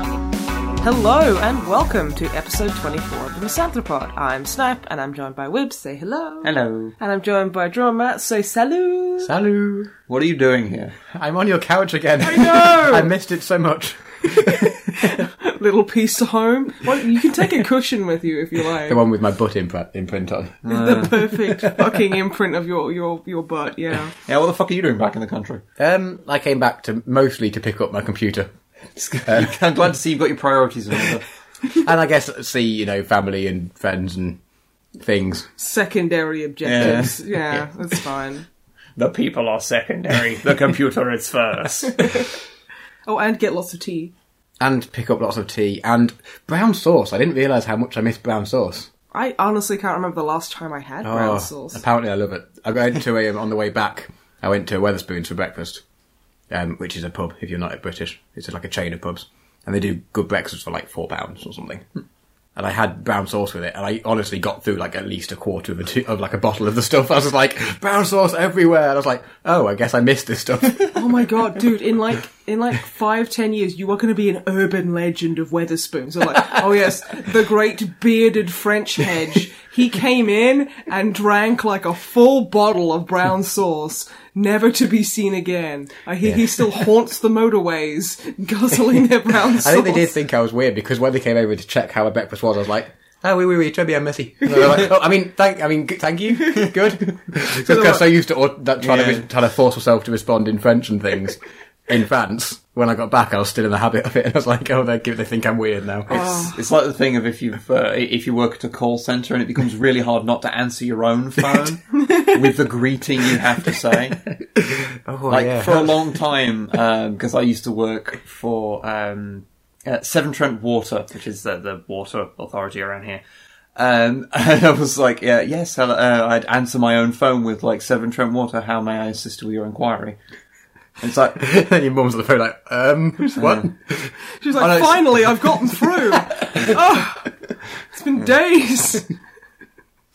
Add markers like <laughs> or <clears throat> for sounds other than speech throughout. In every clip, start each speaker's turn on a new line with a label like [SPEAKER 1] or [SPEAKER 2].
[SPEAKER 1] Hello and welcome to episode 24 of the Misanthropod. I'm Snap and I'm joined by Wibbs. Say hello.
[SPEAKER 2] Hello.
[SPEAKER 1] And I'm joined by Drummer Matt. Say salut.
[SPEAKER 3] Salut!
[SPEAKER 2] What are you doing here?
[SPEAKER 3] I'm on your couch again. <laughs> I
[SPEAKER 1] know!
[SPEAKER 3] missed it so much.
[SPEAKER 1] Little piece of home. Well, you can <laughs> take a cushion with you if you like.
[SPEAKER 3] The one with my butt imprint, imprint on.
[SPEAKER 1] the <laughs> perfect fucking imprint of your your your butt. Yeah.
[SPEAKER 2] Yeah, what the fuck are you doing back in the <laughs> country?
[SPEAKER 3] Um, I came back to mostly to pick up my computer,
[SPEAKER 2] Uh, I'm glad to see you've got your priorities in <laughs> order.
[SPEAKER 3] and I guess see you know family and friends and things.
[SPEAKER 1] Secondary objectives. <laughs> Yeah, that's fine.
[SPEAKER 2] the people are secondary. The computer is first.
[SPEAKER 1] Oh, and get lots of tea.
[SPEAKER 3] And pick up lots of tea and brown sauce. I didn't realise how much I missed brown sauce.
[SPEAKER 1] I honestly can't remember the last time I had brown
[SPEAKER 3] Oh,
[SPEAKER 1] sauce.
[SPEAKER 3] Apparently, I love it. I went to a, on the way back. I went to Weatherspoons for breakfast, um, which is a pub. If you're not British, it's like a chain of pubs, and they do good breakfast for like four pounds or something. And I had brown sauce with it, and I honestly got through like at least a quarter of a two, of like a bottle of the stuff. I was just like brown sauce everywhere, and I was like, oh, I guess I missed this stuff.
[SPEAKER 1] Oh my god, dude! In like in like five ten years, you are going to be an urban legend of Weatherspoons. So like, oh yes, the great bearded French hedge. He came in and drank like a full bottle of brown sauce, never to be seen again. I hear he still haunts the motorways, guzzling their brown sauce.
[SPEAKER 3] I think they did think I was weird because when they came over to check how my breakfast was, I was like. Oh, oui, oui, oui, très bien, merci. <laughs> And they were like, oh, I mean, thank, I mean, g- thank you, <laughs> good. Because I was so used to au- that trying,
[SPEAKER 2] Yeah.
[SPEAKER 3] to, trying to force myself to respond in French and things in France. When I got back, I was still in the habit of it, <laughs> and I was like, oh, they, give- they think I'm weird now.
[SPEAKER 2] It's, it's like the thing of if you uh, if you work at a call center and it becomes really hard not to answer your own <laughs> phone with the greeting you have to say.
[SPEAKER 3] oh,
[SPEAKER 2] like
[SPEAKER 1] <laughs>
[SPEAKER 3] yeah.
[SPEAKER 2] for a
[SPEAKER 3] <laughs>
[SPEAKER 2] long time because I used to work for um, uh, Seven Trent Water, which is the, the water authority around here. Um, <laughs> and I was like, yeah, yes, hello. Uh, I'd answer my own phone with like Seven Trent Water. How may I assist with your inquiry? And it's like,
[SPEAKER 3] and your mum's on the phone like, um, what?
[SPEAKER 1] She's
[SPEAKER 2] Oh, no,
[SPEAKER 1] like,
[SPEAKER 2] it's-
[SPEAKER 1] finally, I've gotten through. oh, it's been days.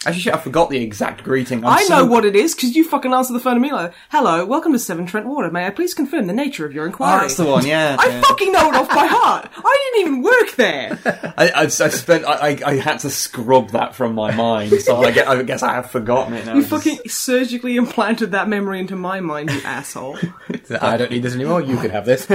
[SPEAKER 2] actually, shit, I forgot the exact greeting. I'm
[SPEAKER 1] I know
[SPEAKER 2] so-
[SPEAKER 1] what it is because you fucking answer the phone to me like, "Hello, welcome to Seven Trent Water. May I please confirm the nature of your
[SPEAKER 2] Oh,
[SPEAKER 1] inquiry?"
[SPEAKER 2] <laughs> that's the one, yeah.
[SPEAKER 1] I
[SPEAKER 2] yeah.
[SPEAKER 1] fucking know it off by heart. I didn't even work there.
[SPEAKER 2] I, I, I spent. I, I, I had to scrub that from my mind, so I guess I, guess I have forgotten it now.
[SPEAKER 1] You fucking surgically implanted that memory into my mind, you asshole.
[SPEAKER 3] I don't need this anymore, you can have <laughs> this.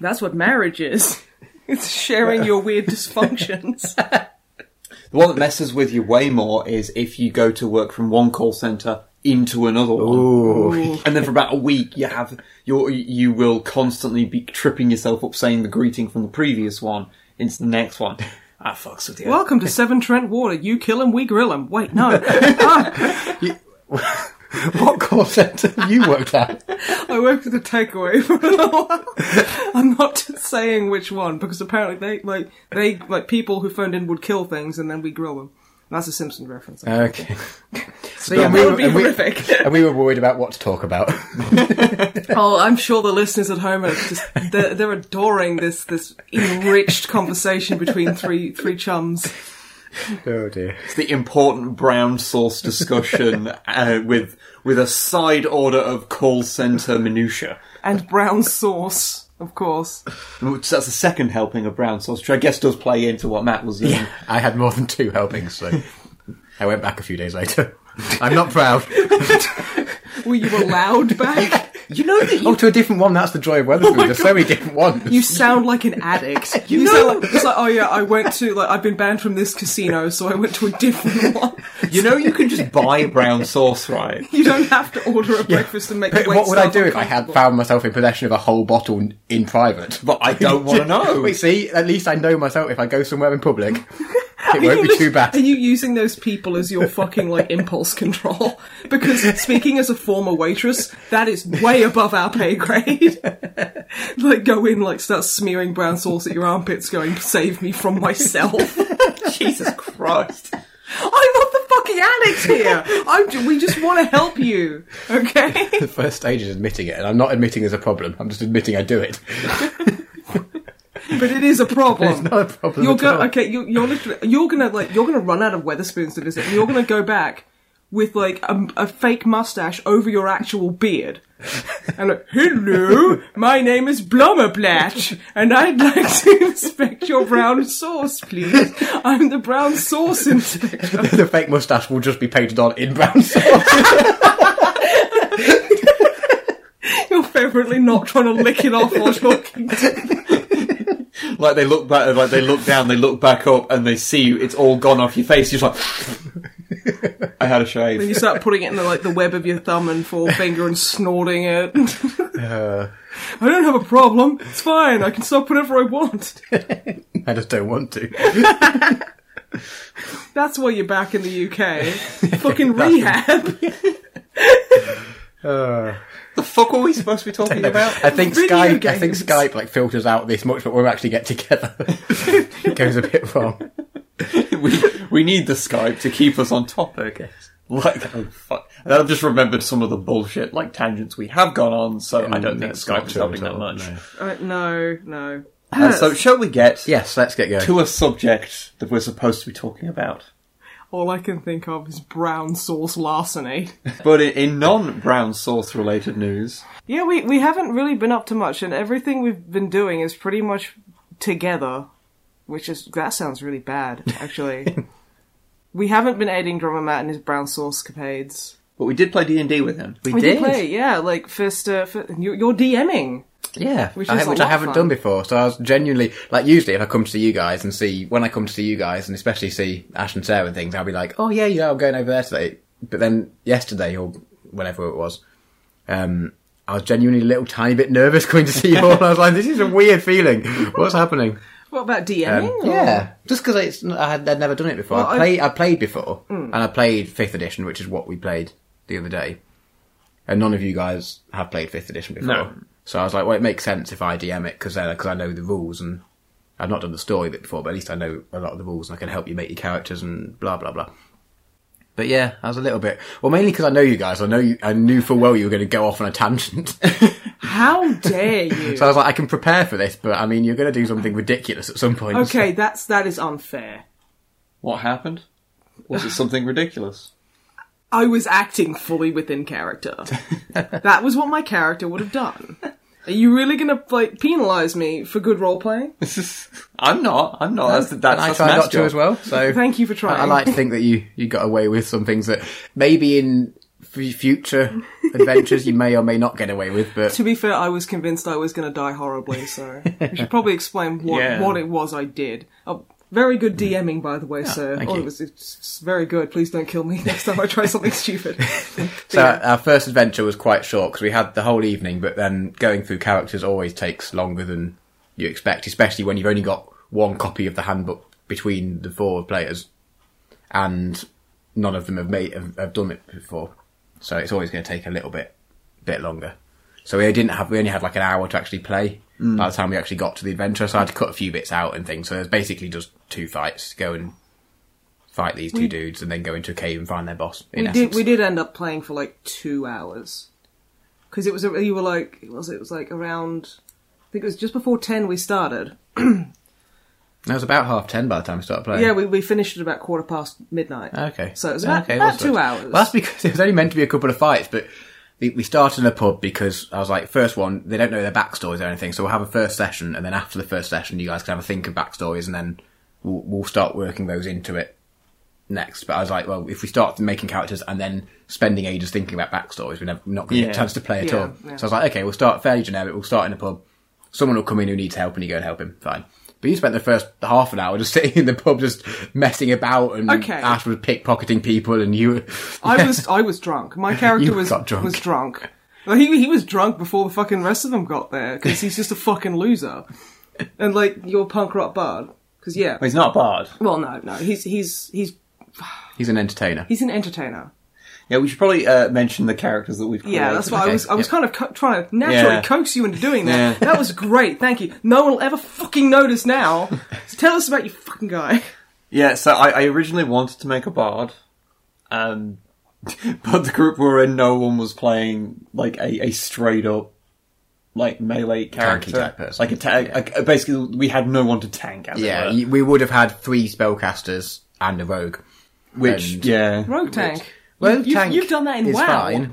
[SPEAKER 1] That's what marriage is. It's sharing your weird dysfunctions.
[SPEAKER 2] The one that messes with you way more is if you go to work from one call center into another one, and then for about a week you have you you will constantly be tripping yourself up saying the greeting from the previous one into the next one. That fucks with you.
[SPEAKER 1] Welcome to Seven Trent Water. You kill him, we grill him. Wait, no. Ah,
[SPEAKER 3] what call centre have you worked at?
[SPEAKER 1] I worked at a takeaway for a little while. I'm not saying which one because apparently they like they like people who phoned in would kill things and then we grill them. And that's a Simpson reference.
[SPEAKER 3] Okay. So,
[SPEAKER 1] that
[SPEAKER 3] and we
[SPEAKER 1] would
[SPEAKER 3] were-
[SPEAKER 1] be
[SPEAKER 3] and we-
[SPEAKER 1] horrific.
[SPEAKER 3] and we were worried about what to talk about.
[SPEAKER 1] Oh, I'm sure the listeners at home are just they're, they're adoring this this enriched conversation between three three chums.
[SPEAKER 3] oh dear.
[SPEAKER 2] It's the important brown sauce discussion uh, with with a side order of call center minutia.
[SPEAKER 1] And brown sauce, of course.
[SPEAKER 2] Which that's the second helping of brown sauce, which I guess does play into what Matt was doing.
[SPEAKER 3] I had more than two helpings, so I went back a few days later. I'm not proud.
[SPEAKER 1] Were you allowed back?
[SPEAKER 2] You know that
[SPEAKER 3] <laughs> oh, to a different one. That's the joy of Weatherspoon. There's so many different ones.
[SPEAKER 1] Oh, You sound like an
[SPEAKER 2] <laughs>
[SPEAKER 1] addict. You,
[SPEAKER 2] know-
[SPEAKER 1] sound like, it's like, oh yeah, I went to like I've been banned from this casino, so I went to a different <laughs> one.
[SPEAKER 2] you know you can just buy brown sauce, right?
[SPEAKER 1] You don't have to order a breakfast and make.
[SPEAKER 3] But
[SPEAKER 1] the
[SPEAKER 3] what would I
[SPEAKER 1] waitstaff
[SPEAKER 3] do if I had
[SPEAKER 1] uncomfortable.
[SPEAKER 3] found myself in possession of a whole bottle in private?
[SPEAKER 2] But I don't want to know.
[SPEAKER 3] <laughs> Wait, see, at least I know myself. If I go somewhere in <laughs> public, it
[SPEAKER 1] <laughs>
[SPEAKER 3] won't be
[SPEAKER 1] English-
[SPEAKER 3] too
[SPEAKER 1] Are
[SPEAKER 3] bad.
[SPEAKER 1] you using those people as your fucking like impulse control? <laughs> Because speaking as a former waitress, that is way above our pay grade. <laughs> like go in, like start smearing brown sauce at your armpits, going, "Save me from myself." <laughs>
[SPEAKER 2] Jesus Christ.
[SPEAKER 1] I'm not the fucking fucking Alex here. I'm, ju- we just want to help you, okay?
[SPEAKER 3] <laughs> <laughs> The first stage is admitting it, and I'm not admitting there's a problem. I'm just admitting I do it.
[SPEAKER 1] But it is
[SPEAKER 3] <laughs>
[SPEAKER 1] a problem.
[SPEAKER 3] Not a problem.
[SPEAKER 1] You're
[SPEAKER 3] at all.
[SPEAKER 1] gonna okay. You, you're literally you're gonna like you're gonna run out of Weatherspoons to visit. And you're gonna go back with like a, a fake mustache over your actual beard. And like, hello, my name is Blummerblatch, and I'd like to <laughs> inspect your brown sauce, please. I'm the brown sauce inspector.
[SPEAKER 3] <laughs> the fake mustache will just be painted on in brown <laughs> sauce.
[SPEAKER 1] You're favourably not trying to lick it off while talking.
[SPEAKER 2] Like they look back, like they look down, they look back up, and they see you. It's all gone off your face. You're just like, <laughs> I had a
[SPEAKER 1] Then you
[SPEAKER 2] shave.
[SPEAKER 1] start putting it in the, like the web of your thumb and forefinger and snorting it. <laughs>
[SPEAKER 3] Uh,
[SPEAKER 1] I don't have a problem. It's fine. I can stop whenever I want.
[SPEAKER 3] I just don't want to.
[SPEAKER 1] That's why you're back in the
[SPEAKER 3] <laughs>
[SPEAKER 1] UK. Fucking rehab.
[SPEAKER 3] Uh,
[SPEAKER 2] the fuck are we supposed to be talking about?
[SPEAKER 3] <laughs> I think
[SPEAKER 1] Video
[SPEAKER 3] Skype. I
[SPEAKER 1] games.
[SPEAKER 3] think <laughs> Skype like filters out this much, but when we actually get
[SPEAKER 1] <laughs>
[SPEAKER 3] together, it goes a bit wrong.
[SPEAKER 2] we we need the Skype to keep us on topic. Like oh fuck, and I've just remembered some of the bullshit like tangents we have gone on. So I don't think
[SPEAKER 3] That's not
[SPEAKER 2] Skype is
[SPEAKER 3] true
[SPEAKER 2] helping that
[SPEAKER 3] at all,
[SPEAKER 2] much.
[SPEAKER 3] no.
[SPEAKER 1] Uh, no, no.
[SPEAKER 3] Uh,
[SPEAKER 2] And so shall we get
[SPEAKER 3] Yes, let's get going.
[SPEAKER 2] to a subject that we're supposed to be talking about?
[SPEAKER 1] <laughs> All I can think of is brown sauce larceny.
[SPEAKER 2] But in, in non-brown sauce related news,
[SPEAKER 1] Yeah, we, we haven't really been up to much, and everything we've been doing is pretty much together, which is that sounds really
[SPEAKER 3] <laughs>
[SPEAKER 1] bad, actually. we haven't been aiding drummer Matt in his brown sauce capades.
[SPEAKER 2] but we did play D and D with him.
[SPEAKER 1] We did play, yeah. Like first, uh, fir- you you're DMing.
[SPEAKER 3] Yeah,
[SPEAKER 1] Which
[SPEAKER 3] which,
[SPEAKER 1] is
[SPEAKER 3] I,
[SPEAKER 1] a
[SPEAKER 3] which I
[SPEAKER 1] lot of
[SPEAKER 3] haven't
[SPEAKER 1] fun.
[SPEAKER 3] done before. So I was genuinely like, usually if I come to see you guys and see when I come to see you guys and especially see Ash and Sarah and things, I'll be like, oh yeah, yeah, I'm going over there today. But then yesterday or whenever it was, um, I was genuinely a little tiny bit nervous <laughs> going to see you all. I was like, this is a weird feeling. What's happening?
[SPEAKER 1] What about
[SPEAKER 3] Um,
[SPEAKER 1] DMing? or-
[SPEAKER 3] yeah, just because it's I had I'd never done it before.
[SPEAKER 1] Well, I- Hmm.
[SPEAKER 3] I play I played before, and I played fifth edition, which is what we played the other day. And none of you guys have played fifth edition before,
[SPEAKER 2] No.
[SPEAKER 3] so I was like, well, it makes sense if I DM it because because I know the rules and I've not done the story bit before, but at least I know a lot of the rules and I can help you make your characters and blah blah blah. But yeah, I was a little bit well, mainly because I know you guys. I know you, I knew full well you were going to go off on a tangent, <laughs>
[SPEAKER 1] How dare you?
[SPEAKER 3] so I was like, I can prepare for this, but I mean, you're going to do something ridiculous at some point. so-
[SPEAKER 1] Okay, that's that is unfair.
[SPEAKER 2] What happened? Was it something ridiculous?
[SPEAKER 1] I was acting fully within character.
[SPEAKER 3] <laughs>
[SPEAKER 1] that was what my character would have done. Are you really gonna like penalise me for good role playing?
[SPEAKER 2] I'm not. I'm not. That's, that's,
[SPEAKER 3] and I
[SPEAKER 2] that's
[SPEAKER 3] try
[SPEAKER 2] Matt's
[SPEAKER 3] not to
[SPEAKER 2] job.
[SPEAKER 3] as well.
[SPEAKER 1] <laughs>
[SPEAKER 3] So
[SPEAKER 1] Thank you for
[SPEAKER 3] <laughs> I,
[SPEAKER 1] trying.
[SPEAKER 3] I like to think that you you got away with some things that maybe in f- future adventures you may or may not get away with. But
[SPEAKER 1] to be fair, I was convinced I was gonna die horribly, so we should probably explain what
[SPEAKER 2] Yeah.
[SPEAKER 1] what it was I did. Oh, very good DMing, by the way, sir.
[SPEAKER 3] Mm. thank
[SPEAKER 1] oh,
[SPEAKER 3] you.
[SPEAKER 1] it was it's it's very good. Please don't kill me <laughs> next time I try something stupid.
[SPEAKER 3] so our first adventure was quite short because we had the whole evening. But then going through characters always takes longer than you expect, especially when you've only got one copy of the handbook between the four players, and none of them have made have, have done it before. So it's always going to take a little bit bit longer. So we didn't have we only had like an hour to actually play
[SPEAKER 1] Mm.
[SPEAKER 3] by the time we actually got to the adventure. So I had to cut a few bits out and things. So there's basically just two fights. Go and fight these two dudes, and then go into a cave and find their boss. In
[SPEAKER 1] we
[SPEAKER 3] essence.
[SPEAKER 1] did we did end up playing for like two hours because it was you were like it was it was like around I think it was just before ten we started.
[SPEAKER 3] That was about half ten by the time we started playing.
[SPEAKER 1] Yeah, we, we finished at about quarter past midnight.
[SPEAKER 3] Okay.
[SPEAKER 1] so it was about,
[SPEAKER 3] Okay,
[SPEAKER 1] about
[SPEAKER 3] that's
[SPEAKER 1] two
[SPEAKER 3] good.
[SPEAKER 1] hours.
[SPEAKER 3] Well, that's because <laughs> it was only meant to be a couple of fights, but we we started in a pub because I was like, first one, they don't know their backstories or anything, so we'll have a first session, and then after the first session, you guys can have a think of backstories, and then we'll, we'll start working those into it next. But I was like, well, if we start making characters and then spending ages thinking about backstories, we're never- not going
[SPEAKER 2] Yeah.
[SPEAKER 3] to get a chance to play at
[SPEAKER 1] Yeah,
[SPEAKER 3] all.
[SPEAKER 1] yeah.
[SPEAKER 3] So I was like, okay, we'll start fairly generic. We'll start in a pub. Someone will come in who needs help, and you go and help him. Fine. But you spent the first half an hour just <laughs> sitting in the pub, just messing about, and
[SPEAKER 1] Okay.
[SPEAKER 3] Ash was pickpocketing people, and you.
[SPEAKER 1] I was I was drunk.
[SPEAKER 3] <laughs>
[SPEAKER 1] My character
[SPEAKER 3] You
[SPEAKER 1] was
[SPEAKER 3] got drunk.
[SPEAKER 1] was drunk. Like, he he was drunk before the fucking rest of them got there because he's just a fucking loser. And like your punk rock bard, because yeah,
[SPEAKER 2] He's not barred.
[SPEAKER 1] well no no he's he's he's
[SPEAKER 3] <laughs> He's an entertainer.
[SPEAKER 1] he's an entertainer.
[SPEAKER 2] Yeah, we should probably uh, mention the characters that we've.
[SPEAKER 1] Yeah,
[SPEAKER 2] created.
[SPEAKER 1] that's why I
[SPEAKER 3] Okay,
[SPEAKER 1] was I was
[SPEAKER 3] yeah.
[SPEAKER 1] kind of co- trying to naturally
[SPEAKER 2] Yeah.
[SPEAKER 1] coax you into doing that.
[SPEAKER 2] Yeah.
[SPEAKER 1] That was great. Thank you. No one will ever fucking notice now. So tell us about your fucking guy.
[SPEAKER 2] Yeah, so I, I originally wanted to make a bard, Um, <laughs> but the group we were in, no one was playing like a, a straight up like melee character,
[SPEAKER 3] type person.
[SPEAKER 2] like a tank. Like, uh, basically, we had no one to tank. As it
[SPEAKER 3] Yeah,
[SPEAKER 2] were.
[SPEAKER 3] y- we would have had three spellcasters and a rogue.
[SPEAKER 2] which
[SPEAKER 3] and-
[SPEAKER 2] yeah,
[SPEAKER 1] Rogue Tank.
[SPEAKER 3] Well,
[SPEAKER 1] you,
[SPEAKER 3] Tank
[SPEAKER 1] have done that in
[SPEAKER 3] is
[SPEAKER 1] WoW.
[SPEAKER 3] fine,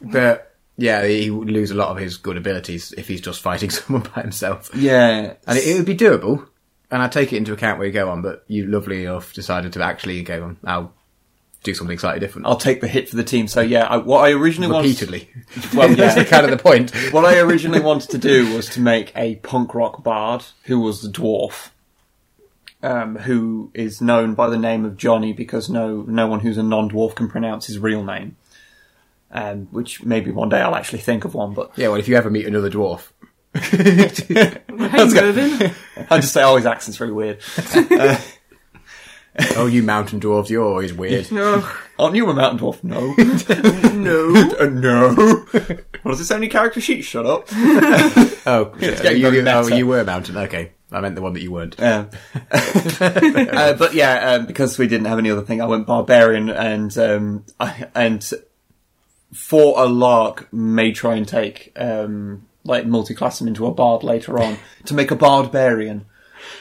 [SPEAKER 3] but yeah, he would lose a lot of his good abilities if he's just fighting <laughs> someone by himself.
[SPEAKER 2] yeah,
[SPEAKER 3] And it, it would be doable, and I take it into account where you go on. But you, lovely enough, decided to actually go on. I'll do something slightly different.
[SPEAKER 2] I'll take the hit for the team. So yeah, I, what I originally
[SPEAKER 3] repeatedly.
[SPEAKER 2] wanted, well,
[SPEAKER 3] <laughs> That's the
[SPEAKER 2] yeah,
[SPEAKER 3] kind of the point.
[SPEAKER 2] what I originally wanted to do was to make a punk rock bard who was the dwarf, um, who is known by the name of Johnny because no no one who's a non dwarf can pronounce his real name. Um, which maybe one day I'll actually think of one, but
[SPEAKER 3] Yeah, well, if you ever meet another dwarf,
[SPEAKER 1] Hey, Mervyn.
[SPEAKER 2] I just say, oh, his accent's really weird.
[SPEAKER 3] oh, you mountain dwarves, you're always weird.
[SPEAKER 1] No,
[SPEAKER 2] Aren't you a mountain dwarf? No. no. <laughs> no. What is this only character sheet? Shut up. <laughs>
[SPEAKER 3] Oh, yeah,
[SPEAKER 2] getting
[SPEAKER 3] you,
[SPEAKER 2] very
[SPEAKER 3] oh,
[SPEAKER 2] meta.
[SPEAKER 3] you were mountain. Okay, I meant the one that you weren't.
[SPEAKER 2] Um, <laughs> uh, but yeah, um, because we didn't have any other thing, I went barbarian, and um, I, and for a lark, may try and take um, like multi-class him into a bard later on to make a barbarian.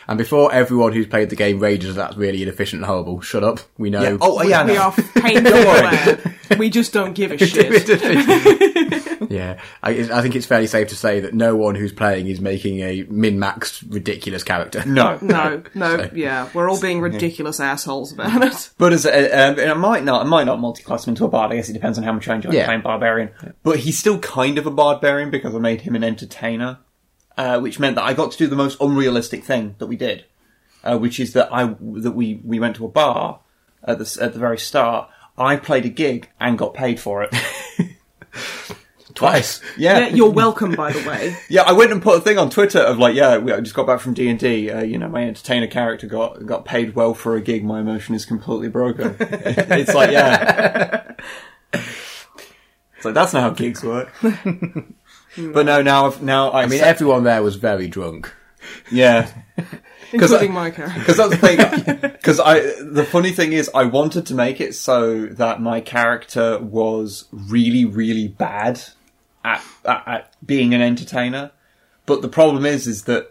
[SPEAKER 3] And before everyone who's played the game rages that's really inefficient and horrible, shut up. We know.
[SPEAKER 2] Yeah. Oh yeah, I
[SPEAKER 1] we
[SPEAKER 2] know. <laughs>
[SPEAKER 1] are painful. man. we just don't give a shit.
[SPEAKER 3] yeah. I, I think it's fairly safe to say that no one who's playing is making a min-maxed ridiculous character.
[SPEAKER 2] no,
[SPEAKER 1] No, no, yeah, we're all being ridiculous assholes about it.
[SPEAKER 2] But as a, um, and I might not, I might not multi-class him into a bard. I guess it depends on how much I enjoy
[SPEAKER 3] Yeah.
[SPEAKER 2] playing barbarian. But he's still kind of a barbarian because I made him an entertainer, uh, which meant that I got to do the most unrealistic thing that we did, uh, which is that I that we we went to a bar at the s- at the very start. I played a gig and got paid for
[SPEAKER 3] <laughs>
[SPEAKER 2] it.
[SPEAKER 3] <laughs> Twice.
[SPEAKER 1] Yeah,
[SPEAKER 2] Yeah,
[SPEAKER 1] you're welcome, by the way.
[SPEAKER 2] yeah. I went and put a thing on Twitter of like, yeah, we, I just got back from D and D. uh, You know, my entertainer character got got paid well for a gig. My emotion is completely broken. it's like, yeah. It's like that's not how gigs work. but no, now I've, now I,
[SPEAKER 3] I mean, everyone there was very drunk.
[SPEAKER 2] yeah.
[SPEAKER 1] Including my
[SPEAKER 2] <laughs>
[SPEAKER 1] character.
[SPEAKER 2] Because that's the thing. Because I, the funny thing is, I wanted to make it so that my character was really, really bad at, at, at being an entertainer. But the problem is, is that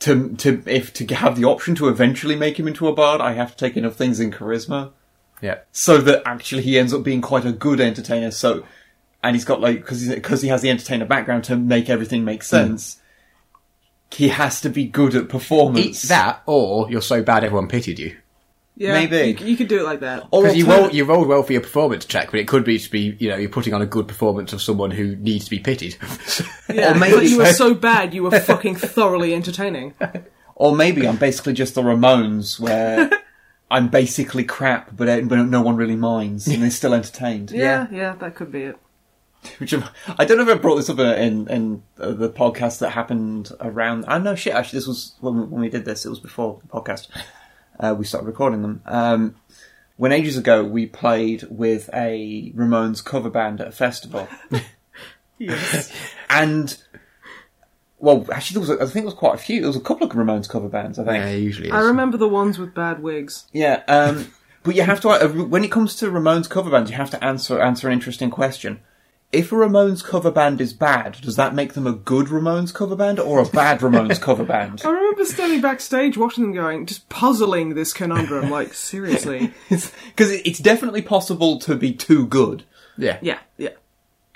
[SPEAKER 2] to to if to have the option to eventually make him into a bard, I have to take enough things in charisma
[SPEAKER 3] Yeah.
[SPEAKER 2] so that actually he ends up being quite a good entertainer. So, and he's got like because because he has the entertainer background to make everything make
[SPEAKER 3] Hmm.
[SPEAKER 2] sense. He has to be good at
[SPEAKER 3] Eat
[SPEAKER 2] performance.
[SPEAKER 3] that, or you're so bad everyone pitied you.
[SPEAKER 1] Yeah,
[SPEAKER 2] Maybe.
[SPEAKER 1] You, you could do it like that.
[SPEAKER 2] Or
[SPEAKER 3] Because you
[SPEAKER 2] alternative-
[SPEAKER 3] rolled, you rolled well for your performance check, but it could be to be, you know, you're putting on a good performance of someone who needs to be pitied. <laughs>
[SPEAKER 1] Yeah,
[SPEAKER 2] or
[SPEAKER 1] but <laughs>
[SPEAKER 2] maybe- <laughs>
[SPEAKER 1] you were so bad, you were fucking thoroughly entertaining.
[SPEAKER 2] Or maybe I'm basically just the
[SPEAKER 1] <laughs>
[SPEAKER 2] Ramones, where I'm basically crap, but uh, but no one really minds, and they're still entertained.
[SPEAKER 1] Yeah, yeah, that could be it.
[SPEAKER 2] <laughs> Which I'm- I don't know if I brought this up in in uh, the podcast that happened around. I no shit. Actually, this was when, when we did this. It was before the podcast. Uh, we started recording them. Um, when ages ago we played with a Ramones cover band at a festival.
[SPEAKER 1] Yes.
[SPEAKER 2] and well, actually, there was a, I think there was quite a few. There was a couple of Ramones cover bands. I think.
[SPEAKER 3] yeah, usually is.
[SPEAKER 1] I remember the ones with bad wigs.
[SPEAKER 2] Yeah, um, but you have to uh, when it comes to Ramones cover bands, you have to answer answer an interesting question. If a Ramones cover band is bad, does that make them a good Ramones cover band or a bad Ramones cover band?
[SPEAKER 1] I remember standing backstage watching them going, just puzzling this conundrum, like, seriously. <laughs>
[SPEAKER 2] Because it's definitely possible to be too good.
[SPEAKER 3] Yeah.
[SPEAKER 1] Yeah, yeah.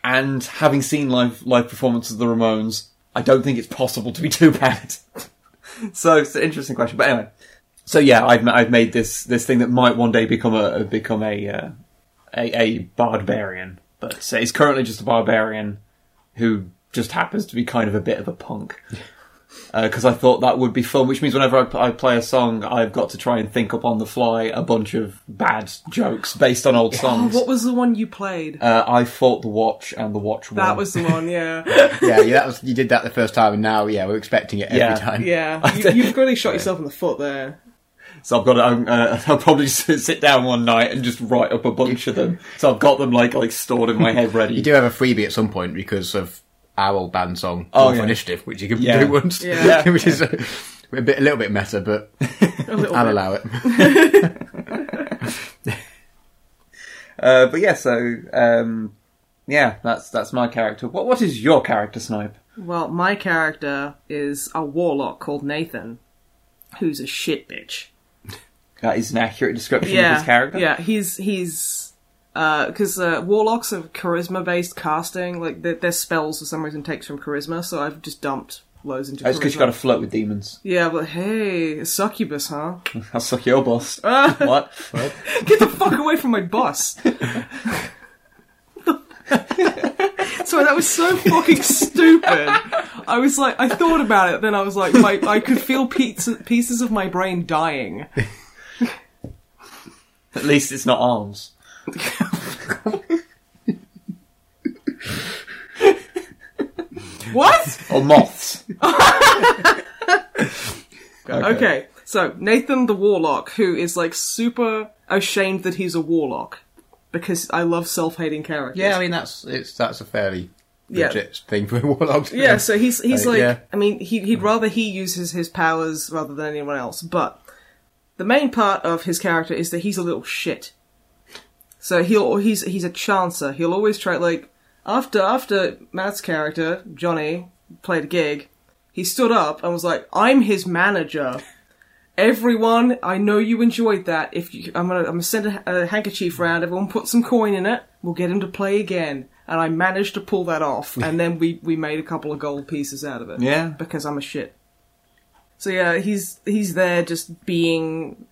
[SPEAKER 2] And having seen live live performances of the Ramones, I don't think it's possible to be too bad. <laughs> so it's an interesting question. But anyway, so yeah, I've ma- I've made this this thing that might one day become a become a uh, a, a barbarian, but so he's currently just a barbarian who just happens to be kind of a bit of
[SPEAKER 1] <laughs>
[SPEAKER 2] a punk. Because I thought that would be fun, which means whenever I, p- I play a song, I've got to try and think up on the fly a bunch of bad jokes based
[SPEAKER 1] <laughs>
[SPEAKER 2] on old
[SPEAKER 1] Oh,
[SPEAKER 2] songs.
[SPEAKER 1] what was the one you played?
[SPEAKER 2] Uh, I fought the watch and the watch won.
[SPEAKER 1] that was the one, <laughs> yeah.
[SPEAKER 3] yeah, yeah, that was, you did that the first time, and now, yeah, we're expecting it every
[SPEAKER 2] Yeah.
[SPEAKER 3] time.
[SPEAKER 1] Yeah. You, you've really shot yourself in the foot there.
[SPEAKER 2] so. I've got. To, I'm, uh, <laughs> I'll probably just sit down one night and just write up a bunch of
[SPEAKER 3] <laughs>
[SPEAKER 2] them. So I've got them like like stored in my head ready.
[SPEAKER 3] You do have a freebie at some point because of our old band song,
[SPEAKER 2] Oh,
[SPEAKER 3] Wolf
[SPEAKER 2] yeah.
[SPEAKER 3] Initiative, which you can
[SPEAKER 2] Yeah.
[SPEAKER 3] do once,
[SPEAKER 1] Yeah.
[SPEAKER 3] <laughs> which is a, a bit, a little bit meta, but
[SPEAKER 1] A little
[SPEAKER 3] I'll
[SPEAKER 1] bit.
[SPEAKER 3] allow it.
[SPEAKER 2] Uh, but yeah, so um, yeah, that's that's my character. What what is your character, Snipe?
[SPEAKER 1] Well, my character is a warlock called Nathan, who's a shit bitch.
[SPEAKER 2] That is an accurate description
[SPEAKER 1] yeah,
[SPEAKER 2] of his character.
[SPEAKER 1] Yeah, he's he's because uh, warlocks are charisma based casting. Like their, their spells for some reason takes from charisma, so I've just dumped loads into.
[SPEAKER 2] Oh, it's because
[SPEAKER 1] charisma.
[SPEAKER 2] you got to flirt with demons. <laughs>
[SPEAKER 1] Yeah, but hey, a succubus, huh?
[SPEAKER 2] I'll suck your
[SPEAKER 1] <laughs>
[SPEAKER 2] boss.
[SPEAKER 1] Ah.
[SPEAKER 2] what?
[SPEAKER 1] Get the fuck away from my boss. <laughs> Sorry, that was so fucking stupid. I was like, I thought about it, then I was like, my, I could feel pizza, pieces of my brain dying.
[SPEAKER 2] At least it's not arms.
[SPEAKER 1] What? <laughs>
[SPEAKER 2] Or moths. <laughs>
[SPEAKER 1] Okay. so Nathan the Warlock, who is like super ashamed that he's a warlock, because I love self-hating characters.
[SPEAKER 3] <laughs> Yeah, I mean that's it's that's a fairly
[SPEAKER 1] Yeah.
[SPEAKER 3] legit thing for a warlock. to do.
[SPEAKER 1] Yeah, so he's he's
[SPEAKER 3] Uh,
[SPEAKER 1] like,
[SPEAKER 3] yeah.
[SPEAKER 1] I mean, he, he'd rather he uses his powers rather than anyone else. But the main part of his character is that he's a little shit. So he'll he's he's a chancer. He'll always try like after after Matt's character Johnny played a gig, he stood up and was like, "I'm his manager." Everyone, I know you enjoyed that. If you, I'm gonna, I'm gonna send a, a handkerchief round. Everyone put some coin in it. We'll get him to play again. And I managed to pull that off. And then we we made a couple of gold pieces out of it.
[SPEAKER 2] Yeah.
[SPEAKER 1] because I'm a shit. So yeah, he's he's there just being,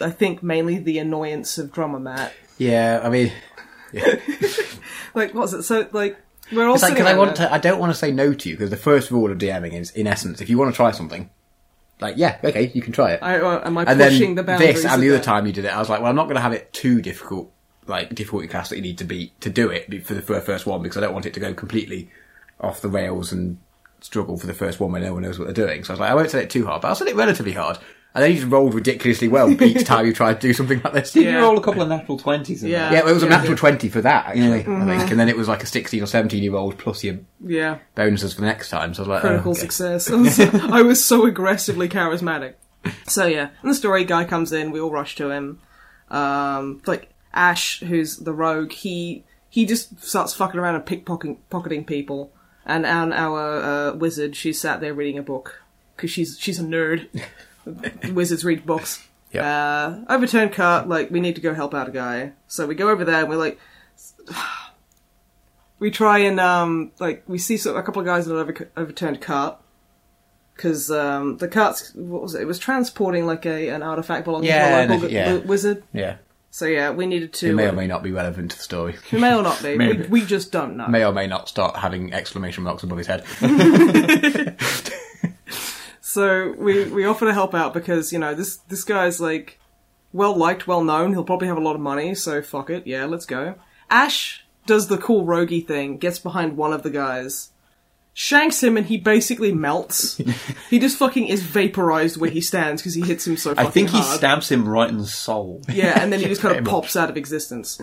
[SPEAKER 1] I think mainly the annoyance of drummer Matt.
[SPEAKER 3] yeah. I mean,
[SPEAKER 1] Like what's it? So like we're all
[SPEAKER 3] it's like
[SPEAKER 1] sitting
[SPEAKER 3] because I
[SPEAKER 1] there-
[SPEAKER 3] want to, I don't want to say no to you because the first rule of DMing is, in essence, if you want to try something, like yeah, okay, you can try it.
[SPEAKER 1] I, uh, am I
[SPEAKER 3] and
[SPEAKER 1] pushing
[SPEAKER 3] then
[SPEAKER 1] the boundaries?
[SPEAKER 3] this and
[SPEAKER 1] of
[SPEAKER 3] the other
[SPEAKER 1] that?
[SPEAKER 3] time you did it, I was like, well, I'm not going to have it too difficult, like difficulty class that you need to beat to do it be- for the for the first one because I don't want it to go completely off the rails and struggle for the first one when no one knows what they're doing. So I was like, I won't set it too hard, but I'll set it relatively hard. And then you just rolled ridiculously well
[SPEAKER 1] <laughs>
[SPEAKER 3] each time you tried to do something like this.
[SPEAKER 2] Did you roll a couple of natural twenties?
[SPEAKER 1] Yeah.
[SPEAKER 2] That?
[SPEAKER 3] Yeah, well, it was a
[SPEAKER 1] Yeah. Mm-hmm.
[SPEAKER 3] natural 20 for that, actually, I think. And then it was like a 16 or 17 year old plus your
[SPEAKER 1] Yeah.
[SPEAKER 3] bonuses for the next time. So I was like, oh,
[SPEAKER 1] critical
[SPEAKER 3] okay.
[SPEAKER 1] success. <laughs> I was, I was so aggressively charismatic. So yeah, and the story guy comes in. We all rush to him. Um, like Ash, who's the rogue, he he just starts fucking around and pickpocketing pocketing people. And and our uh, wizard, she's sat there reading a book because she's she's a nerd.
[SPEAKER 3] <laughs>
[SPEAKER 1] Wizards read books.
[SPEAKER 3] Yeah.
[SPEAKER 1] Uh, overturned cart. Like we need to go help out a guy. So we go over there and we're like, <sighs> we try and um like we see sort of a couple of guys in an over- overturned cart because um the cart's what was it? It was transporting like a an artifact belonging
[SPEAKER 3] Yeah,
[SPEAKER 1] to a
[SPEAKER 3] no,
[SPEAKER 1] local
[SPEAKER 3] yeah.
[SPEAKER 1] wi- wizard.
[SPEAKER 3] Yeah.
[SPEAKER 1] So yeah, we needed to.
[SPEAKER 3] It may or may not be relevant to the story. <laughs>
[SPEAKER 1] It may or not be.
[SPEAKER 2] Maybe.
[SPEAKER 1] we, we just don't know.
[SPEAKER 3] may or may not start having exclamation marks above his head.
[SPEAKER 1] So we we offer to help out because you know this this guy's like well liked, well known. He'll probably have a lot of money, so fuck it. Yeah, let's go. Ash does the cool roguey thing, gets behind one of the guys, shanks him, and he basically
[SPEAKER 2] <laughs>
[SPEAKER 1] melts. he just fucking is vaporized where he stands because he hits him so.
[SPEAKER 2] I
[SPEAKER 1] Fucking
[SPEAKER 2] think he
[SPEAKER 1] hard.
[SPEAKER 2] stabs him right in the soul.
[SPEAKER 1] Yeah, and then he just
[SPEAKER 2] <laughs>
[SPEAKER 1] kind of
[SPEAKER 3] pretty
[SPEAKER 1] pops out of existence.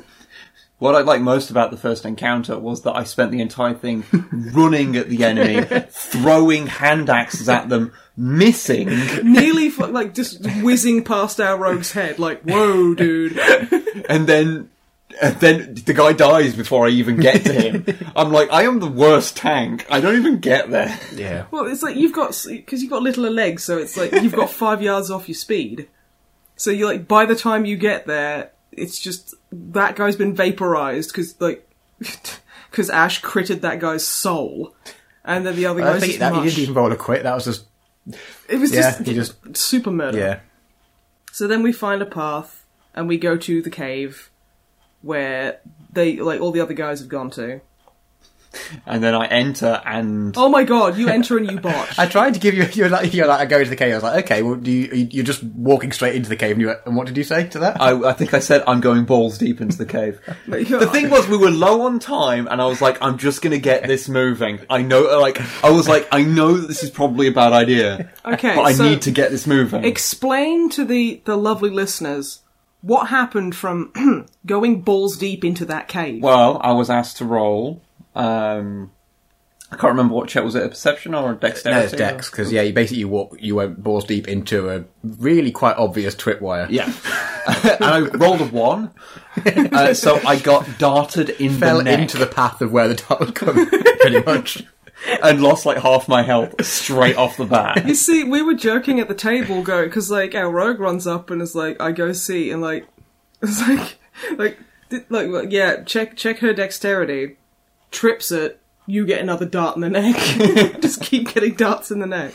[SPEAKER 2] What I liked most about the first encounter was that I spent the entire thing running at the enemy, throwing hand axes at them, missing.
[SPEAKER 1] Nearly, fu- like, just whizzing past our rogue's head, like, whoa, dude.
[SPEAKER 2] and then and then the guy dies before I even get to him. I'm like, I am the worst tank. I don't even get there.
[SPEAKER 3] <laughs> yeah.
[SPEAKER 1] Well, it's like you've got because you've got littler legs, so it's like you've
[SPEAKER 3] <laughs>
[SPEAKER 1] got five yards off your speed. So you're like, by the time you get there, it's just that guy's been vaporized because like <laughs> because Ash critted that guy's soul, and then the other
[SPEAKER 3] I
[SPEAKER 1] guy's
[SPEAKER 3] think
[SPEAKER 1] just
[SPEAKER 3] that, he
[SPEAKER 1] mush.
[SPEAKER 3] didn't even roll a quit. That was just
[SPEAKER 1] It was
[SPEAKER 3] Yeah,
[SPEAKER 1] just,
[SPEAKER 3] he just-
[SPEAKER 1] super murder.
[SPEAKER 3] yeah.
[SPEAKER 1] So then we find a path and we go to the cave where they like all the other guys have gone to.
[SPEAKER 2] And then I enter and
[SPEAKER 1] Oh my god, you enter and you botch.
[SPEAKER 3] <laughs> I tried to give you. You're like, you're like, I go into the cave. I was like, okay, well, do you, you're just walking straight into the cave. And, you went, and what did you say to that?
[SPEAKER 2] I, I think I said I'm going balls deep into the cave. The thing was, we were low on time, and I was like, I'm just gonna get this moving. I know, like, I was like, I know that this is probably a bad idea,
[SPEAKER 1] Okay,
[SPEAKER 2] but I
[SPEAKER 1] so-
[SPEAKER 2] need to get this moving.
[SPEAKER 1] explain to the, the lovely listeners what happened from <clears throat> going balls deep into that cave.
[SPEAKER 2] well, I was asked to roll. Um, I can't remember what check was it—a perception or a dexterity?
[SPEAKER 3] no, it's Dex because yeah, you basically walk, you went balls deep into a really quite obvious tripwire.
[SPEAKER 2] Yeah. <laughs> and I rolled a one, uh, so I got darted in
[SPEAKER 3] Fell
[SPEAKER 2] the neck
[SPEAKER 3] into the path of where the dart <laughs> was coming, pretty much.
[SPEAKER 2] and lost like half my health straight off the
[SPEAKER 1] <laughs>
[SPEAKER 2] bat.
[SPEAKER 1] You see, we were joking at the table, going because like our rogue runs up and is like, "I go see," and like, <laughs> it's like, like, di- like, like, yeah, check check her dexterity, trips it, you get another dart in the neck. <laughs> Just keep getting darts in the neck.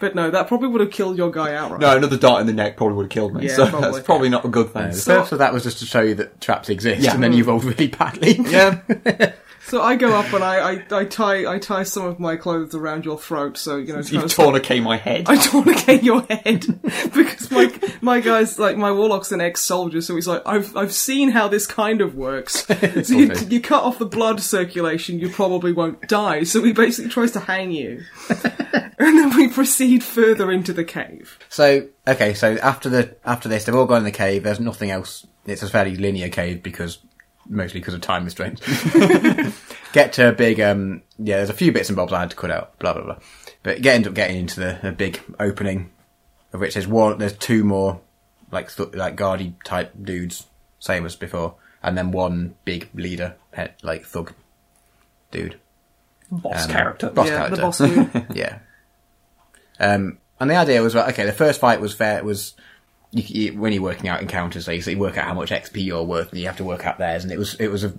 [SPEAKER 1] But no, that probably would have killed your guy outright.
[SPEAKER 2] No, another dart in the neck probably would have killed me.
[SPEAKER 1] Yeah,
[SPEAKER 2] so
[SPEAKER 1] probably.
[SPEAKER 2] that's probably not a good thing.
[SPEAKER 3] The
[SPEAKER 1] So-
[SPEAKER 3] purpose of that was just to show you that traps exist,
[SPEAKER 2] Yeah.
[SPEAKER 3] and then you rolled really <laughs> badly.
[SPEAKER 2] yeah,
[SPEAKER 1] So I go up and I, I, I tie I tie some of my clothes around your throat, so you know. trying
[SPEAKER 2] you've
[SPEAKER 1] to-
[SPEAKER 2] torn a K my head. <laughs>
[SPEAKER 1] I tourniquet your head <laughs> because my my guy's like my warlock's an ex-soldier, so he's like I've I've seen how this kind of
[SPEAKER 3] <laughs>
[SPEAKER 1] works. So you,
[SPEAKER 3] Okay.
[SPEAKER 1] you cut off the blood circulation, you probably won't die. So he basically tries to hang
[SPEAKER 3] <laughs>
[SPEAKER 1] you, and then we proceed further into the cave.
[SPEAKER 3] So okay, so after the after this, they've all gone in the cave. There's nothing else. It's a fairly linear cave because mostly because of
[SPEAKER 1] <laughs>
[SPEAKER 3] time restraints. get to a big um yeah. There's a few bits and bobs I had to cut out. Blah blah blah. But get end up getting into the a big opening, of which there's one. There's two more like th- like guardy type dudes, same as before, and then one big leader head, like thug dude.
[SPEAKER 2] <laughs> uh, boss
[SPEAKER 3] Um,
[SPEAKER 2] character.
[SPEAKER 3] boss
[SPEAKER 1] yeah, the
[SPEAKER 3] character.
[SPEAKER 1] boss
[SPEAKER 3] <laughs>
[SPEAKER 1] dude.
[SPEAKER 3] yeah. Um, and the idea was like, okay, the first fight was fair. Was you, you, when you're working out encounters, they so you work out how much XP you're worth, and you have to work out theirs. And it was it was a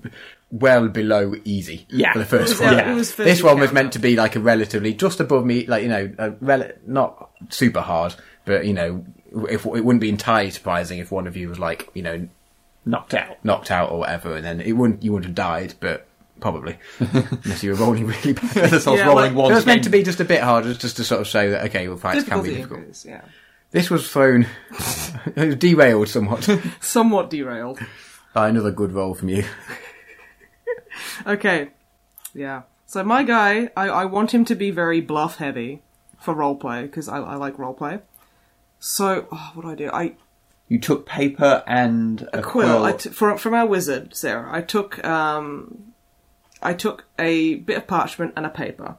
[SPEAKER 3] well below easy.
[SPEAKER 2] Yeah.
[SPEAKER 3] for the
[SPEAKER 1] It
[SPEAKER 3] first
[SPEAKER 1] was-
[SPEAKER 3] one.
[SPEAKER 1] yeah, it was first
[SPEAKER 3] this one was
[SPEAKER 1] encounter.
[SPEAKER 3] meant to be like a relatively just above me, like you know, a rel- not super hard, but you know, if it wouldn't be entirely surprising if one of you was like you know
[SPEAKER 2] knocked out.
[SPEAKER 3] knocked out or whatever, and then it wouldn't you would have died, but probably unless you were rolling really badly.
[SPEAKER 2] That's what I was
[SPEAKER 1] Yeah, like-
[SPEAKER 2] rolling one.
[SPEAKER 3] So it's meant
[SPEAKER 2] ten.
[SPEAKER 3] to be just a bit harder, just to sort of show that okay, well, fights can be
[SPEAKER 1] Difficulty
[SPEAKER 3] difficult.
[SPEAKER 1] increase, yeah,
[SPEAKER 3] This was thrown, <laughs> it was derailed somewhat <laughs>
[SPEAKER 1] somewhat derailed.
[SPEAKER 3] by another good roll from you. <laughs>
[SPEAKER 1] Okay. Yeah. So my guy, I, I want him to be very bluff heavy for roleplay because I, I like roleplay. So oh, what do I do? I
[SPEAKER 2] You took paper and a,
[SPEAKER 1] quill.
[SPEAKER 2] quill.
[SPEAKER 1] I t- from from our wizard Sarah. I took um, I took a bit of parchment and a paper,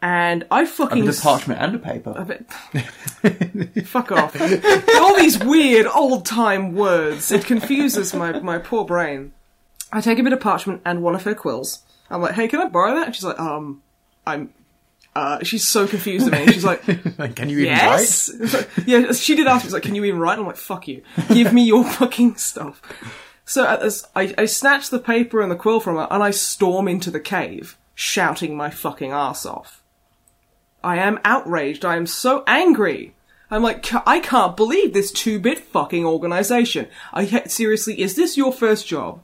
[SPEAKER 1] and I
[SPEAKER 2] a
[SPEAKER 1] fucking
[SPEAKER 2] bit of
[SPEAKER 1] s-
[SPEAKER 2] parchment and a paper.
[SPEAKER 1] a bit- <laughs> Fuck off! All these weird old time words. It confuses my my poor brain. I take a bit of parchment and one of her quills. I'm like, hey, can I borrow that? And she's like, um, I'm. Uh, she's so confused at me. She's like,
[SPEAKER 3] Like, can you even
[SPEAKER 1] yes. <laughs> It's like- yeah, she did ask me. She's like, "Can you even write?" I'm like, "Fuck you! Give me your <laughs> fucking stuff." So uh, as I, I snatch the paper and the quill from her, and I storm into the cave, shouting my fucking ass off. I am outraged. I am so angry. I'm like, "Ca- I can't believe this two-bit fucking organization. I ha- seriously, is this your first job?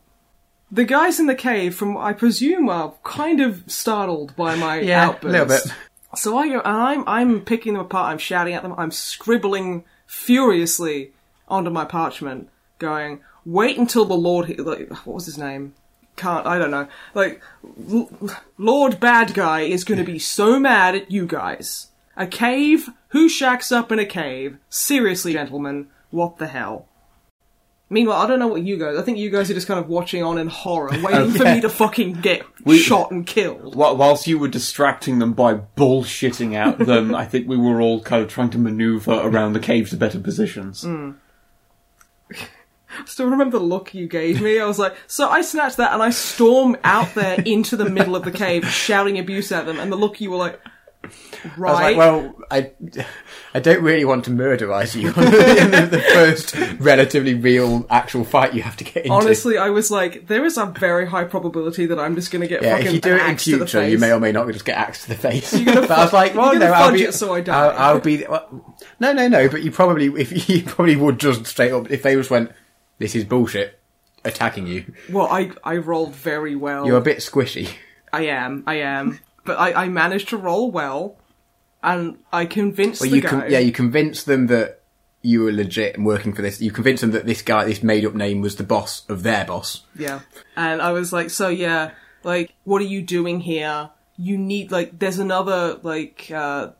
[SPEAKER 1] The guys in the cave, from I presume, are kind of startled by my
[SPEAKER 3] Yeah, a
[SPEAKER 1] outburst.
[SPEAKER 3] little bit.
[SPEAKER 1] So I go, and I'm I'm picking them apart. I'm shouting at them. I'm scribbling furiously onto my parchment, going, "Wait until the Lord, he- like, what was his name? Can't I don't know. Like, L- Lord Bad Guy is going to be so mad at you guys. A cave? Who shacks up in a cave? Seriously, gentlemen, what the hell?" Meanwhile, I don't know what you guys. I think you guys are just kind of watching on in horror, waiting for me to fucking get shot and killed.
[SPEAKER 2] Wh- Whilst you were distracting them by bullshitting
[SPEAKER 1] <laughs>
[SPEAKER 2] at them, I think we were all kind of trying to maneuver around the cave to better positions.
[SPEAKER 1] Mm. still remember the look you gave me. I was like, so I snatched that and I storm out there into the middle of the cave, shouting abuse at them. And the look you were like,
[SPEAKER 3] I was
[SPEAKER 1] right,
[SPEAKER 3] like, well, I, I don't really want to murderize you <laughs> in the, the first relatively real actual fight you have to get into.
[SPEAKER 1] honestly, I was like, there is a very high probability that I'm just going to get
[SPEAKER 3] Yeah,
[SPEAKER 1] fucking
[SPEAKER 3] if you do
[SPEAKER 1] an
[SPEAKER 3] it in
[SPEAKER 1] axe to the
[SPEAKER 3] future, you
[SPEAKER 1] face.
[SPEAKER 3] may or may not just get axed to the face.
[SPEAKER 1] gonna
[SPEAKER 3] <laughs> but I was
[SPEAKER 1] fu-
[SPEAKER 3] like, well,
[SPEAKER 1] you're gonna
[SPEAKER 3] no, I'll
[SPEAKER 1] fudge
[SPEAKER 3] be,
[SPEAKER 1] it so I die.
[SPEAKER 3] I'll, I'll be. Well, no, no, no. But you probably, if <laughs> you probably would just straight up, if they just went, "This is bullshit," attacking you.
[SPEAKER 1] well, I I rolled very well.
[SPEAKER 3] You're a bit squishy.
[SPEAKER 1] I am, I am, but I I managed to roll well, and I convinced
[SPEAKER 3] But
[SPEAKER 1] the
[SPEAKER 3] you
[SPEAKER 1] guy.
[SPEAKER 3] can, yeah, you convince them that you were legit and working for this. You convince them that this guy, this made-up name, was the boss of their boss.
[SPEAKER 1] Yeah. And I was like, so yeah, like, what are you doing here? You need, like, there's another, like, uh,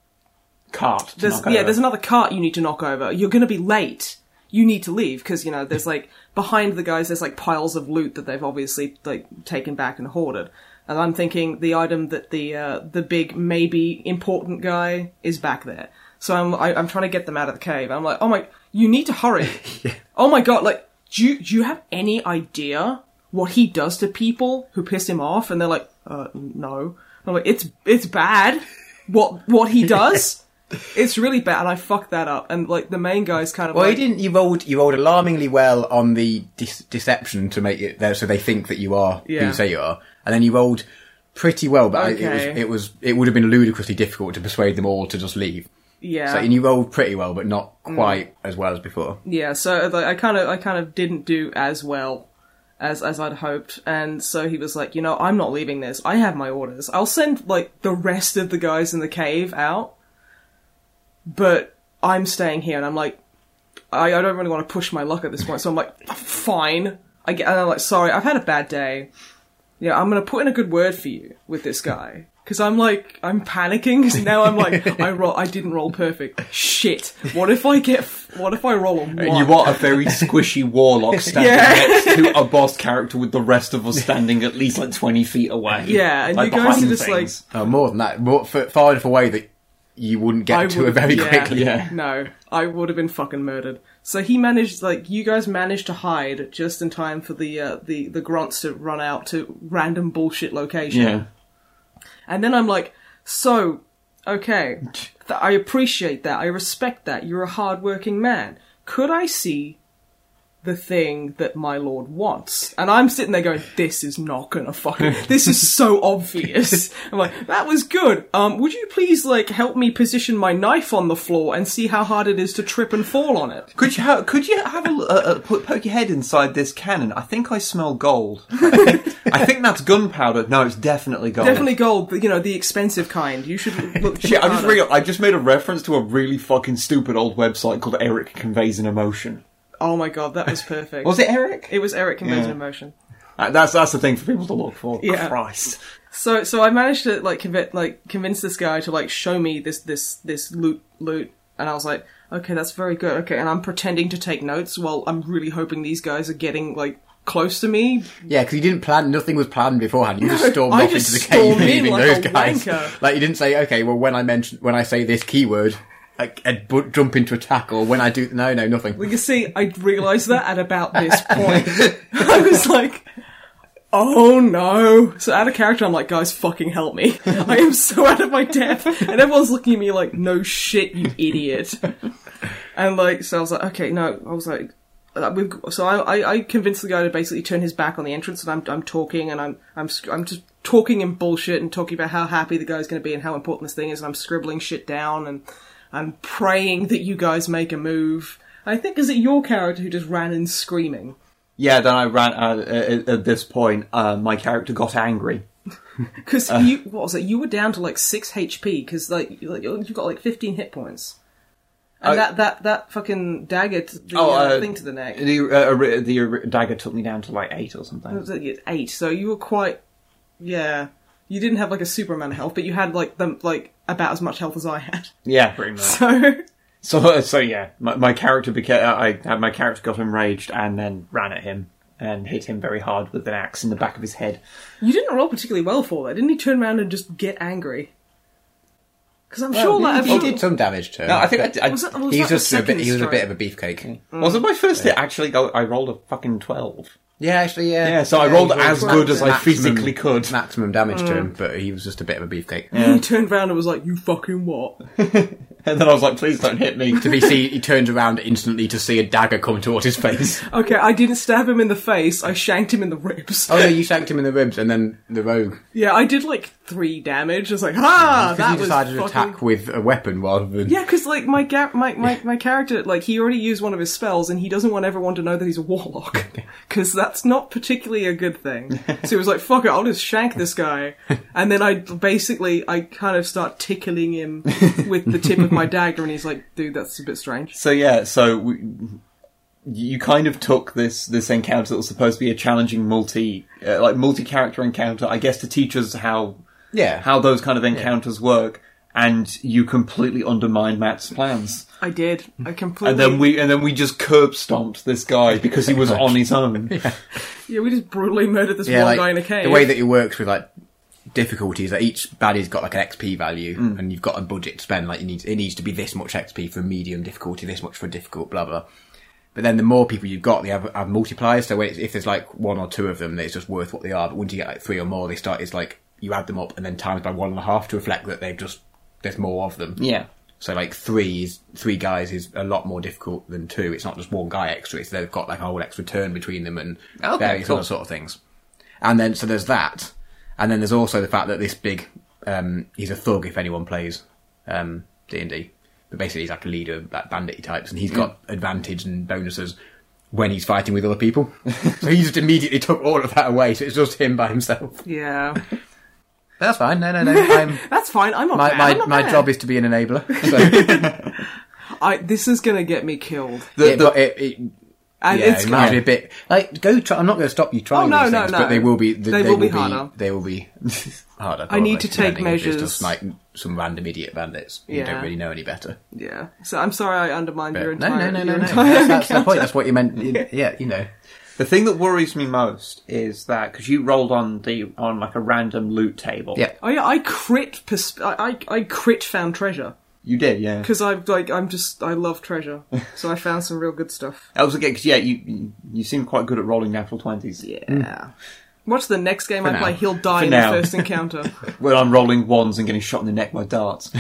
[SPEAKER 2] Cart. to
[SPEAKER 1] there's,
[SPEAKER 2] knock
[SPEAKER 1] yeah,
[SPEAKER 2] over.
[SPEAKER 1] there's another cart you need to knock over. You're going to be late. You need to leave because you know there's like behind the guys there's like piles of loot that they've obviously like taken back and hoarded. And I'm thinking the item that the uh, the big maybe important guy is back there. So I'm I, I'm trying to get them out of the cave. I'm like, oh my, You need to
[SPEAKER 2] <laughs>
[SPEAKER 1] hurry. Oh my god, like, do you, do you have any idea what he does to people who piss him off? And they're like, uh, no. I'm like, it's, it's bad. What, what
[SPEAKER 2] <laughs>
[SPEAKER 1] he does? It's really bad, and I fucked that up. And like, the main guy's kind of
[SPEAKER 3] Well, you
[SPEAKER 1] like,
[SPEAKER 3] didn't. You rolled. You rolled alarmingly well on the dis- deception to make it there, so they think that you are who
[SPEAKER 1] Yeah.
[SPEAKER 3] you say you are, and then you rolled pretty well. But I,
[SPEAKER 1] Okay.
[SPEAKER 3] it was. It was. It would have been ludicrously difficult to persuade them all to just leave.
[SPEAKER 1] yeah. Mm.
[SPEAKER 3] So, and you rolled pretty well, but not quite as well as before.
[SPEAKER 1] yeah so like, i kind of i kind of didn't do as well as as i'd hoped and so he was like you know i'm not leaving this i have my orders i'll send like the rest of the guys in the cave out but i'm staying here and i'm like i, I don't really want to push my luck at this point so i'm like fine i get and i'm like sorry i've had a bad day yeah i'm gonna put in a good word for you with this guy because i'm like i'm panicking 'cause now i'm
[SPEAKER 2] <laughs>
[SPEAKER 1] like i roll i didn't roll perfect shit what if i get f- what if i roll a one
[SPEAKER 2] And you are
[SPEAKER 1] <laughs>
[SPEAKER 2] a very squishy warlock standing
[SPEAKER 1] Yeah.
[SPEAKER 2] next to a boss character with the rest of us standing at least like 20 feet away.
[SPEAKER 1] Yeah, and you guys
[SPEAKER 2] behind
[SPEAKER 1] are just
[SPEAKER 2] things.
[SPEAKER 3] Oh, more than that, more, f- far enough away that you wouldn't get
[SPEAKER 1] I
[SPEAKER 3] to it
[SPEAKER 1] would-
[SPEAKER 3] very
[SPEAKER 1] yeah.
[SPEAKER 3] quickly.
[SPEAKER 2] Yeah.
[SPEAKER 1] No, I would have been fucking murdered. So he managed, like, you guys managed to hide just in time for the uh, the the grunts to run out to random bullshit location.
[SPEAKER 2] Yeah.
[SPEAKER 1] And then I'm like, so okay, th- I appreciate that, I respect that. You're a hardworking man. Could I see the thing that my lord wants? And I'm sitting there going, this is not gonna
[SPEAKER 2] <laughs>
[SPEAKER 1] fucking. This is so obvious. I'm like, that was good. Um, would you please like help me position my knife on the floor and see how hard it is to trip and fall on it?
[SPEAKER 2] Could you ha- could you have a l- uh, uh, put, poke your head inside this cannon? I think I
[SPEAKER 1] <laughs>
[SPEAKER 2] smell gold. I think that's gunpowder. No, it's definitely gold.
[SPEAKER 1] Definitely gold, but you know the expensive kind. You should
[SPEAKER 2] <laughs>
[SPEAKER 1] look.
[SPEAKER 2] Shit, I just
[SPEAKER 1] harder.
[SPEAKER 2] re- I just made a reference to a really fucking stupid old website called Eric Conveys an Emotion.
[SPEAKER 1] Oh my god, that was perfect.
[SPEAKER 2] Was it Eric?
[SPEAKER 1] It was Eric conveys an
[SPEAKER 2] Yeah.
[SPEAKER 1] emotion.
[SPEAKER 2] Uh, that's that's the thing for people to look for.
[SPEAKER 1] Yeah.
[SPEAKER 2] Christ.
[SPEAKER 1] So so I managed to like convince like convince this guy to like show me this this this loot loot, and I was like, okay, that's very good. Okay, and I'm pretending to take notes while I'm really hoping these guys are getting like close to me.
[SPEAKER 3] Yeah, because you didn't plan. Nothing was planned beforehand. You just stormed
[SPEAKER 1] I
[SPEAKER 3] off
[SPEAKER 1] just
[SPEAKER 3] into the cave,
[SPEAKER 1] stormed in
[SPEAKER 3] leaving
[SPEAKER 1] like
[SPEAKER 3] those
[SPEAKER 1] a
[SPEAKER 3] guys.
[SPEAKER 1] wanker.
[SPEAKER 3] Like you didn't say, okay, well, when I mention, when I say this keyword, I, I bu- jump into attack, or when I do, no, no, nothing.
[SPEAKER 1] Well, you see, I realised that at about this point. <laughs> I was like, oh no. So out of character, I'm like, guys, fucking help me. I am so out of my depth. And everyone's looking at me like, no shit, you idiot. And like, so I was like, okay, no. I was like, uh, we've, so I, I, I convinced the guy to basically turn his back on the entrance, and I'm, I'm talking, and I'm, I'm, sc- I'm just talking in bullshit and talking about how happy the guy's going to be and how important this thing is, and I'm scribbling shit down, and I'm praying that you guys make a move. I think is it your character who just ran in screaming?
[SPEAKER 2] Yeah. Then I ran. Uh, at, at this point, uh, my character got angry.
[SPEAKER 1] Because
[SPEAKER 2] Uh.
[SPEAKER 1] you, what was it? You were down to like six HP because like you like, you got like fifteen hit points, and
[SPEAKER 2] I-
[SPEAKER 1] that that that fucking dagger, to the
[SPEAKER 2] Oh,
[SPEAKER 1] uh,
[SPEAKER 2] uh,
[SPEAKER 1] thing to the neck,
[SPEAKER 2] The uh, ori- the ori- dagger took me down to like eight or something.
[SPEAKER 1] It was like at eight. So you were quite, yeah. You didn't have like a super amount of health, but you had like them like about as much health as I had. <laughs>
[SPEAKER 2] Yeah, pretty much.
[SPEAKER 1] So
[SPEAKER 2] <laughs> So, uh, so yeah, my, my character became. uh, I had my character got enraged and then ran at him and hit him very hard with an axe in the back of his head.
[SPEAKER 1] you didn't roll particularly well for that, didn't he? Turn around and just get angry. Because I'm sure that I'm
[SPEAKER 3] He
[SPEAKER 1] sure-
[SPEAKER 3] did Oh, some damage to him.
[SPEAKER 2] No, I think I, d- I- Mm.
[SPEAKER 1] Was that- was
[SPEAKER 3] He's
[SPEAKER 1] that the
[SPEAKER 3] just a bit.
[SPEAKER 1] second
[SPEAKER 3] He was a bit
[SPEAKER 1] strike? Hmm.
[SPEAKER 3] of a beefcake.
[SPEAKER 2] was it my first hit. Actually, I, I rolled a fucking twelve.
[SPEAKER 3] Yeah, actually, yeah.
[SPEAKER 2] Yeah, so I
[SPEAKER 3] Yeah,
[SPEAKER 2] rolled
[SPEAKER 3] he was
[SPEAKER 2] as
[SPEAKER 1] rolled
[SPEAKER 2] good as I
[SPEAKER 3] maximum-
[SPEAKER 2] physically could.
[SPEAKER 3] Maximum damage
[SPEAKER 1] Hmm.
[SPEAKER 3] to him, but he was just a bit of a beefcake.
[SPEAKER 1] He turned round and was like, <laughs> "You fucking what?"
[SPEAKER 2] And then I was like, please don't hit me.
[SPEAKER 3] <laughs> To be see, he turns around instantly to see a dagger come towards
[SPEAKER 1] <laughs>
[SPEAKER 3] his face.
[SPEAKER 1] Okay, I didn't stab him in the face. I shanked him in the <laughs> ribs.
[SPEAKER 3] oh no, you shanked him in the ribs, and then the rogue
[SPEAKER 1] Yeah, I did like three damage. I was like, "Ha!"
[SPEAKER 3] Because
[SPEAKER 1] That
[SPEAKER 3] he
[SPEAKER 1] was
[SPEAKER 3] decided to
[SPEAKER 1] fucking...
[SPEAKER 3] attack with a weapon rather than.
[SPEAKER 1] Yeah, because like my, ga- my my my character, like he already used one of his spells, and he doesn't want everyone to know that he's a warlock,
[SPEAKER 3] <laughs>
[SPEAKER 1] because that's not particularly a good thing. so he was like, "Fuck it, I'll just shank this
[SPEAKER 3] <laughs>
[SPEAKER 1] guy," and then I basically I kind of start tickling him with the tip of
[SPEAKER 3] <laughs>
[SPEAKER 1] my dagger, and he's like, "Dude, that's a bit strange."
[SPEAKER 2] So yeah, so we, you kind of took this this encounter that was supposed to be a challenging multi uh, like multi character encounter, I guess, to teach us how
[SPEAKER 3] Yeah.
[SPEAKER 2] how those kind of encounters work, and you completely undermined Matt's plans.
[SPEAKER 3] <laughs>
[SPEAKER 1] I did. I completely.
[SPEAKER 2] And then we and then we just curb stomped this guy because he
[SPEAKER 3] <laughs>
[SPEAKER 2] was on his own.
[SPEAKER 1] yeah, we just brutally murdered this
[SPEAKER 3] Yeah,
[SPEAKER 1] one
[SPEAKER 3] like,
[SPEAKER 1] guy in a cave.
[SPEAKER 3] The way that he works with like difficulties that each baddie's got like an XP value,
[SPEAKER 2] Mm.
[SPEAKER 3] and you've got a budget to spend. Like you need, it needs to be this much XP for medium difficulty, this much for difficult, blah blah. But then the more people you've got, they have, have multipliers. So when it's, if there's like one or two of them, then it's just worth what they are. But once you get like three or more, they start. It's like you add them up and then times by one and a half to reflect that they've just there's more of them.
[SPEAKER 2] Yeah.
[SPEAKER 3] So like three is three guys is a lot more difficult than two. It's not just one guy extra. It's they've got like a whole extra turn between them and
[SPEAKER 2] Okay,
[SPEAKER 3] various
[SPEAKER 2] cool.
[SPEAKER 3] other sort of things. And then so there's that, and then there's also the fact that this big um, he's a thug if anyone plays D and D. But basically he's like a leader of like bandit types, and he's got advantage and bonuses when he's fighting with other people. <laughs> so he just immediately took all of that away. So it's just him by himself.
[SPEAKER 1] Yeah,
[SPEAKER 3] That's fine. No, no, no. <laughs> I'm,
[SPEAKER 1] that's fine. I'm not
[SPEAKER 3] my
[SPEAKER 1] mad.
[SPEAKER 3] my,
[SPEAKER 1] I'm not
[SPEAKER 3] my
[SPEAKER 1] mad.
[SPEAKER 3] job is to be an <laughs> enabler. So.
[SPEAKER 1] I, this is gonna get me killed.
[SPEAKER 2] The-
[SPEAKER 3] it,
[SPEAKER 2] the-
[SPEAKER 3] it, it,
[SPEAKER 1] And
[SPEAKER 3] yeah,
[SPEAKER 1] it's
[SPEAKER 3] it might be a bit like go. Try, I'm not going to stop you trying.
[SPEAKER 1] no,
[SPEAKER 3] these
[SPEAKER 1] no,
[SPEAKER 3] things,
[SPEAKER 1] no.
[SPEAKER 3] But they will be. They,
[SPEAKER 1] They will
[SPEAKER 3] will
[SPEAKER 1] be
[SPEAKER 3] be
[SPEAKER 1] harder.
[SPEAKER 3] They will be <laughs> harder.
[SPEAKER 1] I need
[SPEAKER 3] probably,
[SPEAKER 1] to take
[SPEAKER 3] depending if
[SPEAKER 1] measures.
[SPEAKER 3] It's just like some random idiot bandits. who
[SPEAKER 1] Yeah.
[SPEAKER 3] don't really know any better.
[SPEAKER 1] yeah. So I'm sorry I undermined
[SPEAKER 3] But
[SPEAKER 1] your
[SPEAKER 3] no, no,
[SPEAKER 1] entire.
[SPEAKER 3] no, no,
[SPEAKER 1] your
[SPEAKER 3] no.
[SPEAKER 1] entire
[SPEAKER 3] That's, that's the
[SPEAKER 1] encounter.
[SPEAKER 3] point. That's what you meant.
[SPEAKER 1] <laughs>
[SPEAKER 3] You- yeah, you know.
[SPEAKER 2] The thing that worries me most is that because you rolled on the on like a random loot table.
[SPEAKER 3] Yeah.
[SPEAKER 1] Oh yeah, I crit. Pers- I, I I crit found treasure
[SPEAKER 2] you did. Yeah,
[SPEAKER 1] because I like I'm just I love
[SPEAKER 2] <laughs>
[SPEAKER 1] treasure, so I found some real good stuff.
[SPEAKER 2] that was again because yeah, you- you you seem quite good at rolling natural twenties.
[SPEAKER 1] Yeah. Watch the next game I
[SPEAKER 3] now.
[SPEAKER 1] play. He'll die
[SPEAKER 2] Hmm. For
[SPEAKER 1] in
[SPEAKER 2] now.
[SPEAKER 1] the first
[SPEAKER 2] <laughs>
[SPEAKER 1] encounter,
[SPEAKER 2] When I'm rolling ones and getting shot in the neck by <laughs> darts.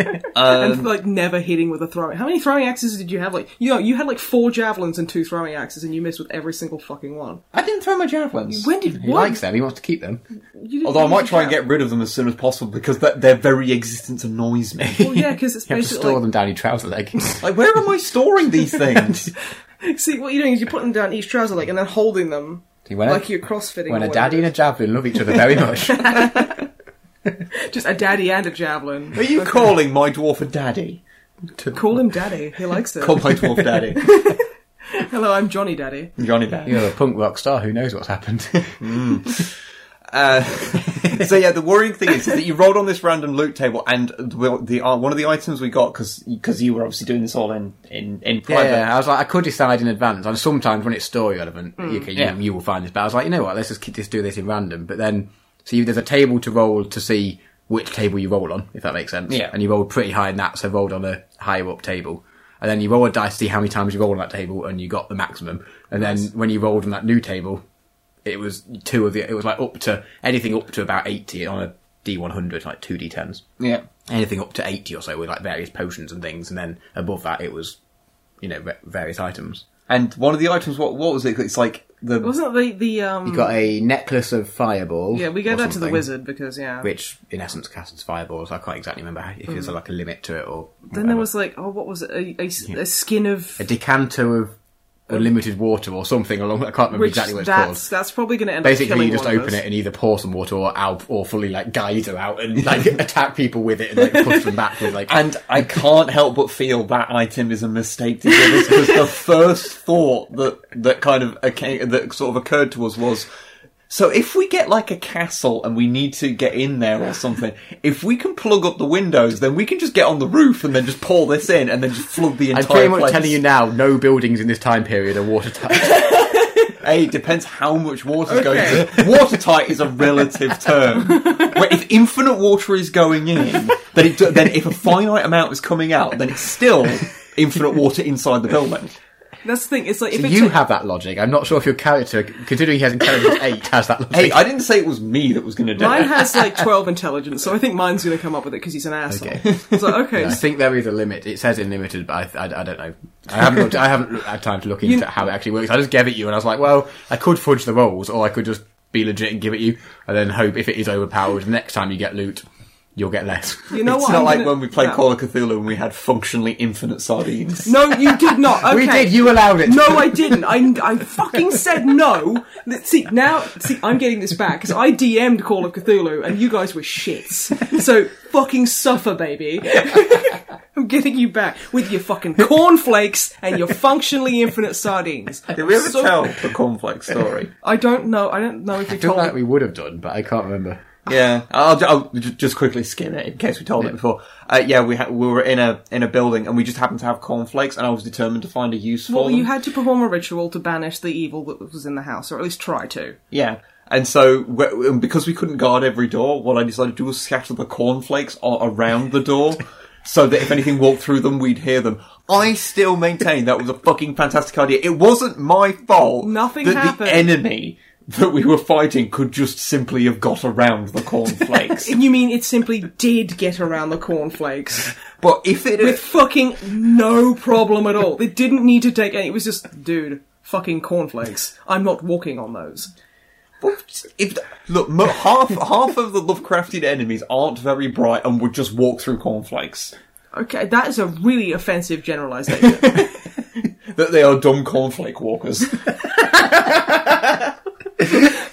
[SPEAKER 2] Um,
[SPEAKER 1] and like never hitting with a throwing. How many throwing axes did you have? Like you know, you had like four javelins and two throwing axes, and you missed with every single fucking one.
[SPEAKER 2] I didn't throw my javelins.
[SPEAKER 1] When did
[SPEAKER 3] He
[SPEAKER 1] what?
[SPEAKER 3] likes them. He wants to keep them.
[SPEAKER 1] You didn't
[SPEAKER 2] Although I
[SPEAKER 1] use
[SPEAKER 2] might
[SPEAKER 1] a
[SPEAKER 2] try and
[SPEAKER 1] jav-
[SPEAKER 2] get rid of them as soon as possible because that, their very existence annoys me. <laughs>
[SPEAKER 1] Well, yeah, because it's
[SPEAKER 3] You have to
[SPEAKER 1] basically
[SPEAKER 3] store
[SPEAKER 1] like,
[SPEAKER 3] them down your
[SPEAKER 1] <laughs>
[SPEAKER 3] trouser legs.
[SPEAKER 2] like, where am I storing these things?
[SPEAKER 1] See, what you're doing is you're putting down each trouser leg and then holding them
[SPEAKER 3] See, when a-
[SPEAKER 1] like you're crossfitting.
[SPEAKER 3] when
[SPEAKER 1] or
[SPEAKER 3] a
[SPEAKER 1] whatever.
[SPEAKER 3] daddy and a javelin love each other
[SPEAKER 1] <laughs>
[SPEAKER 3] very much.
[SPEAKER 1] just a daddy and a javelin.
[SPEAKER 2] Are you calling my dwarf a daddy?
[SPEAKER 1] Call him daddy. He likes it.
[SPEAKER 2] Call my dwarf daddy.
[SPEAKER 1] Hello, I'm Johnny Daddy.
[SPEAKER 2] <laughs> Johnny Daddy.
[SPEAKER 3] You're a punk rock star. Who knows what's happened?
[SPEAKER 2] Uh, so yeah, the worrying thing is that you rolled on this random loot table, and the, the uh, one of the items we got because you were obviously doing this all in in in private.
[SPEAKER 3] Yeah, I was like, I could decide in advance. And sometimes when it's story relevant, okay, you,
[SPEAKER 2] Mm. Yeah.
[SPEAKER 3] you will find this. But I was like, you know what? Let's just keep, just do this in random. But then, so you, there's a table to roll to see which table you roll on, if that makes sense.
[SPEAKER 2] Yeah.
[SPEAKER 3] And you rolled pretty high in that, so rolled on a higher up table. And then you roll a dice to see how many times you roll on that table, and you got the maximum. And then when you rolled on that new table, it was two of the. It was like up to anything up to about eighty on a D one hundred, like two D tens
[SPEAKER 2] yeah.
[SPEAKER 3] anything up to 80 or so with like various potions and things and then above that it was you know va- various items
[SPEAKER 2] And one of the items, what what was it? It's like the
[SPEAKER 1] Wasn't the the um?
[SPEAKER 3] you got a necklace of fireball
[SPEAKER 1] yeah, we gave
[SPEAKER 3] or
[SPEAKER 1] that to the
[SPEAKER 3] something,
[SPEAKER 1] wizard because yeah.
[SPEAKER 3] which in essence casts fireballs i can't exactly remember how- if there's like a limit to it
[SPEAKER 1] Mm.
[SPEAKER 3] or
[SPEAKER 1] Then there
[SPEAKER 3] whatever.
[SPEAKER 1] was like oh, what was it? A, a, a skin of
[SPEAKER 3] a decanter of unlimited water or something along i can't remember
[SPEAKER 1] which
[SPEAKER 3] exactly what it's
[SPEAKER 1] that's
[SPEAKER 3] called
[SPEAKER 1] that's probably going to end up
[SPEAKER 3] Basically,
[SPEAKER 1] killing
[SPEAKER 3] you just
[SPEAKER 1] one of
[SPEAKER 3] open
[SPEAKER 1] us.
[SPEAKER 3] it and either pour some water or out, or fully like geyser
[SPEAKER 1] <laughs>
[SPEAKER 3] out and like attack people with it and like push them back with like <laughs>
[SPEAKER 2] And I can't help but feel that item is a mistake to give us because the first thought that that kind of occur- that sort of occurred to us was. So if we get like a castle and we need to get in there or something, if we can plug up the windows, then we can just get on the roof and then just pour this in and then just flood the entire
[SPEAKER 3] I'm pretty much
[SPEAKER 2] place.
[SPEAKER 3] telling you now, no buildings in this time period are watertight.
[SPEAKER 2] Hey, it depends how much
[SPEAKER 1] Okay.
[SPEAKER 2] water's going in. Watertight is a relative term. Where if infinite water is going in, then, it, do- then if a finite amount is coming out, then it's still infinite water inside the building.
[SPEAKER 1] That's the thing. It's like if it's
[SPEAKER 3] you have that logic. I'm not sure if your character, considering he has intelligence eight, has that logic.
[SPEAKER 2] Hey, I didn't say it was me that was going to do
[SPEAKER 1] mine
[SPEAKER 2] it.
[SPEAKER 1] has
[SPEAKER 3] <laughs>
[SPEAKER 1] like twelve intelligence, so I think mine's going to come up with it because he's an asshole.
[SPEAKER 3] Okay.
[SPEAKER 1] It's like
[SPEAKER 3] <laughs>
[SPEAKER 1] okay,
[SPEAKER 3] I think there is a limit. It says unlimited, but I, I, I don't know. I haven't looked, I haven't looked- had time to look into how it actually works. I just gave it you, and I was like, well, I could fudge the rolls, or I could just be legit and give it you, and then hope if it is overpowered, next time you get loot, you'll get less.
[SPEAKER 1] you know
[SPEAKER 2] it's
[SPEAKER 1] what?
[SPEAKER 2] not
[SPEAKER 1] I'm
[SPEAKER 2] like
[SPEAKER 1] gonna-
[SPEAKER 2] when we played
[SPEAKER 1] no.
[SPEAKER 2] Call of Cthulhu and we had functionally infinite sardines.
[SPEAKER 1] No, you did not. Okay.
[SPEAKER 3] <laughs> We did. You
[SPEAKER 2] <laughs>
[SPEAKER 3] allowed it.
[SPEAKER 1] No, I didn't. I, I fucking said no. That- See now, see I'm getting this back because I DM'd Call of Cthulhu and you guys were shits. So fucking suffer, baby. <laughs> I'm getting you back with your fucking cornflakes and your functionally infinite sardines.
[SPEAKER 2] Did we ever
[SPEAKER 1] So-
[SPEAKER 2] tell the cornflake story?
[SPEAKER 1] I don't know. I don't know if we
[SPEAKER 3] I feel
[SPEAKER 1] told.
[SPEAKER 3] like we would have done, but I can't remember.
[SPEAKER 2] Yeah, I'll, ju- I'll ju- just quickly skim it in case we told it before. Uh, yeah, we ha- we were in a in a building and we just happened to have cornflakes, and I was determined to find a use for
[SPEAKER 1] Well,
[SPEAKER 2] them.
[SPEAKER 1] you had to perform a ritual to banish the evil that was in the house, or at least try to.
[SPEAKER 2] yeah, And so, wh- and because we couldn't guard every door, what I decided to do was scatter the cornflakes a- around the
[SPEAKER 1] <laughs>
[SPEAKER 2] door so that if anything walked through them, we'd hear them. I still maintain that was a fucking fantastic idea. It wasn't my fault.
[SPEAKER 1] Nothing
[SPEAKER 2] that
[SPEAKER 1] happened.
[SPEAKER 2] The enemy that we were fighting could just simply have got around the
[SPEAKER 1] <laughs>
[SPEAKER 2] cornflakes.
[SPEAKER 1] You mean it simply did get around the cornflakes
[SPEAKER 2] but if it <laughs>
[SPEAKER 1] with fucking no problem at all? It didn't need to take any. It was just, dude, fucking cornflakes. I'm not walking on those.
[SPEAKER 2] If look, mo- half half of the Lovecraftian enemies aren't very bright and would just walk through cornflakes.
[SPEAKER 1] Okay, that is a really offensive generalization.
[SPEAKER 2] That they are dumb cornflake walkers.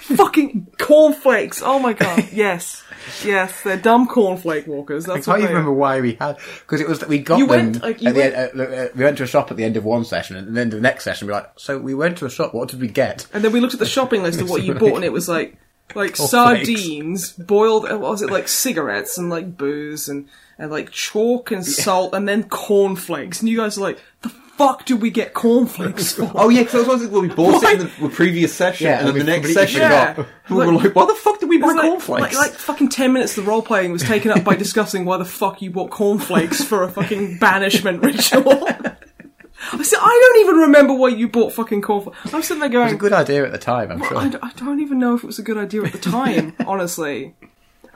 [SPEAKER 1] <laughs> fucking cornflakes. Oh my god. <laughs> Yes. Yes, they're dumb cornflake walkers. That's
[SPEAKER 3] I
[SPEAKER 1] what
[SPEAKER 3] can't
[SPEAKER 1] they
[SPEAKER 3] even remember why we had because it was that we got
[SPEAKER 1] You
[SPEAKER 3] them.
[SPEAKER 1] went, like, you
[SPEAKER 3] at the
[SPEAKER 1] went-
[SPEAKER 3] end- uh, uh, we went to a shop at the end of one session, and then the next session we were like, so we went to a shop. What did we get?
[SPEAKER 1] And then we looked at the shopping list of what you bought, and it was like like sardines, boiled. uh, What was it like cigarettes and like booze and and like chalk and salt, and then cornflakes. And you guys are like, the fuck did we get
[SPEAKER 3] <laughs>
[SPEAKER 1] cornflakes for?
[SPEAKER 2] oh yeah, because I was well, we bought <laughs> it in the, the previous session,
[SPEAKER 3] Yeah,
[SPEAKER 2] and then
[SPEAKER 3] we
[SPEAKER 2] the next
[SPEAKER 3] completely
[SPEAKER 2] session
[SPEAKER 1] forgot.
[SPEAKER 2] <laughs> we were
[SPEAKER 1] Like-
[SPEAKER 2] like, "Why the fuck did we buy
[SPEAKER 1] It's like,
[SPEAKER 2] cornflakes?"
[SPEAKER 1] Like, like fucking ten minutes of the role playing was taken
[SPEAKER 2] <laughs>
[SPEAKER 1] up by discussing why the fuck you bought cornflakes for a fucking banishment
[SPEAKER 2] <laughs>
[SPEAKER 1] ritual. I said, I don't even remember why you bought fucking cornflakes. I'm sitting there
[SPEAKER 3] It was a
[SPEAKER 1] going,
[SPEAKER 3] good idea at the time, I'm
[SPEAKER 1] I,
[SPEAKER 3] sure.
[SPEAKER 1] d- I don't even know if it was a good idea at the
[SPEAKER 2] <laughs>
[SPEAKER 1] time, honestly.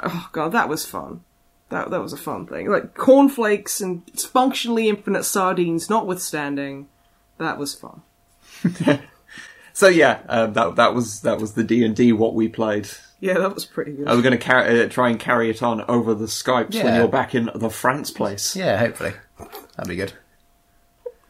[SPEAKER 1] Oh god, that was fun. That that was a fun thing. Like cornflakes and functionally infinite sardines, notwithstanding, that was fun.
[SPEAKER 2] so yeah, um, that that was that was the D and D what we played.
[SPEAKER 1] Yeah, that was pretty good.
[SPEAKER 2] I was going to car- uh, try and carry it on over the Skypes when
[SPEAKER 3] Yeah.
[SPEAKER 2] you're back in the France place.
[SPEAKER 3] Yeah, hopefully that'd be good.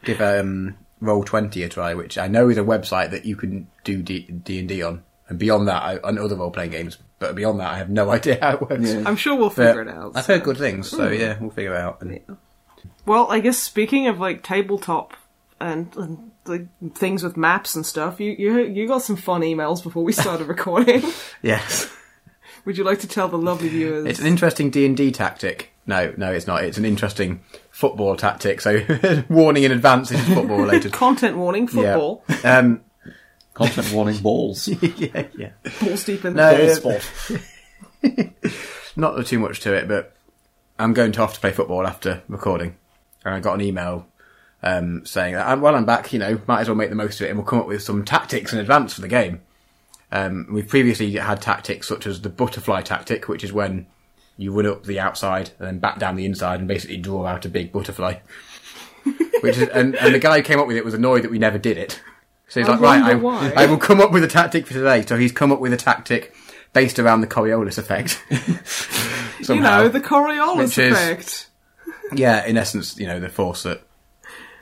[SPEAKER 3] Give um, Roll Twenty a try, which I know is a website that you can do D and D on, and beyond that, I, on other role playing games. But beyond that, I have no <laughs> idea how it works.
[SPEAKER 1] I'm sure we'll
[SPEAKER 3] But
[SPEAKER 1] figure it out. Hmm.
[SPEAKER 3] I've
[SPEAKER 1] so.
[SPEAKER 3] heard good things, so yeah, we'll figure it out. And
[SPEAKER 1] Well, I guess speaking of like tabletop and, and like things with maps and stuff, you you you got some fun emails before we
[SPEAKER 3] <laughs>
[SPEAKER 1] started recording.
[SPEAKER 3] Yes,
[SPEAKER 1] Would you like to tell the lovely viewers?
[SPEAKER 3] it's an interesting D and D tactic. No, no, it's not. It's an interesting football tactic. So <laughs> warning in advance, this is
[SPEAKER 1] <laughs>
[SPEAKER 3] football related.
[SPEAKER 1] Content warning:
[SPEAKER 3] Yeah. <laughs>
[SPEAKER 1] football
[SPEAKER 3] Um,
[SPEAKER 2] Content warning: balls.
[SPEAKER 3] <laughs> yeah, yeah.
[SPEAKER 1] balls deep in the
[SPEAKER 3] No,
[SPEAKER 2] Ball
[SPEAKER 3] yeah.
[SPEAKER 2] spot.
[SPEAKER 3] <laughs> not too much to it, but I'm going to have to play football after recording. And I got an email um, saying that "Uh, while I'm back, you know, might as well make the most of it, and we'll come up with some tactics in advance for the game. Um, we've previously had tactics such as the butterfly tactic, which is when you run up the outside and then back down the inside and basically draw out a
[SPEAKER 1] <laughs>
[SPEAKER 3] big butterfly. which is, and, and the guy who came up with it was annoyed that we never did it. So he's
[SPEAKER 1] I
[SPEAKER 3] like, right, I,
[SPEAKER 1] wonder why."
[SPEAKER 3] I will come up with a tactic for today. So he's come up with a tactic based around the Coriolis effect.
[SPEAKER 1] <laughs> You
[SPEAKER 3] Somehow.
[SPEAKER 1] know, the Coriolis
[SPEAKER 3] Which is-
[SPEAKER 1] effect.
[SPEAKER 3] Yeah, in essence, you know, the force that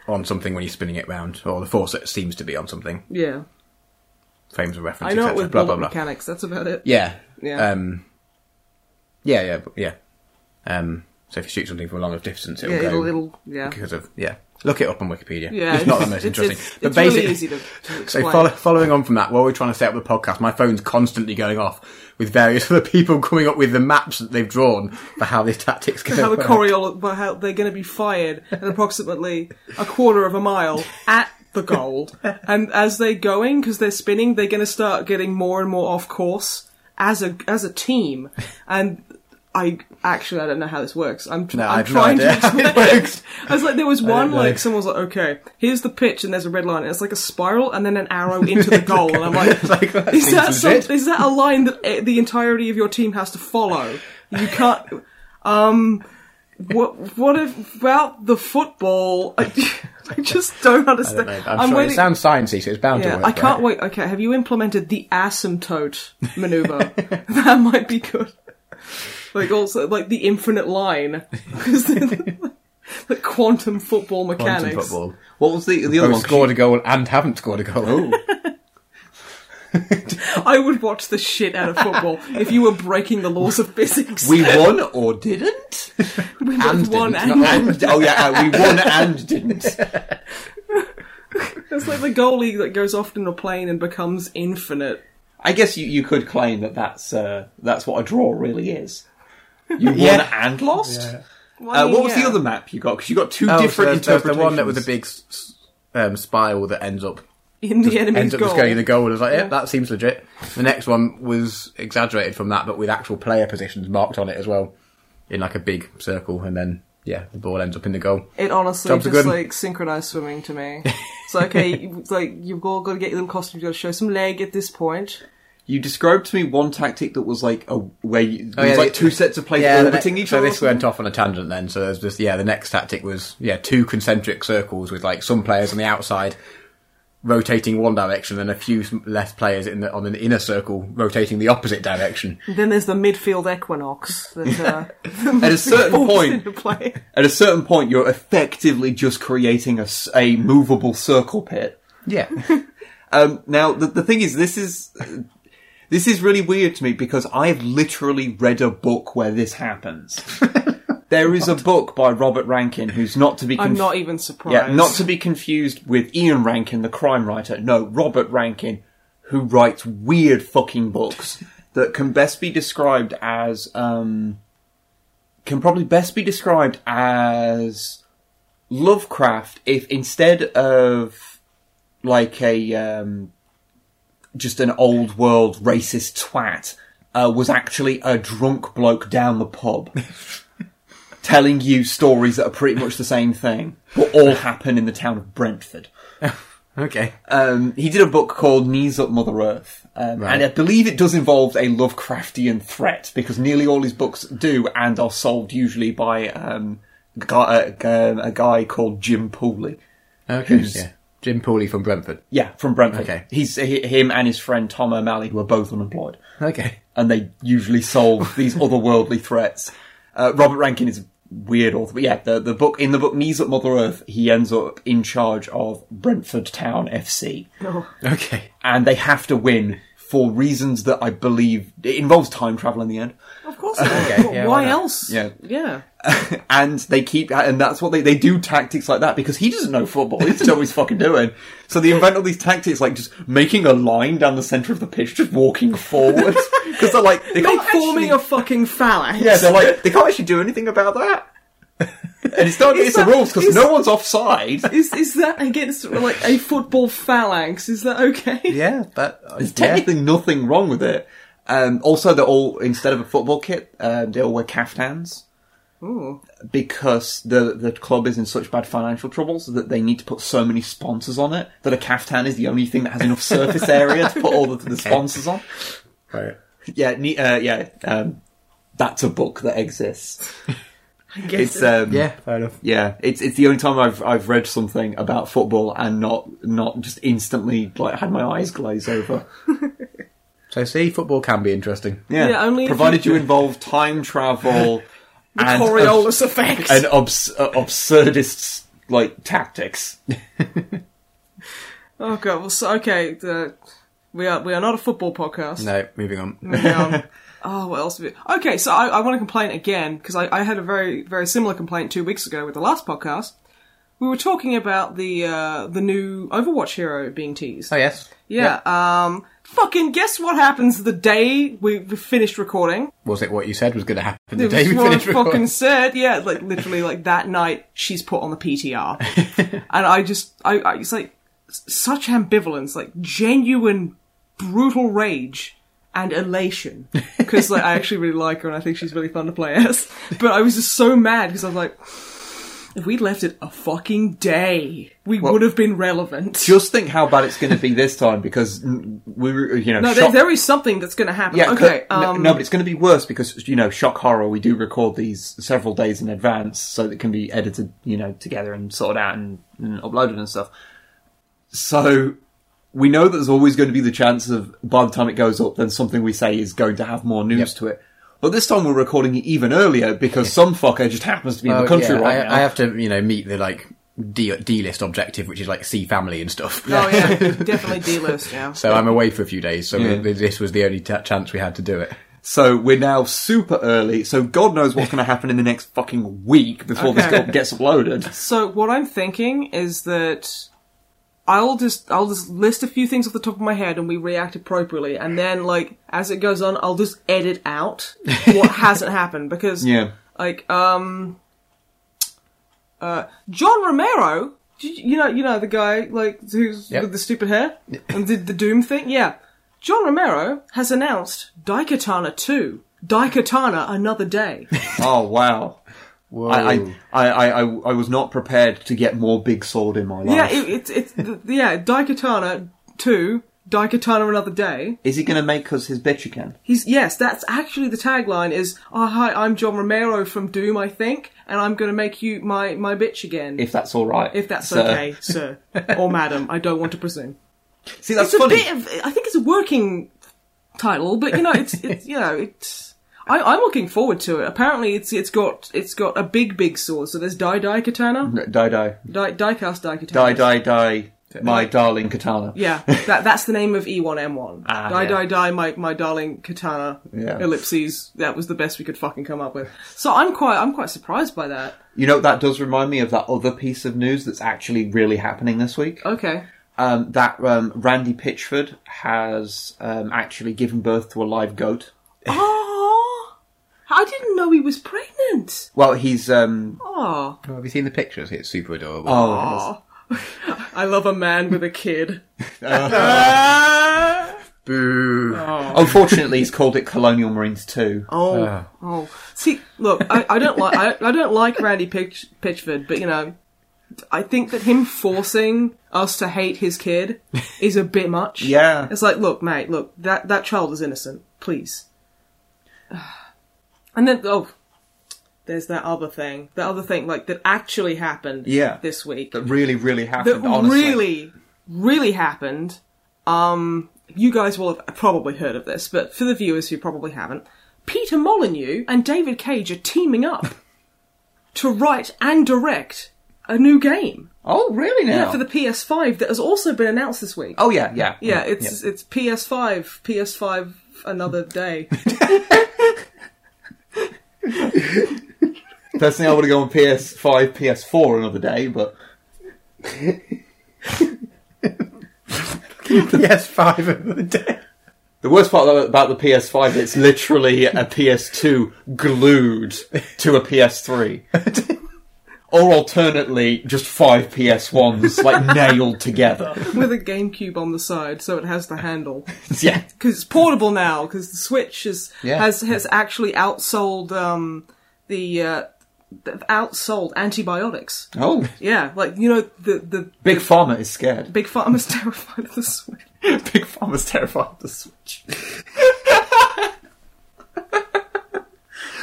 [SPEAKER 3] on something when you're spinning it round, or the force that seems to be on something.
[SPEAKER 1] Yeah.
[SPEAKER 3] Frames of reference,
[SPEAKER 1] I know it
[SPEAKER 3] etc.
[SPEAKER 1] with
[SPEAKER 3] blah
[SPEAKER 1] bullet
[SPEAKER 3] blah blah.
[SPEAKER 1] mechanics, that's about it.
[SPEAKER 3] Yeah.
[SPEAKER 1] Yeah.
[SPEAKER 3] Um, yeah, yeah, but- yeah. Um, so if you shoot something from a long distance, it'll
[SPEAKER 1] Yeah,
[SPEAKER 3] go
[SPEAKER 1] it'll, it'll, yeah.
[SPEAKER 3] because of yeah. Look it up on Wikipedia.
[SPEAKER 1] Yeah,
[SPEAKER 3] it's, not the most
[SPEAKER 1] <laughs>
[SPEAKER 3] interesting.
[SPEAKER 1] It's,
[SPEAKER 3] but
[SPEAKER 1] it's
[SPEAKER 3] basically,
[SPEAKER 1] really easy to, to
[SPEAKER 3] so
[SPEAKER 1] explain.
[SPEAKER 3] follow, following on from that, while we're trying to set up the podcast, my phone's constantly going off with various <laughs> other people coming up with the maps that they've drawn for how these tactics go.
[SPEAKER 1] how the
[SPEAKER 3] work. <laughs>
[SPEAKER 1] Coriolis, well, how they're going to be fired at approximately a quarter of a mile at the goal,
[SPEAKER 3] <laughs>
[SPEAKER 1] and as they're going because they're spinning, they're going to start getting more and more off course as a as a team, and. I actually I don't know how this works. I'm, tr-
[SPEAKER 3] No,
[SPEAKER 1] I'm
[SPEAKER 3] I've no
[SPEAKER 1] trying
[SPEAKER 3] idea
[SPEAKER 1] to
[SPEAKER 3] how
[SPEAKER 1] explain.
[SPEAKER 3] it works.
[SPEAKER 1] <laughs> I was like, there was one
[SPEAKER 3] know.
[SPEAKER 1] like someone was like, okay, here's the pitch, and there's a red line, and it's like a spiral, and then an arrow into the goal, and I'm like,
[SPEAKER 3] It's like, that
[SPEAKER 1] is
[SPEAKER 3] seems
[SPEAKER 1] that some,
[SPEAKER 3] legit.
[SPEAKER 1] is that a line that eh, the entirety of your team has to follow? You can't. Um, what what if about the football? I, <laughs> I just don't
[SPEAKER 3] I
[SPEAKER 1] understand.
[SPEAKER 3] don't know. I'm, sure it sounds sciencey, so it's bound to
[SPEAKER 1] yeah,
[SPEAKER 3] work.
[SPEAKER 1] I can't
[SPEAKER 3] right?
[SPEAKER 1] wait. Okay, have you implemented the asymptote maneuver? <laughs> that might be good. Like also like the infinite line, <laughs> 'Cause the, the quantum football mechanics.
[SPEAKER 3] Quantum football.
[SPEAKER 2] What was the the other
[SPEAKER 3] Both
[SPEAKER 2] one?
[SPEAKER 3] scored a goal and haven't scored a goal.
[SPEAKER 1] I would watch the shit out of football if you were breaking the laws of physics. <laughs>
[SPEAKER 3] <laughs>
[SPEAKER 2] We won or didn't?
[SPEAKER 1] We both
[SPEAKER 3] and <laughs>
[SPEAKER 1] won
[SPEAKER 3] didn't,
[SPEAKER 1] and-
[SPEAKER 3] not
[SPEAKER 2] And oh yeah, uh, we
[SPEAKER 3] <laughs>
[SPEAKER 2] won and didn't.
[SPEAKER 1] It's like the goalie that goes off in a plane and becomes infinite.
[SPEAKER 2] I guess you, you could claim that that's uh, that's what a draw really is. You won
[SPEAKER 3] <laughs> Yeah.
[SPEAKER 2] and lost.
[SPEAKER 1] Well, I
[SPEAKER 2] Uh,
[SPEAKER 1] mean,
[SPEAKER 2] what was
[SPEAKER 1] yeah.
[SPEAKER 2] the other map you got? Because you got two
[SPEAKER 3] Oh, so
[SPEAKER 2] different
[SPEAKER 3] there's- there's
[SPEAKER 2] interpretations.
[SPEAKER 3] The one that was a big s- s- um, spiral that ends up
[SPEAKER 1] in the enemy's
[SPEAKER 3] ends up
[SPEAKER 1] goal.
[SPEAKER 3] just going in the goal. I was like, yep, that seems legit. The next one was exaggerated from that, but with actual player positions marked on it as well, in like a big circle, and then yeah, the ball ends up in the goal.
[SPEAKER 1] It honestly
[SPEAKER 3] Jobs are
[SPEAKER 1] just
[SPEAKER 3] good.
[SPEAKER 1] like synchronized swimming to me. It's like, okay, you- it's like you've all got to get your little costume. You've got to show some leg at this point.
[SPEAKER 2] You described to me one tactic that was like a where you, there
[SPEAKER 3] Oh, yeah,
[SPEAKER 2] was like
[SPEAKER 3] the-
[SPEAKER 2] two sets of players
[SPEAKER 3] the
[SPEAKER 2] orbiting
[SPEAKER 3] ne-
[SPEAKER 2] each
[SPEAKER 3] so
[SPEAKER 2] other.
[SPEAKER 3] this went off on a tangent then. So there's just yeah, the next tactic was yeah, two concentric circles with like some players on the outside rotating one direction and a few s- less players in the, on an inner circle rotating the opposite direction.
[SPEAKER 1] Then there's the midfield equinox that uh,
[SPEAKER 2] At
[SPEAKER 3] <laughs>
[SPEAKER 2] a certain
[SPEAKER 1] falls
[SPEAKER 2] point,
[SPEAKER 1] into play.
[SPEAKER 2] at a certain point, you're effectively just creating a, s- a movable circle pit.
[SPEAKER 3] Yeah,
[SPEAKER 2] <laughs> Um, now, the, the thing is, this is this is really weird to me because I've literally read a book where this
[SPEAKER 3] <laughs>
[SPEAKER 2] happens. there is a book by Robert Rankin, who's not to be
[SPEAKER 1] I'm
[SPEAKER 2] conf-
[SPEAKER 1] not even surprised.
[SPEAKER 2] yeah, not to be confused with Ian Rankin, the crime writer. No, Robert Rankin, who writes weird fucking books that can best be described as um, can probably best be described as Lovecraft if instead of like a um, just an old world racist twat uh, was actually a drunk bloke down the pub telling you stories that are pretty much the same thing but
[SPEAKER 3] <laughs>
[SPEAKER 2] all happen in the town of Brentford.
[SPEAKER 3] okay.
[SPEAKER 2] Um, he did a book called Knees Up Mother Earth, um,
[SPEAKER 3] Right.
[SPEAKER 2] and I believe it does involve a Lovecraftian threat because nearly all his books do and are solved usually by um, a guy- um, a, a guy called Jim Pooley.
[SPEAKER 3] Okay.
[SPEAKER 2] Who's-
[SPEAKER 3] Yeah. Jim Pooley from Brentford.
[SPEAKER 2] Yeah, from Brentford.
[SPEAKER 3] Okay.
[SPEAKER 2] He's he, him and his friend Tom O'Malley were both unemployed,
[SPEAKER 3] Okay. <laughs>
[SPEAKER 2] and they usually solve these otherworldly threats. Uh, Robert Rankin is a weird author, but yeah, the the book in the book Knees Up Mother Earth, he ends up in charge of Brentford Town FC,
[SPEAKER 1] <laughs> No.
[SPEAKER 3] Okay.
[SPEAKER 2] and they have to win for reasons that I believe it involves time travel in the end. <laughs>
[SPEAKER 1] Of course it is.
[SPEAKER 3] Okay,
[SPEAKER 1] But
[SPEAKER 3] yeah, why
[SPEAKER 1] why
[SPEAKER 3] not?
[SPEAKER 1] else?
[SPEAKER 2] Yeah.
[SPEAKER 1] Yeah.
[SPEAKER 2] and they keep and that's what they they do tactics like that because he doesn't know football he doesn't know what he's fucking doing so they invent all these tactics like just making a line down the center of the pitch just walking forward because they're like they
[SPEAKER 1] Like
[SPEAKER 2] can't
[SPEAKER 1] forming
[SPEAKER 2] forming
[SPEAKER 1] a fucking phalanx.
[SPEAKER 2] yeah they're like they can't actually do anything about that <laughs> and it's not
[SPEAKER 1] Is
[SPEAKER 2] against the
[SPEAKER 1] that-
[SPEAKER 2] rules because
[SPEAKER 1] is-
[SPEAKER 2] no one's offside
[SPEAKER 1] Is is that against like a football phalanx? Is that okay?
[SPEAKER 3] Yeah, that
[SPEAKER 2] <laughs> there's technically nothing wrong with it um, also they're all instead of a football kit um, they all wear caftans
[SPEAKER 1] Ooh.
[SPEAKER 2] because the the club is in such bad financial troubles that they need to put so many sponsors on it that a caftan is the only thing that has enough surface area to put all <laughs> of the sponsors on.
[SPEAKER 3] Right.
[SPEAKER 2] Yeah, ne- uh, yeah, um, that's a book that exists.
[SPEAKER 1] I guess
[SPEAKER 2] It's
[SPEAKER 1] it-
[SPEAKER 2] um,
[SPEAKER 3] Yeah, fair enough.
[SPEAKER 2] yeah, it's it's the only time I've I've read something about football and not not just instantly like had my eyes glaze over.
[SPEAKER 3] So see, football can be interesting.
[SPEAKER 2] Yeah,
[SPEAKER 1] Yeah, only if
[SPEAKER 2] provided you, involve time
[SPEAKER 1] <laughs>
[SPEAKER 2] travel and
[SPEAKER 1] Coriolis effect.
[SPEAKER 2] and obs- uh, absurdist like tactics.
[SPEAKER 1] Oh god. Well, so, okay. The, we are we are not a football <laughs> podcast.
[SPEAKER 3] No, moving on.
[SPEAKER 1] Moving on. oh, what else? have we- Okay, so I, I want to complain again because I, I had a very very similar complaint two weeks ago with the last podcast. We were talking about the uh, the new Overwatch hero being teased.
[SPEAKER 3] Oh yes.
[SPEAKER 1] Yeah. Um. Fucking guess what happens the day we we finished recording?
[SPEAKER 3] Was it what you said was going to happen the
[SPEAKER 1] It
[SPEAKER 3] day
[SPEAKER 1] was
[SPEAKER 3] we
[SPEAKER 1] what I
[SPEAKER 3] finished
[SPEAKER 1] fucking
[SPEAKER 3] recording? Uh,
[SPEAKER 1] said. Yeah. Like literally, like that night, she's put on the PTR, and I just, I, I it's like s- such ambivalence, like genuine brutal rage and elation because like I actually really like her and I think she's really fun to play as. But I was just so mad because I was like. If we'd left it a fucking day, we would have been relevant.
[SPEAKER 2] just think how bad it's going to be this time because mm, we were, you know,
[SPEAKER 1] no, there,
[SPEAKER 2] shock-
[SPEAKER 1] there is something that's going to happen.
[SPEAKER 2] yeah,
[SPEAKER 1] okay.
[SPEAKER 2] but- no-
[SPEAKER 1] um,
[SPEAKER 2] no, but it's going to be worse because you know, shock horror. We do record these several days in advance so that it can be edited, you know, together and sorted out and, and uploaded and stuff. So we know that there's always going to be the chance of by the time it goes up, then something we say is going to have more news to it. But this time we're recording it even earlier because some fucker just happens to be in
[SPEAKER 3] Oh,
[SPEAKER 2] the country
[SPEAKER 3] yeah,
[SPEAKER 2] right
[SPEAKER 3] I,
[SPEAKER 2] now.
[SPEAKER 3] I have to, you know, meet the like D D list objective, which is like see family and stuff.
[SPEAKER 1] Oh yeah, definitely D list. Yeah.
[SPEAKER 3] <laughs> So I'm away for a few days. So
[SPEAKER 2] Yeah.
[SPEAKER 3] th- this was the only t- chance we had to do it.
[SPEAKER 2] So we're now super early. So God knows what's going to happen in the next fucking week before
[SPEAKER 1] Okay.
[SPEAKER 2] this gets uploaded.
[SPEAKER 3] <laughs>
[SPEAKER 1] So what I'm thinking is that I'll just I'll just list a few things off the top of my head and we react appropriately, and then like as it goes on, I'll just edit out what hasn't happened because
[SPEAKER 2] Yeah.
[SPEAKER 1] like um, uh, John Romero. Did you, you know, you know the guy like who's
[SPEAKER 3] Yep.
[SPEAKER 1] with the stupid hair and did the Doom thing. Yeah, John Romero has announced Daikatana Two, Daikatana Another Day.
[SPEAKER 2] Oh wow!
[SPEAKER 3] Whoa.
[SPEAKER 2] I,
[SPEAKER 1] Oh.
[SPEAKER 2] I, I, I, I I was not prepared to get more big sword in my life.
[SPEAKER 1] yeah, it, it's it's th- yeah Daikatana Two, Daikatana Another Day.
[SPEAKER 2] Is he going to make us his bitch again?
[SPEAKER 1] He's yes, that's actually the tagline. Is oh hi, I'm John Romero from Doom, I think, and I'm going to make you my my bitch again.
[SPEAKER 2] If that's all right.
[SPEAKER 1] If that's
[SPEAKER 2] So-
[SPEAKER 1] okay, sir or madam, I don't want to presume.
[SPEAKER 2] See, that's
[SPEAKER 1] it's
[SPEAKER 2] funny.
[SPEAKER 1] a bit of. I think it's a working title, but you know, it's it's you know, it's. I, I'm looking forward to it. Apparently, it's it's got it's got a big big sword. So there's Dai Dai Katana,
[SPEAKER 2] Die, die,
[SPEAKER 1] Dai Dai Cast Dai Katana.
[SPEAKER 2] die, die, die. My darling katana.
[SPEAKER 1] Yeah,
[SPEAKER 2] <laughs>
[SPEAKER 1] that that's the name of E E1M1.
[SPEAKER 2] Ah,
[SPEAKER 1] die
[SPEAKER 2] yeah.
[SPEAKER 1] Dai Dai, my my darling Katana.
[SPEAKER 2] Yeah.
[SPEAKER 1] Ellipses. That was the best we could fucking come up with. So I'm quite I'm quite surprised by that.
[SPEAKER 2] You know that does remind me of that other piece of news that's actually really happening this week.
[SPEAKER 1] Okay.
[SPEAKER 2] Um, that um, Randy Pitchford has um, actually given birth to a live goat.
[SPEAKER 1] Oh, I didn't know he was pregnant.
[SPEAKER 2] Well, he's um.
[SPEAKER 1] Oh.
[SPEAKER 3] Oh, have you seen the pictures? It's super adorable.
[SPEAKER 2] Oh,
[SPEAKER 1] I love a man with a kid.
[SPEAKER 3] Boo.
[SPEAKER 2] Oh, unfortunately, he's called it Colonial Marines Two.
[SPEAKER 1] Oh,
[SPEAKER 2] Uh.
[SPEAKER 3] Ah.
[SPEAKER 1] oh. See, look, I, I don't like I, I don't like Randy Pitch, Pitchford, but you know, I think that him forcing us to hate his
[SPEAKER 2] <laughs>
[SPEAKER 1] kid is a bit much.
[SPEAKER 2] Yeah.
[SPEAKER 1] it's like, look, mate, look, that that child is innocent. Please. <sighs> And then, oh, there's that other thing, that other thing, like that actually happened.
[SPEAKER 2] Yeah.
[SPEAKER 1] this week
[SPEAKER 2] That really, really happened.
[SPEAKER 1] that
[SPEAKER 2] honestly.
[SPEAKER 1] really, really happened. Um, you guys will have probably heard of this, but for the viewers who probably haven't, Peter Molyneux and David Cage are teaming up to write and direct a new game
[SPEAKER 2] Oh, really? Now?
[SPEAKER 1] Yeah, for the PS5 that has also been announced this week.
[SPEAKER 2] Oh yeah, yeah,
[SPEAKER 1] yeah, it's it's PS5, PS5 another day.
[SPEAKER 2] Personally, I would have gone PS5, PS4 another day, but
[SPEAKER 3] yes, five of the day.
[SPEAKER 2] the worst part though about the PS5, it's literally a PS2 glued to a
[SPEAKER 3] <laughs>
[SPEAKER 2] PS3, or alternately, just five PS1s like nailed
[SPEAKER 3] <laughs>
[SPEAKER 2] together.
[SPEAKER 1] with a GameCube on the side, so it has the handle.
[SPEAKER 2] Yeah,
[SPEAKER 1] because it's portable now. Because the Switch is,
[SPEAKER 2] Yeah.
[SPEAKER 1] has has actually outsold um, the uh, th- outsold antibiotics.
[SPEAKER 2] Oh,
[SPEAKER 1] Yeah, like you know the the
[SPEAKER 2] Big Pharma is scared.
[SPEAKER 1] big pharma's <laughs> terrified of the Switch. <laughs>
[SPEAKER 2] Big Pharma's terrified of the Switch. <laughs>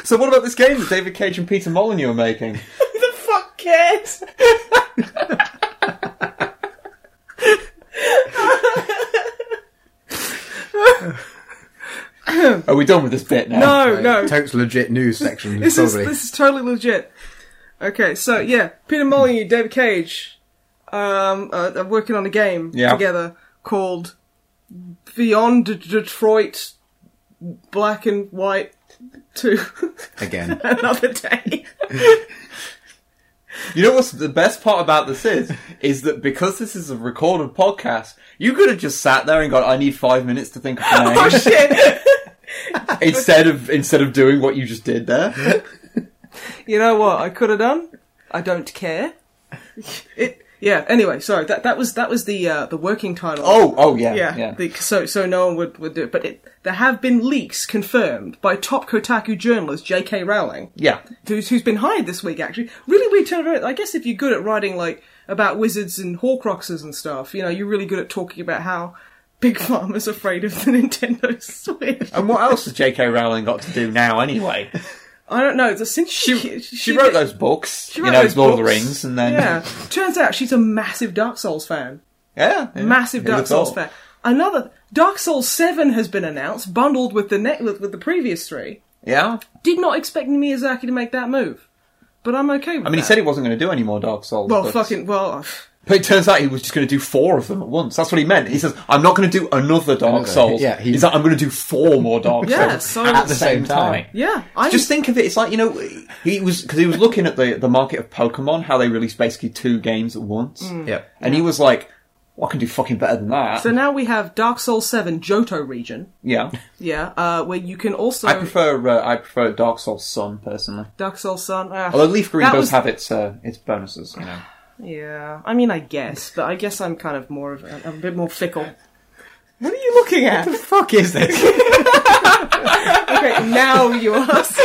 [SPEAKER 2] so, what about this game that David Cage and Peter Molyneux are making?
[SPEAKER 1] the fuck cares?
[SPEAKER 2] Are we done with this bit now?
[SPEAKER 1] No, no.
[SPEAKER 3] Totes legit news section.
[SPEAKER 1] This is
[SPEAKER 3] probably.
[SPEAKER 1] this is totally legit. Okay, so yeah, Peter Molyneux, David Cage, um, uh, are working on a game
[SPEAKER 2] Yeah.
[SPEAKER 1] together called Beyond D- Detroit Black and White Two. <laughs>
[SPEAKER 3] Again.
[SPEAKER 1] another day.
[SPEAKER 2] You know what's the best part about this is? Is that because this is a recorded podcast, you could have just sat there and gone, I need five minutes to think of
[SPEAKER 1] <laughs>
[SPEAKER 2] a name
[SPEAKER 1] oh shit!
[SPEAKER 2] instead of instead of doing what you just did there.
[SPEAKER 1] You know what I could have done? I don't care. It yeah. Anyway, sorry that that was that was the uh, the working title.
[SPEAKER 2] Oh, oh yeah.
[SPEAKER 1] yeah.
[SPEAKER 2] Yeah.
[SPEAKER 1] The, so so no one would would do it. But it, there have been leaks confirmed by top Kotaku journalist J.K. Rowling.
[SPEAKER 2] yeah.
[SPEAKER 1] who's, who's been hired this week, actually. Really weird turnaround. I guess if you're good at writing, like, about wizards and Horcruxes and stuff, you know, you're really good at talking about how Big Pharma's afraid of the <laughs> Nintendo Switch.
[SPEAKER 2] And what else has J.K. Rowling got to do
[SPEAKER 1] <laughs>
[SPEAKER 2] now anyway?
[SPEAKER 1] I don't know, since she... She,
[SPEAKER 2] She wrote those books,
[SPEAKER 1] she
[SPEAKER 2] you
[SPEAKER 1] wrote
[SPEAKER 2] know,
[SPEAKER 1] those
[SPEAKER 2] Lord of the
[SPEAKER 1] books.
[SPEAKER 2] Rings, and then
[SPEAKER 1] Yeah. Turns out she's a massive Dark Souls fan.
[SPEAKER 2] yeah, yeah.
[SPEAKER 1] Massive
[SPEAKER 2] Who'd have
[SPEAKER 1] Dark Souls
[SPEAKER 2] thought?
[SPEAKER 1] fan. Another... Dark Souls 7 has been announced, bundled with the net, with, with the previous three.
[SPEAKER 2] Yeah,
[SPEAKER 1] Did not expect Miyazaki to make that move. But I'm okay with
[SPEAKER 2] I mean, he
[SPEAKER 1] that.
[SPEAKER 2] said he wasn't going to do any more Dark Souls.
[SPEAKER 1] Well,
[SPEAKER 2] books.
[SPEAKER 1] fucking... Well... uh,
[SPEAKER 2] But it turns out he was just going to do four of them at once. That's what he meant. He says, "I'm not going to do another Dark
[SPEAKER 3] Another,
[SPEAKER 2] Souls."
[SPEAKER 3] yeah, he-
[SPEAKER 2] he's like, "I'm going to do four more Dark
[SPEAKER 1] Yeah, so-
[SPEAKER 2] Souls at the same time."
[SPEAKER 1] Yeah, I
[SPEAKER 2] Just think of it. It's like you know, he was because he was looking at the the market of Pokemon, how they release basically two games at once.
[SPEAKER 3] Yep.
[SPEAKER 2] and he was like, well, "I can do fucking better than that."
[SPEAKER 1] So now we have Dark Souls 7 Johto region.
[SPEAKER 2] yeah,
[SPEAKER 1] Yeah, uh, where you can also
[SPEAKER 2] I prefer uh, I prefer Dark Souls Sun personally.
[SPEAKER 1] Dark Souls Sun. Uh,
[SPEAKER 2] Although Leaf Green
[SPEAKER 1] that
[SPEAKER 2] does
[SPEAKER 1] was-
[SPEAKER 2] have its uh, its bonuses, you know.
[SPEAKER 1] Yeah, I mean, I guess, but I guess I'm kind of more of a, I'm a bit more fickle. What are you looking at?
[SPEAKER 3] The fuck is this?
[SPEAKER 1] okay, now you ask.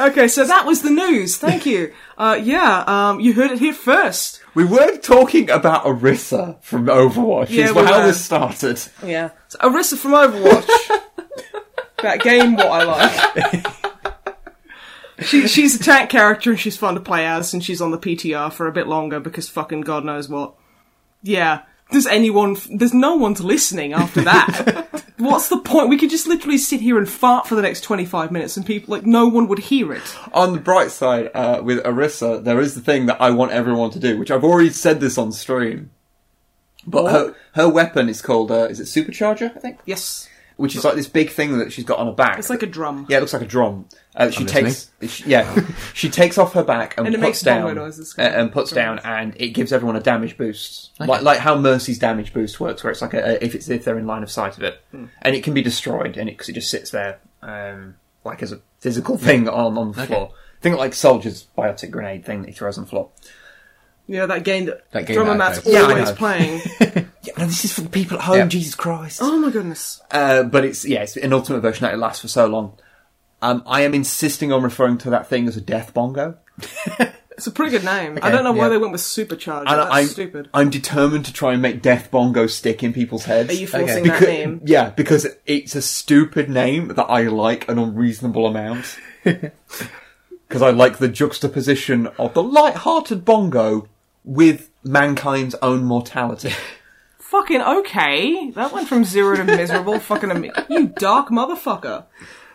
[SPEAKER 1] Okay, so that was the news. Thank you. Uh, yeah, um, you heard it here first.
[SPEAKER 2] We were talking about Orisa from Overwatch.
[SPEAKER 1] Yeah,
[SPEAKER 2] is
[SPEAKER 1] we
[SPEAKER 2] how
[SPEAKER 1] were.
[SPEAKER 2] this started.
[SPEAKER 1] Yeah, so Arissa from Overwatch. that game, what I like. She, she's a tank character and she's fun to play as, and she's on the PTR for a bit longer because fucking God knows what. Yeah. Does anyone? There's no one's listening after that. What's the point? We could just literally sit here and fart for the next 25 minutes, and people like no one would hear it.
[SPEAKER 2] On the bright side, uh, with Orisa, there is the thing that I want everyone to do, which I've already said this on stream. But her, her weapon is called, uh, is it Supercharger, I think?
[SPEAKER 1] Yes,
[SPEAKER 2] Which is like this big thing that she's got on her back.
[SPEAKER 1] it's like a drum.
[SPEAKER 2] Yeah, it looks like a drum. Uh, she
[SPEAKER 3] listening.
[SPEAKER 2] takes, she, yeah, she takes off her back and,
[SPEAKER 1] And it
[SPEAKER 2] puts
[SPEAKER 1] makes bongo
[SPEAKER 2] down
[SPEAKER 1] noises.
[SPEAKER 2] uh, and puts down, and it gives everyone a damage boost, like like how Mercy's damage boost works, where it's like a, if it's if they're in line of sight of it,
[SPEAKER 1] Hmm.
[SPEAKER 2] and it can be destroyed, and because it, just sits there, um, like as a physical thing on on the floor. Think like soldiers' biotic grenade thing that he throws on the floor.
[SPEAKER 1] Yeah, that game that,
[SPEAKER 3] That game
[SPEAKER 1] Drummer
[SPEAKER 3] that I
[SPEAKER 1] Matt's
[SPEAKER 3] played.
[SPEAKER 2] Yeah, I
[SPEAKER 1] always
[SPEAKER 2] know.
[SPEAKER 1] playing.
[SPEAKER 2] Yeah, no, this is for the people at home.
[SPEAKER 3] Yeah.
[SPEAKER 2] Jesus Christ!
[SPEAKER 1] oh my goodness.
[SPEAKER 2] Uh, but it's yeah, it's an ultimate version that it lasts for so long. Um, I am insisting on referring to that thing as a death bongo.
[SPEAKER 1] It's a pretty good name. I don't know why
[SPEAKER 3] yeah.
[SPEAKER 1] they went with Supercharger.
[SPEAKER 2] And
[SPEAKER 1] That's
[SPEAKER 2] I'm,
[SPEAKER 1] stupid.
[SPEAKER 2] I'm determined to try and make Death Bongo stick in people's heads.
[SPEAKER 1] Are you
[SPEAKER 2] <laughs>
[SPEAKER 1] forcing
[SPEAKER 2] Becau-
[SPEAKER 1] that name?
[SPEAKER 2] Yeah, because it's a stupid name that I like an unreasonable
[SPEAKER 1] <laughs>
[SPEAKER 2] amount. Because I like the juxtaposition of the light-hearted Bongo with mankind's
[SPEAKER 1] <laughs>
[SPEAKER 2] own mortality.
[SPEAKER 1] Fucking okay. That went from zero to miserable. Fucking am- you dark motherfucker.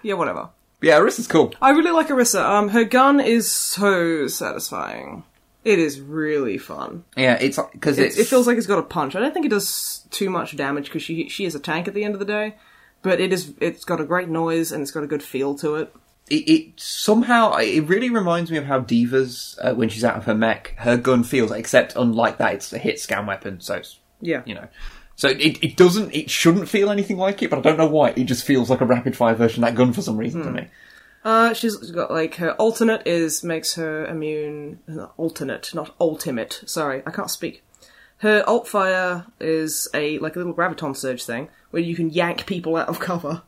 [SPEAKER 1] Yeah, whatever.
[SPEAKER 2] yeah, Arissa's cool.
[SPEAKER 1] I really like Arissa. Um, her gun is so satisfying. It is really fun.
[SPEAKER 2] Yeah, it's because
[SPEAKER 1] It, it feels like it's got a punch. I don't think it does too much damage because she she is a tank at the end of the day, but it is it's got a great noise and it's got a good feel to it.
[SPEAKER 2] it, it somehow it really reminds me of how Diva's uh, when she's out of her mech, her gun feels. Except unlike that, it's a hit scan weapon, so it's
[SPEAKER 1] Yeah.
[SPEAKER 2] you know. So it, it doesn't it shouldn't feel anything like it, but I don't know why. It just feels like a rapid fire version of that gun for some reason to me.
[SPEAKER 1] Uh, she's got like her alternate is makes her immune. Alternate, not ultimate. Sorry, I can't speak. Her alt fire is a like a little graviton surge thing where you can yank people out of cover,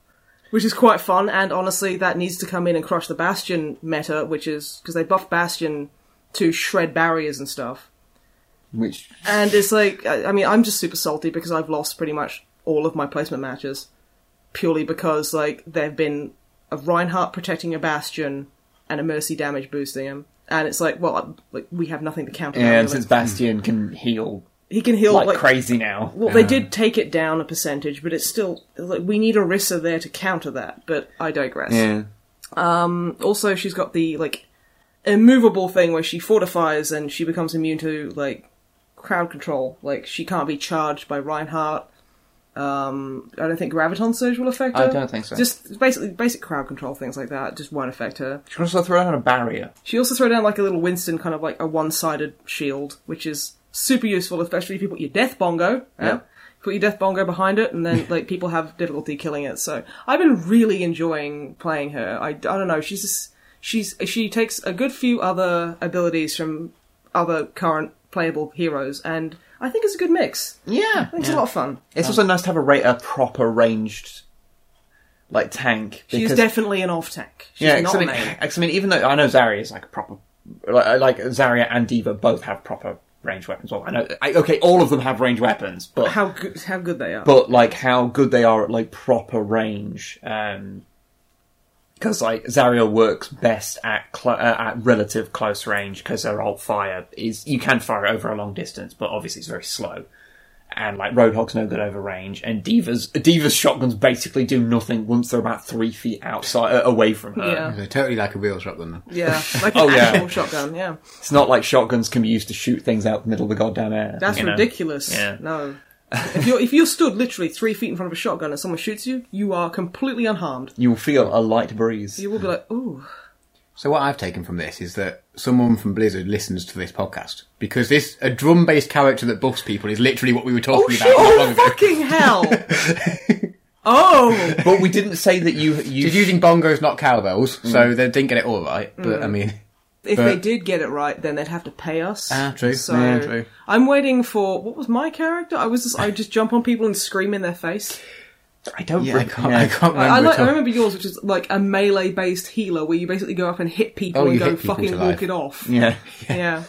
[SPEAKER 1] which is quite fun. And honestly, that needs to come in and crush the bastion meta, which is because they buff bastion to shred barriers and stuff.
[SPEAKER 2] Which
[SPEAKER 1] And it's like, I, I mean, I'm just super salty because I've lost pretty much all of my placement matches purely because, like, there have been a Reinhardt protecting a Bastion and a Mercy damage boosting him. And it's like, well, I- like we have nothing to counter. that
[SPEAKER 2] and
[SPEAKER 1] with.
[SPEAKER 2] since Bastion can heal
[SPEAKER 1] he can heal
[SPEAKER 2] like,
[SPEAKER 1] like,
[SPEAKER 2] crazy now,
[SPEAKER 1] Well, they did take it down a percentage, but it's still like we need Orisa there to counter that. But I digress. Also, she's got the like immovable thing where she fortifies and she becomes immune to like crowd control. Like she can't be charged by Reinhardt. Um, I don't think graviton surge will affect her.
[SPEAKER 2] I don't think so.
[SPEAKER 1] Just basically basic crowd control things like that just won't affect her.
[SPEAKER 2] she can also throw down a barrier.
[SPEAKER 1] She also threw down like a little Winston kind of like a one-sided shield, which is super useful, especially if you put your death bongo. Yeah.
[SPEAKER 2] Yeah.
[SPEAKER 1] Put your death bongo behind it, and
[SPEAKER 2] <laughs>
[SPEAKER 1] then like people have difficulty killing it. So I've been really enjoying playing her. I, I don't know. She's just, she's she takes a good few other abilities from other current playable heroes, and I think it's a good mix.
[SPEAKER 2] Yeah,
[SPEAKER 1] I think it's a lot of fun.
[SPEAKER 2] It's also nice to have a, ra- a proper ranged like tank.
[SPEAKER 1] She's
[SPEAKER 2] because-
[SPEAKER 1] definitely an off tank. She's
[SPEAKER 2] yeah, 'cause
[SPEAKER 1] not
[SPEAKER 2] I
[SPEAKER 1] a
[SPEAKER 2] mean, <laughs>
[SPEAKER 1] main.
[SPEAKER 2] 'cause I mean, even though I know Zarya is like a proper, like, like Zarya and Diva both have proper ranged weapons. Well, I know, I, okay, all of them have ranged weapons, but
[SPEAKER 1] How good? How good they are.
[SPEAKER 2] but like how good they are at like proper range. Um, because like Zarya works best at cl- uh, at relative close range because her alt fire is you can fire it over a long distance, but obviously it's very slow. And like Roadhog's no good over range, and Diva's Diva's shotguns basically do nothing once they're about three feet outside uh, away from her.
[SPEAKER 1] Yeah.
[SPEAKER 2] <laughs>
[SPEAKER 3] They're totally like a real shotgun. Then.
[SPEAKER 1] yeah, like an
[SPEAKER 2] Oh, yeah.
[SPEAKER 1] actual shotgun. Yeah.
[SPEAKER 2] It's not like shotguns can be used to shoot things out the middle of the goddamn air.
[SPEAKER 1] That's
[SPEAKER 2] you know?
[SPEAKER 1] ridiculous.
[SPEAKER 2] Yeah.
[SPEAKER 1] No. if you're if you're stood literally three feet in front of a shotgun and someone shoots you, you are completely unharmed.
[SPEAKER 2] You will feel a light breeze.
[SPEAKER 1] You will be like, ooh,
[SPEAKER 3] So what I've taken from this is that someone from Blizzard listens to this podcast because this a drum-based character that buffs people is literally what we were
[SPEAKER 1] oh
[SPEAKER 3] talking
[SPEAKER 1] shit,
[SPEAKER 3] about. not long
[SPEAKER 1] oh
[SPEAKER 3] ago.
[SPEAKER 1] fucking hell.
[SPEAKER 3] <laughs>
[SPEAKER 1] oh,
[SPEAKER 2] But we didn't say that you you
[SPEAKER 3] Mm.
[SPEAKER 1] Mm.
[SPEAKER 3] She's using bongos, not cowbells, so they didn't get it all right. But I mean, <laughs>
[SPEAKER 1] If
[SPEAKER 3] But-
[SPEAKER 1] they did get it right, then they'd have to pay us.
[SPEAKER 3] Ah, true.
[SPEAKER 1] So
[SPEAKER 3] Yeah, true.
[SPEAKER 1] I'm waiting for what was my character? I was just I just jump on people and scream in their face.
[SPEAKER 2] I don't
[SPEAKER 3] Yeah, I can't, I can't remember.
[SPEAKER 1] I, like,
[SPEAKER 3] at
[SPEAKER 1] I
[SPEAKER 3] all.
[SPEAKER 1] remember yours, which is like a melee based healer where you basically go up and hit people
[SPEAKER 3] Oh,
[SPEAKER 1] and
[SPEAKER 3] you
[SPEAKER 1] go
[SPEAKER 3] hit people
[SPEAKER 1] fucking
[SPEAKER 3] to
[SPEAKER 1] walk
[SPEAKER 3] life.
[SPEAKER 1] it off.
[SPEAKER 2] Yeah.
[SPEAKER 1] yeah,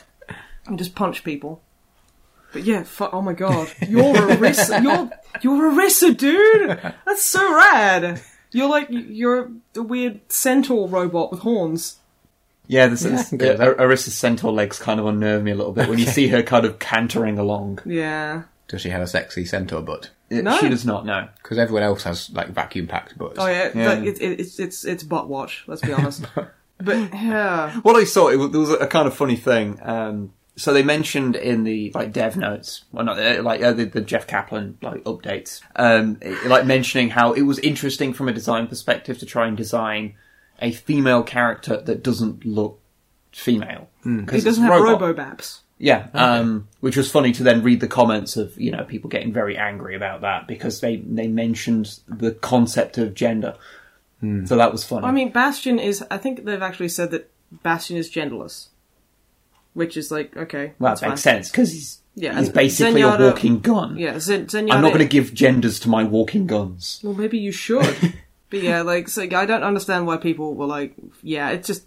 [SPEAKER 1] and just punch people. But yeah, fu- oh my god, you're Arissa, <laughs> you're you're Arissa, dude. That's so rad. You're like you're a weird centaur robot with horns.
[SPEAKER 2] Yeah, this is,
[SPEAKER 3] I can get
[SPEAKER 2] uh, Arissa's centaur legs kind of unnerve me a little bit
[SPEAKER 3] <laughs>
[SPEAKER 2] when you see her kind of cantering along.
[SPEAKER 1] Yeah,
[SPEAKER 3] Does she have a sexy centaur butt?
[SPEAKER 2] It-
[SPEAKER 1] No.
[SPEAKER 2] She does not know.
[SPEAKER 3] Because everyone else has like vacuum packed butts.
[SPEAKER 1] oh yeah,
[SPEAKER 2] Yeah.
[SPEAKER 1] Like, it, it, it's it's it's butt watch. Let's be
[SPEAKER 2] <laughs>
[SPEAKER 1] honest. but yeah,
[SPEAKER 2] What I saw, it was, there was a kind of funny thing. Um, so they mentioned in the like dev notes, well not uh, like uh, the, the Jeff Kaplan like updates, um, it- like mentioning how it was interesting from a design perspective to try and design a female character that doesn't look female because
[SPEAKER 1] Hmm. it doesn't have Oh, robobaps.
[SPEAKER 2] Yeah, um, which was funny to then read the comments of you know people getting very angry about that because they they mentioned the concept of gender,
[SPEAKER 1] Hmm.
[SPEAKER 2] so that was funny.
[SPEAKER 1] I mean, Bastion is. I think they've actually said that Bastion is genderless, which is like okay.
[SPEAKER 2] well,
[SPEAKER 1] that's
[SPEAKER 2] that makes
[SPEAKER 1] fine.
[SPEAKER 2] sense because he's
[SPEAKER 1] Yeah,
[SPEAKER 2] he's
[SPEAKER 1] and
[SPEAKER 2] basically
[SPEAKER 1] Zenyatta-
[SPEAKER 2] a walking gun.
[SPEAKER 1] Yeah, Zen- Zenyatta
[SPEAKER 2] I'm not going to give genders to my walking guns.
[SPEAKER 1] Well, maybe you
[SPEAKER 3] <laughs>
[SPEAKER 1] should. but yeah, like, so I don't understand why people were like, yeah, it's just.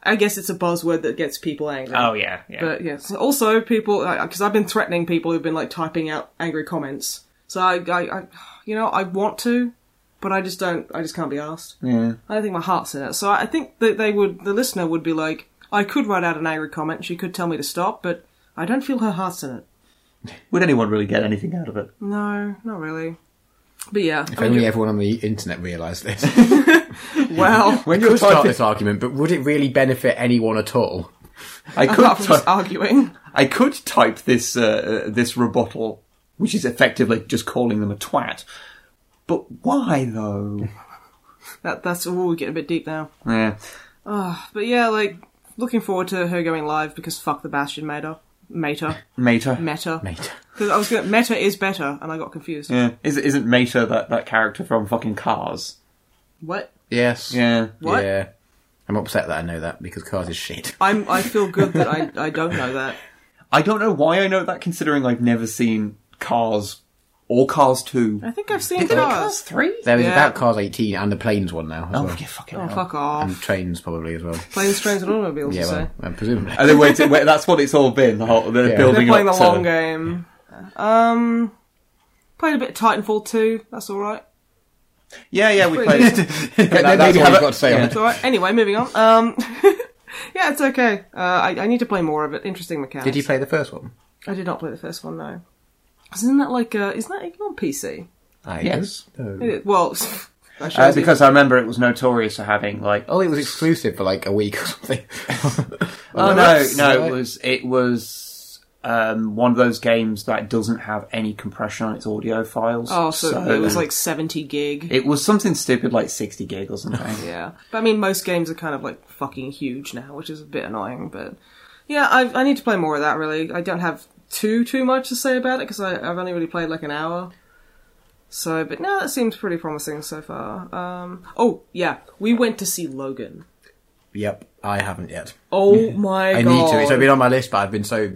[SPEAKER 1] I guess it's a buzzword that gets people angry.
[SPEAKER 3] Oh.
[SPEAKER 2] Oh, yeah, yeah.
[SPEAKER 1] But yes, also people because I've been threatening people who've been like typing out angry comments. So I, I, I you know, I want to, but I just don't. I just can't be asked. Yeah. I don't think my heart's in it. So I think that they would, the listener would be like, I could write out an angry comment. She could tell me to stop, but I don't feel her heart's in it.
[SPEAKER 2] Would anyone really get anything out of it?
[SPEAKER 1] No, not really. But yeah,
[SPEAKER 3] If
[SPEAKER 1] I mean,
[SPEAKER 3] only everyone on the internet
[SPEAKER 1] <laughs>
[SPEAKER 3] realised this. <laughs>
[SPEAKER 1] well, <laughs>
[SPEAKER 3] when
[SPEAKER 2] you're
[SPEAKER 3] you start
[SPEAKER 2] typing-
[SPEAKER 3] this argument, but would it really benefit anyone at all?
[SPEAKER 1] <laughs>
[SPEAKER 2] I could
[SPEAKER 1] apart from
[SPEAKER 3] <laughs>
[SPEAKER 1] just
[SPEAKER 2] ty-
[SPEAKER 1] arguing.
[SPEAKER 2] I could type this uh, uh, this rebuttal, which is effectively just calling them a twat. But why though?
[SPEAKER 1] That that's all we get a bit deep now.
[SPEAKER 2] yeah.
[SPEAKER 1] But yeah, like looking forward to her going live because fuck the Bastion meta, meta,
[SPEAKER 2] Meta.
[SPEAKER 1] meta.
[SPEAKER 3] Mate.
[SPEAKER 1] Because I was gonna meta is better, and I got confused.
[SPEAKER 2] Yeah, is, isn't Meta that, that character from fucking Cars?
[SPEAKER 1] What?
[SPEAKER 3] Yes.
[SPEAKER 2] Yeah,
[SPEAKER 1] What?
[SPEAKER 3] Yeah. I'm upset that I know that because cars is shit.
[SPEAKER 1] I'm I feel good that I I don't know that.
[SPEAKER 2] I don't know why I know that, considering I've never seen Cars or Cars Two.
[SPEAKER 1] I think I've seen
[SPEAKER 2] Is it
[SPEAKER 1] cars.
[SPEAKER 2] Three?
[SPEAKER 3] There is
[SPEAKER 1] Yeah.
[SPEAKER 3] about cars 18 and the planes one now. As
[SPEAKER 2] Oh,
[SPEAKER 3] well.
[SPEAKER 2] yeah, fucking
[SPEAKER 1] Oh
[SPEAKER 2] hell.
[SPEAKER 1] fuck
[SPEAKER 3] And
[SPEAKER 1] off!
[SPEAKER 3] trains probably as well.
[SPEAKER 1] Planes, trains, and automobiles.
[SPEAKER 3] Yeah,
[SPEAKER 1] you say.
[SPEAKER 3] well, um, presumably.
[SPEAKER 2] And then wait, wait, that's what it's all been. The whole, the
[SPEAKER 3] Yeah.
[SPEAKER 1] They're
[SPEAKER 2] building
[SPEAKER 1] playing uh, the
[SPEAKER 2] up
[SPEAKER 1] long
[SPEAKER 2] to.
[SPEAKER 1] game. Um, played a bit of Titanfall two. That's all right.
[SPEAKER 2] Yeah, yeah, we <laughs> played.
[SPEAKER 3] That-
[SPEAKER 2] that's
[SPEAKER 3] that's all
[SPEAKER 2] all
[SPEAKER 3] I've
[SPEAKER 2] it-
[SPEAKER 3] got to say on
[SPEAKER 2] yeah.
[SPEAKER 3] it.
[SPEAKER 1] It's all right. Anyway, moving on. Um, <laughs> yeah, it's okay. Uh, I, I need to play more of it. Interesting mechanics.
[SPEAKER 3] Did you play the first one?
[SPEAKER 1] I did not play the first one, no. 'Cause Isn't that like, uh, isn't that even on PC?
[SPEAKER 3] I
[SPEAKER 2] Yes.
[SPEAKER 3] don't
[SPEAKER 1] It
[SPEAKER 3] know.
[SPEAKER 1] is- well, <laughs> that
[SPEAKER 2] Uh,
[SPEAKER 1] shows you.
[SPEAKER 2] because I remember it was notorious for having like. Oh,
[SPEAKER 3] Oh, it was exclusive for like a week
[SPEAKER 2] <laughs>
[SPEAKER 3] or something.
[SPEAKER 1] Oh,
[SPEAKER 3] <laughs>
[SPEAKER 2] no,
[SPEAKER 3] that's-
[SPEAKER 2] no, it was it was um, one of those games that doesn't have any compression on its audio files.
[SPEAKER 1] oh, so, it was like 70 gig.
[SPEAKER 2] it was something stupid like sixty gig or
[SPEAKER 1] <laughs>
[SPEAKER 2] something.
[SPEAKER 1] yeah. But I mean, most games are kind of like fucking huge now, which is a bit annoying, but yeah, I, I need to play more of that really. I don't have too, too much to say about it because I've only really played like an hour. So, but no, that seems pretty promising so far. Um, oh, yeah, we went to see Logan.
[SPEAKER 3] Yep, I haven't yet.
[SPEAKER 1] Oh my
[SPEAKER 3] I
[SPEAKER 1] god. Mm.
[SPEAKER 3] need to. It's been on my list, but I've been so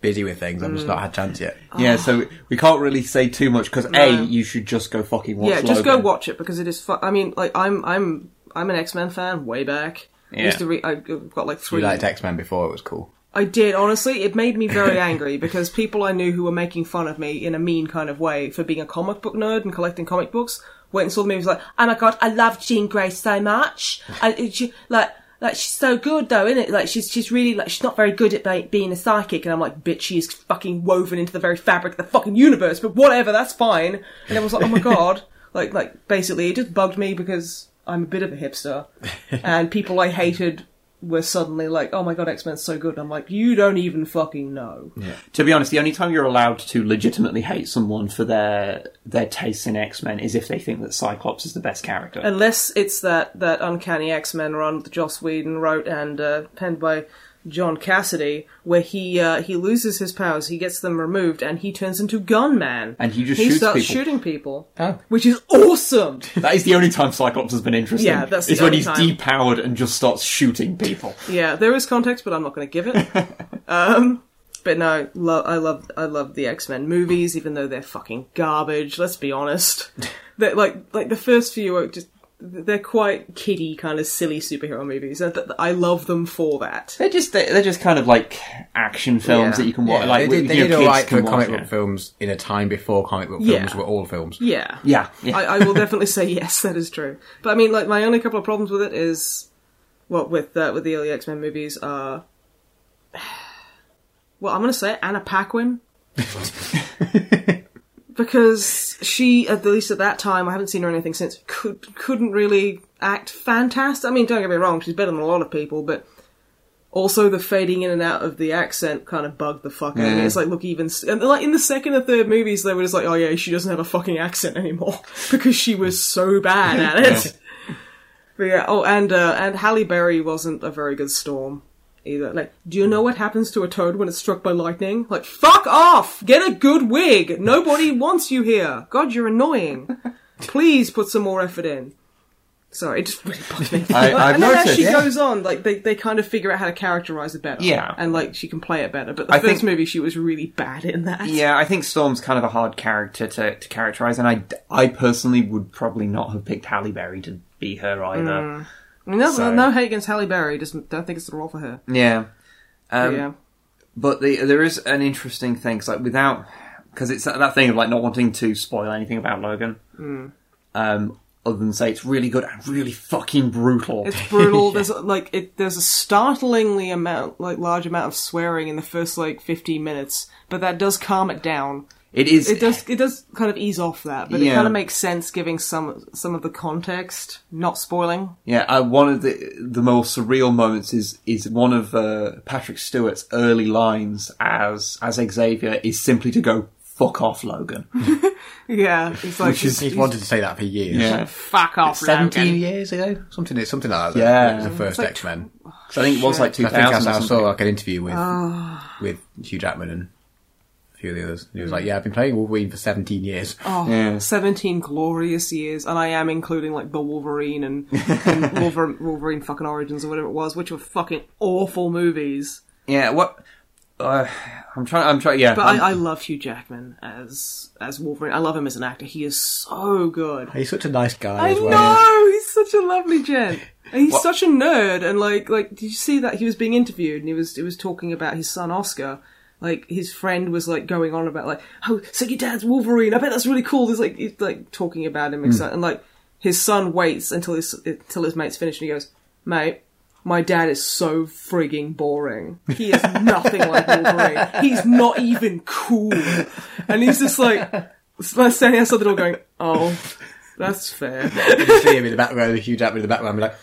[SPEAKER 3] busy with things, I've just not had chance yet.
[SPEAKER 1] Oh.
[SPEAKER 2] Yeah, so we can't really say too much because
[SPEAKER 1] No.
[SPEAKER 2] a you should just go fucking watch.
[SPEAKER 1] yeah, just go
[SPEAKER 2] Logan.
[SPEAKER 1] watch it because it is fun. I mean, like I'm I'm I'm an X Men fan way back. I
[SPEAKER 2] Yeah.
[SPEAKER 1] used to re- I got like
[SPEAKER 3] We
[SPEAKER 1] three.
[SPEAKER 3] liked X Men before; it was cool.
[SPEAKER 1] I did honestly. It made me very angry because people I knew who were making fun of me in a mean kind of way for being a comic book nerd and collecting comic books went and saw the movie and was like, "Oh my god, I love Jean Grey so much. I, it- she, like, like she's so good though, isn't it? Like she's she's really like she's not very good at be- being a psychic." And I'm like, "Bitch, she is fucking woven into the very fabric of the fucking universe." But whatever, that's fine. And everyone's like, "Oh my god." Like, like basically, it just bugged me because I'm a bit of a hipster, and people I hated were suddenly like, "Oh my god, X Men's so good." And I'm like, "You don't even fucking know."
[SPEAKER 2] To be honest, the only time you're allowed to legitimately hate someone for their their tastes in X Men is if they think that Cyclops is the best character.
[SPEAKER 1] Unless it's that that uncanny X Men run that Joss Whedon wrote and uh, penned by John Cassidy, where he uh, he loses his powers, he gets them removed, and he turns into Gunman.
[SPEAKER 2] And he just
[SPEAKER 1] he
[SPEAKER 2] shoots
[SPEAKER 1] starts
[SPEAKER 2] people.
[SPEAKER 1] shooting people,
[SPEAKER 2] Oh.
[SPEAKER 1] which is awesome.
[SPEAKER 2] That is the only time Cyclops has been interesting.
[SPEAKER 1] Yeah, that's the
[SPEAKER 2] It's when
[SPEAKER 1] only
[SPEAKER 2] he's
[SPEAKER 1] time.
[SPEAKER 2] depowered and just starts shooting people.
[SPEAKER 1] yeah, there is context, but I'm not going to give it. um, but no, lo- I love I love the X Men movies, even though they're fucking garbage. Let's be honest. they like like the first few are just they're quite kiddie kind of silly superhero movies. and th- I love them for that.
[SPEAKER 2] They're just they're, they're just kind of like action films
[SPEAKER 1] Yeah.
[SPEAKER 2] that you can watch.
[SPEAKER 3] Yeah,
[SPEAKER 2] like
[SPEAKER 3] they did,
[SPEAKER 2] you know,
[SPEAKER 3] they did
[SPEAKER 2] kids
[SPEAKER 3] all right
[SPEAKER 2] can
[SPEAKER 3] for
[SPEAKER 2] watch,
[SPEAKER 3] comic
[SPEAKER 2] yeah.
[SPEAKER 3] book films in a time before comic book
[SPEAKER 1] Yeah.
[SPEAKER 3] films were all films.
[SPEAKER 1] Yeah,
[SPEAKER 2] Yeah, yeah.
[SPEAKER 1] I, I will definitely say yes. That is true. But I mean, like my only couple of problems with it is, well, with uh, with the early X Men movies are, <sighs> well, I'm going to say it, Anna Paquin, because she, at least at that time, I haven't seen her in anything since. Could couldn't really act fantastic. I mean, don't get me wrong, she's better than a lot of people, but. Also, the fading in and out of the accent kind of bugged the fuck out of me.
[SPEAKER 2] Yeah.
[SPEAKER 1] It's like, look, even and like in the second or third movies, they were just like, oh yeah, she doesn't have a fucking accent anymore <laughs> because she was so bad at it. <laughs> But yeah, oh, and uh, and Halle Berry wasn't a very good storm either. Like, do you know what happens to a toad when it's struck by lightning? Like, fuck off! Get a good wig.
[SPEAKER 2] <laughs>
[SPEAKER 1] Nobody wants you here. God, you're annoying. Please put some more effort in. Sorry, it just really bugged me.
[SPEAKER 2] I-
[SPEAKER 1] <laughs>
[SPEAKER 2] I've
[SPEAKER 1] and then as
[SPEAKER 2] noticed,
[SPEAKER 1] she
[SPEAKER 2] yeah.
[SPEAKER 1] goes on, like they, they kind of figure out how to characterize it better.
[SPEAKER 2] Yeah.
[SPEAKER 1] and like she can play it better. But the
[SPEAKER 2] I
[SPEAKER 1] first
[SPEAKER 2] think-
[SPEAKER 1] movie, she was really bad in that.
[SPEAKER 2] Yeah, I think Storm's kind of a hard character to, to characterize, and I, I personally would probably not have picked Halle Berry to be her either.
[SPEAKER 1] I mean, no,
[SPEAKER 2] So-
[SPEAKER 1] no hate against Halle Berry. Just don't think it's the role for her.
[SPEAKER 2] Yeah, um,
[SPEAKER 1] yeah,
[SPEAKER 2] but the, there is an interesting thing, 'cause, like without because it's that, that thing of like not wanting to spoil anything about Logan,
[SPEAKER 1] Hmm.
[SPEAKER 2] um, other than say it's really good and really fucking brutal.
[SPEAKER 1] It's
[SPEAKER 2] <laughs>
[SPEAKER 1] brutal. There's like it. There's a startlingly amount, like large amount of swearing in the first like 15 minutes, but that does calm it down.
[SPEAKER 2] It is.
[SPEAKER 1] It does. It does kind of ease off that, but it
[SPEAKER 2] Yeah.
[SPEAKER 1] kind of makes sense giving some some of the context, not spoiling. <laughs>
[SPEAKER 2] Yeah, uh, one of the the more surreal moments is is one of uh, Patrick Stewart's early lines as as Xavier is simply to go fuck off, Logan.
[SPEAKER 1] Yeah, it's like
[SPEAKER 3] Which is, he's wanted to say that for years.
[SPEAKER 2] Yeah.
[SPEAKER 1] fuck off,
[SPEAKER 3] Seventeen
[SPEAKER 1] Logan.
[SPEAKER 3] years ago, something something like that.
[SPEAKER 2] Yeah.
[SPEAKER 3] it was the first
[SPEAKER 1] like
[SPEAKER 3] X Men.
[SPEAKER 2] So I think it was like two
[SPEAKER 3] I think I
[SPEAKER 2] thousand.
[SPEAKER 3] saw- I saw like an interview with with Hugh Jackman and a few of the others. And he was like, "Yeah, I've been playing Wolverine for seventeen years."
[SPEAKER 1] Oh,
[SPEAKER 2] Yeah.
[SPEAKER 1] 17 glorious years, and I am including like the Wolverine and, and Wolver- Wolverine fucking Origins or whatever it was, which were fucking awful movies.
[SPEAKER 2] Yeah, what? Uh, I'm trying. I'm trying. Yeah,
[SPEAKER 1] But
[SPEAKER 2] I'm-
[SPEAKER 1] I, I love Hugh Jackman as as Wolverine. I love him as an actor. He is so good.
[SPEAKER 3] He's such a nice guy
[SPEAKER 1] I
[SPEAKER 3] as well.
[SPEAKER 1] know he's such a lovely gent. And he's such a nerd. And like like, did you see that he was being interviewed and he was he was talking about his son Oscar. Like his friend was like going on about like, oh, so your dad's Wolverine. I bet that's really cool. There's like he's, like talking about
[SPEAKER 3] Hmm.
[SPEAKER 1] him excited. and like his son waits until his until his mate's finished and he goes, mate. My dad is so frigging boring. He is nothing like Wolverine. He's not even cool. And he's just like <laughs> standing outside the door going, Oh, that's fair.
[SPEAKER 3] You can see him in the background, Hugh Jackman in the background, be like,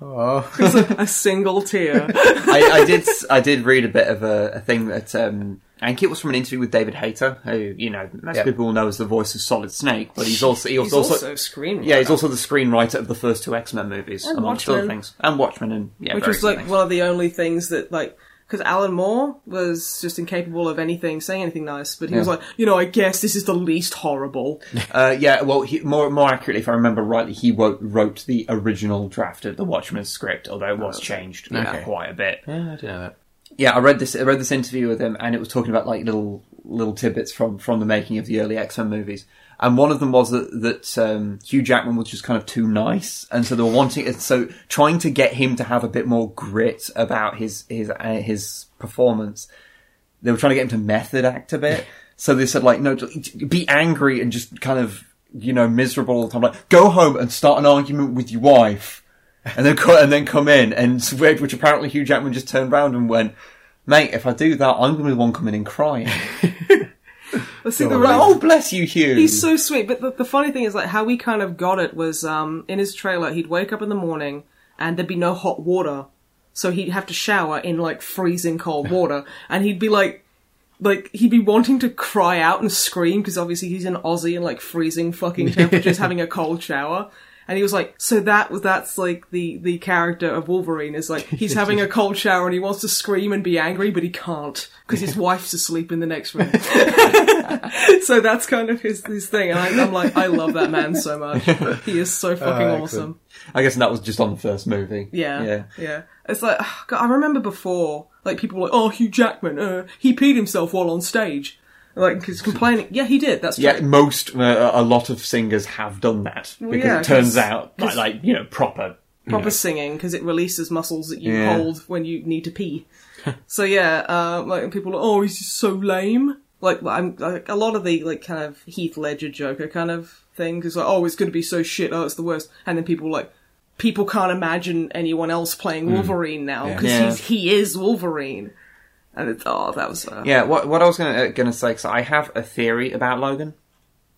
[SPEAKER 3] "Oh,
[SPEAKER 1] a single tear.
[SPEAKER 2] I, I did. I did read a bit of a, a thing that um, I think it was from an interview with David Hayter, who you know most
[SPEAKER 3] Yeah.
[SPEAKER 2] people will know as the voice of Solid Snake, but he's also he was
[SPEAKER 1] He's
[SPEAKER 2] also,
[SPEAKER 1] also, screenwriter.
[SPEAKER 2] yeah he's also the screenwriter of the first two X Men movies
[SPEAKER 1] And
[SPEAKER 2] amongst other
[SPEAKER 1] Watchmen.
[SPEAKER 2] things, and Watchmen and yeah,
[SPEAKER 1] which
[SPEAKER 2] various
[SPEAKER 1] was
[SPEAKER 2] other
[SPEAKER 1] like
[SPEAKER 2] things.
[SPEAKER 1] one of the only things that like because Alan Moore was just incapable of anything, saying anything nice. But he was
[SPEAKER 2] Yeah.
[SPEAKER 1] like, you know, I guess this is the least horrible.
[SPEAKER 2] Uh, yeah, well, he, more more accurately, if I remember rightly, he wrote, wrote the original draft of the Watchmen script, although it
[SPEAKER 1] Oh,
[SPEAKER 2] was changed
[SPEAKER 3] Okay.
[SPEAKER 2] quite a bit.
[SPEAKER 3] yeah, I didn't know that."
[SPEAKER 2] yeah, I read this. I read this interview with him, and it was talking about like little little tidbits from from the making of the early X Men movies. And one of them was that that um, Hugh Jackman was just kind of too nice, and so they were wanting it. So trying to get him to have a bit more grit about his his uh, his performance, they were trying to get him to method act a <laughs> bit. so they said like, no, just be angry and just kind of you know miserable all the time. Like, go home and start an argument with your wife, and then co- and then come in and swear, which apparently Hugh Jackman just turned round and went. Mate, if I do that, I'm going to be the one coming in <laughs> crying.
[SPEAKER 1] Let's see the
[SPEAKER 2] They're like,
[SPEAKER 1] right.
[SPEAKER 2] oh, bless you, Hugh.
[SPEAKER 1] He's so sweet. But the, the funny thing is, like, how we kind of got it was um, in his trailer, he'd wake up in the morning and there'd be no hot water. So he'd have to shower in, like, freezing cold water. And he'd be like, like he'd be wanting to cry out and scream because obviously he's an Aussie in like freezing fucking temperatures having a cold shower. And he was like, so that was that's like the the character of Wolverine is like he's having a cold shower and he wants to scream and be angry, but he can't because his wife's asleep in the next room. <laughs> so that's kind of his his thing. And I, I'm like, I love that man so much. He is so fucking
[SPEAKER 2] excellent.
[SPEAKER 1] awesome.
[SPEAKER 2] I guess that was just on the first movie.
[SPEAKER 1] Yeah,
[SPEAKER 2] Yeah.
[SPEAKER 1] yeah, It's like <sighs> God, I remember before, like people were like, "Oh, Hugh Jackman, uh, he peed himself while on stage." Like he's complaining. Yeah, he did. That's true.
[SPEAKER 2] Yeah, most uh, a lot of singers have done that because
[SPEAKER 1] yeah,
[SPEAKER 2] it turns
[SPEAKER 1] 'cause-
[SPEAKER 2] out like,
[SPEAKER 1] 'cause-
[SPEAKER 2] like you know proper.
[SPEAKER 1] Proper singing because it releases muscles that you
[SPEAKER 2] Yeah.
[SPEAKER 1] hold when you need to
[SPEAKER 2] <laughs>
[SPEAKER 1] pee. so yeah, uh, like people are, "Oh, he's just so lame." Like I'm like, a lot of the like kind of Heath Ledger Joker kind of things is like, "Oh, it's going to be so shit. Oh, it's the worst." And then people like. People can't imagine anyone else playing Wolverine now because
[SPEAKER 2] Mm. Yeah.
[SPEAKER 1] he's he is Wolverine, and it's oh that was uh,
[SPEAKER 2] Yeah, what what I was gonna uh, gonna say because I have a theory about Logan,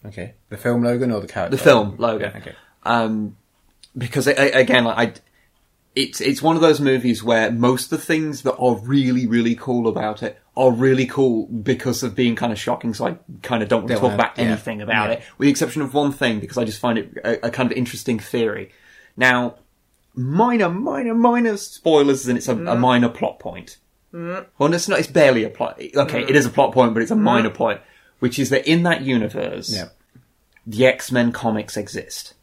[SPEAKER 3] Okay. The film Logan or the character?
[SPEAKER 2] the film Logan.
[SPEAKER 3] Okay.
[SPEAKER 2] Um, because I, I, again, like, I, it's it's one of those movies where most of the things that are really really cool about it are really cool because of being kind of shocking. So I kind of don't want to
[SPEAKER 3] Don't
[SPEAKER 2] talk
[SPEAKER 3] wanna-
[SPEAKER 2] about
[SPEAKER 3] yeah.
[SPEAKER 2] anything about
[SPEAKER 3] Yeah.
[SPEAKER 2] it, with the exception of one thing because I just find it a, a kind of interesting theory. Now, minor, minor, minor spoilers, and it's a, a minor plot point. Well, it's not. It's barely a plot. Okay, it is a plot point, but it's a minor point, which is that in that universe,
[SPEAKER 3] Yeah.
[SPEAKER 2] the X Men comics exist.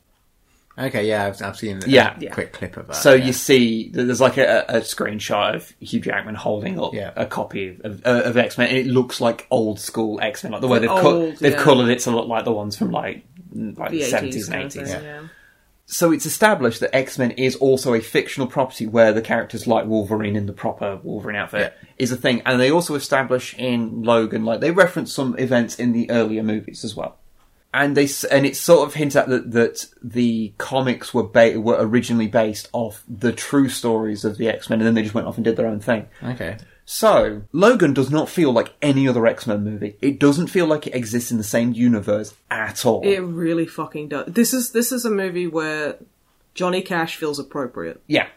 [SPEAKER 3] Okay, yeah, I've, I've seen a
[SPEAKER 2] Yeah.
[SPEAKER 3] quick clip of that.
[SPEAKER 2] So
[SPEAKER 3] Uh, yeah.
[SPEAKER 2] you see, th- there's like a, a screenshot of Hugh Jackman holding up
[SPEAKER 3] Yeah.
[SPEAKER 2] a copy of, of, of X Men. It looks like old school X Men, like the way they've co-
[SPEAKER 1] old,
[SPEAKER 2] they've
[SPEAKER 1] yeah.
[SPEAKER 2] coloured it to look like the ones from like like the
[SPEAKER 1] the
[SPEAKER 2] seventies and
[SPEAKER 1] kind of
[SPEAKER 2] eighties.
[SPEAKER 1] thing, yeah.
[SPEAKER 2] So it's established that X Men is also a fictional property where the characters like Wolverine in the proper Wolverine outfit is a thing, and they also establish in Logan like they reference some events in the earlier movies as well and they s- and it sort of hints at that that the comics were ba- were originally based off the true stories of the X Men, and then they just went off and did their own thing.
[SPEAKER 3] Okay.
[SPEAKER 2] So Logan does not feel like any other X Men movie. It doesn't feel like it exists in the same universe at all.
[SPEAKER 1] It really fucking does. This is this is a movie where Johnny Cash feels appropriate,
[SPEAKER 2] yeah.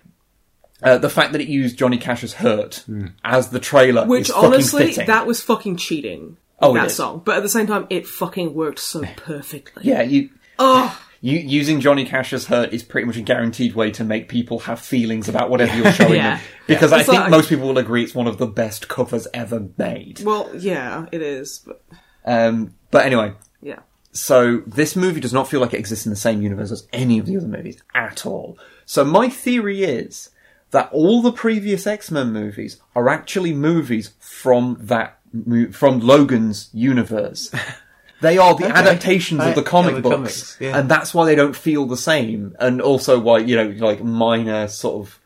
[SPEAKER 2] Uh, the fact that it used Johnny Cash's "Hurt" as the trailer,
[SPEAKER 1] which
[SPEAKER 2] is fucking
[SPEAKER 1] honestly,
[SPEAKER 2] fitting.
[SPEAKER 1] that was fucking cheating.
[SPEAKER 2] Oh, it
[SPEAKER 1] that
[SPEAKER 2] is.
[SPEAKER 1] song, but at the same time, it fucking worked so perfectly.
[SPEAKER 2] yeah, you,
[SPEAKER 1] Oh,
[SPEAKER 2] <laughs> you using Johnny Cash's "Hurt" is pretty much a guaranteed way to make people have feelings about
[SPEAKER 1] <laughs>
[SPEAKER 2] whatever you're showing
[SPEAKER 1] Yeah.
[SPEAKER 2] them, because I
[SPEAKER 1] It's
[SPEAKER 2] think
[SPEAKER 1] like-
[SPEAKER 2] most people will agree it's one of the best covers ever made.
[SPEAKER 1] well, yeah, it is. But
[SPEAKER 2] Um, but anyway,
[SPEAKER 1] yeah,
[SPEAKER 2] so this movie does not feel like it exists in the same universe as any of the other movies at all. So my theory is that all the previous X-Men movies are actually movies from that mo- from Logan's
[SPEAKER 3] <laughs>
[SPEAKER 2] universe. They are the adaptations
[SPEAKER 3] Right,
[SPEAKER 2] of the
[SPEAKER 3] of
[SPEAKER 2] comic
[SPEAKER 3] the
[SPEAKER 2] books,
[SPEAKER 3] comics, yeah.
[SPEAKER 2] and that's why they don't feel the same, and also why you know like minor sort of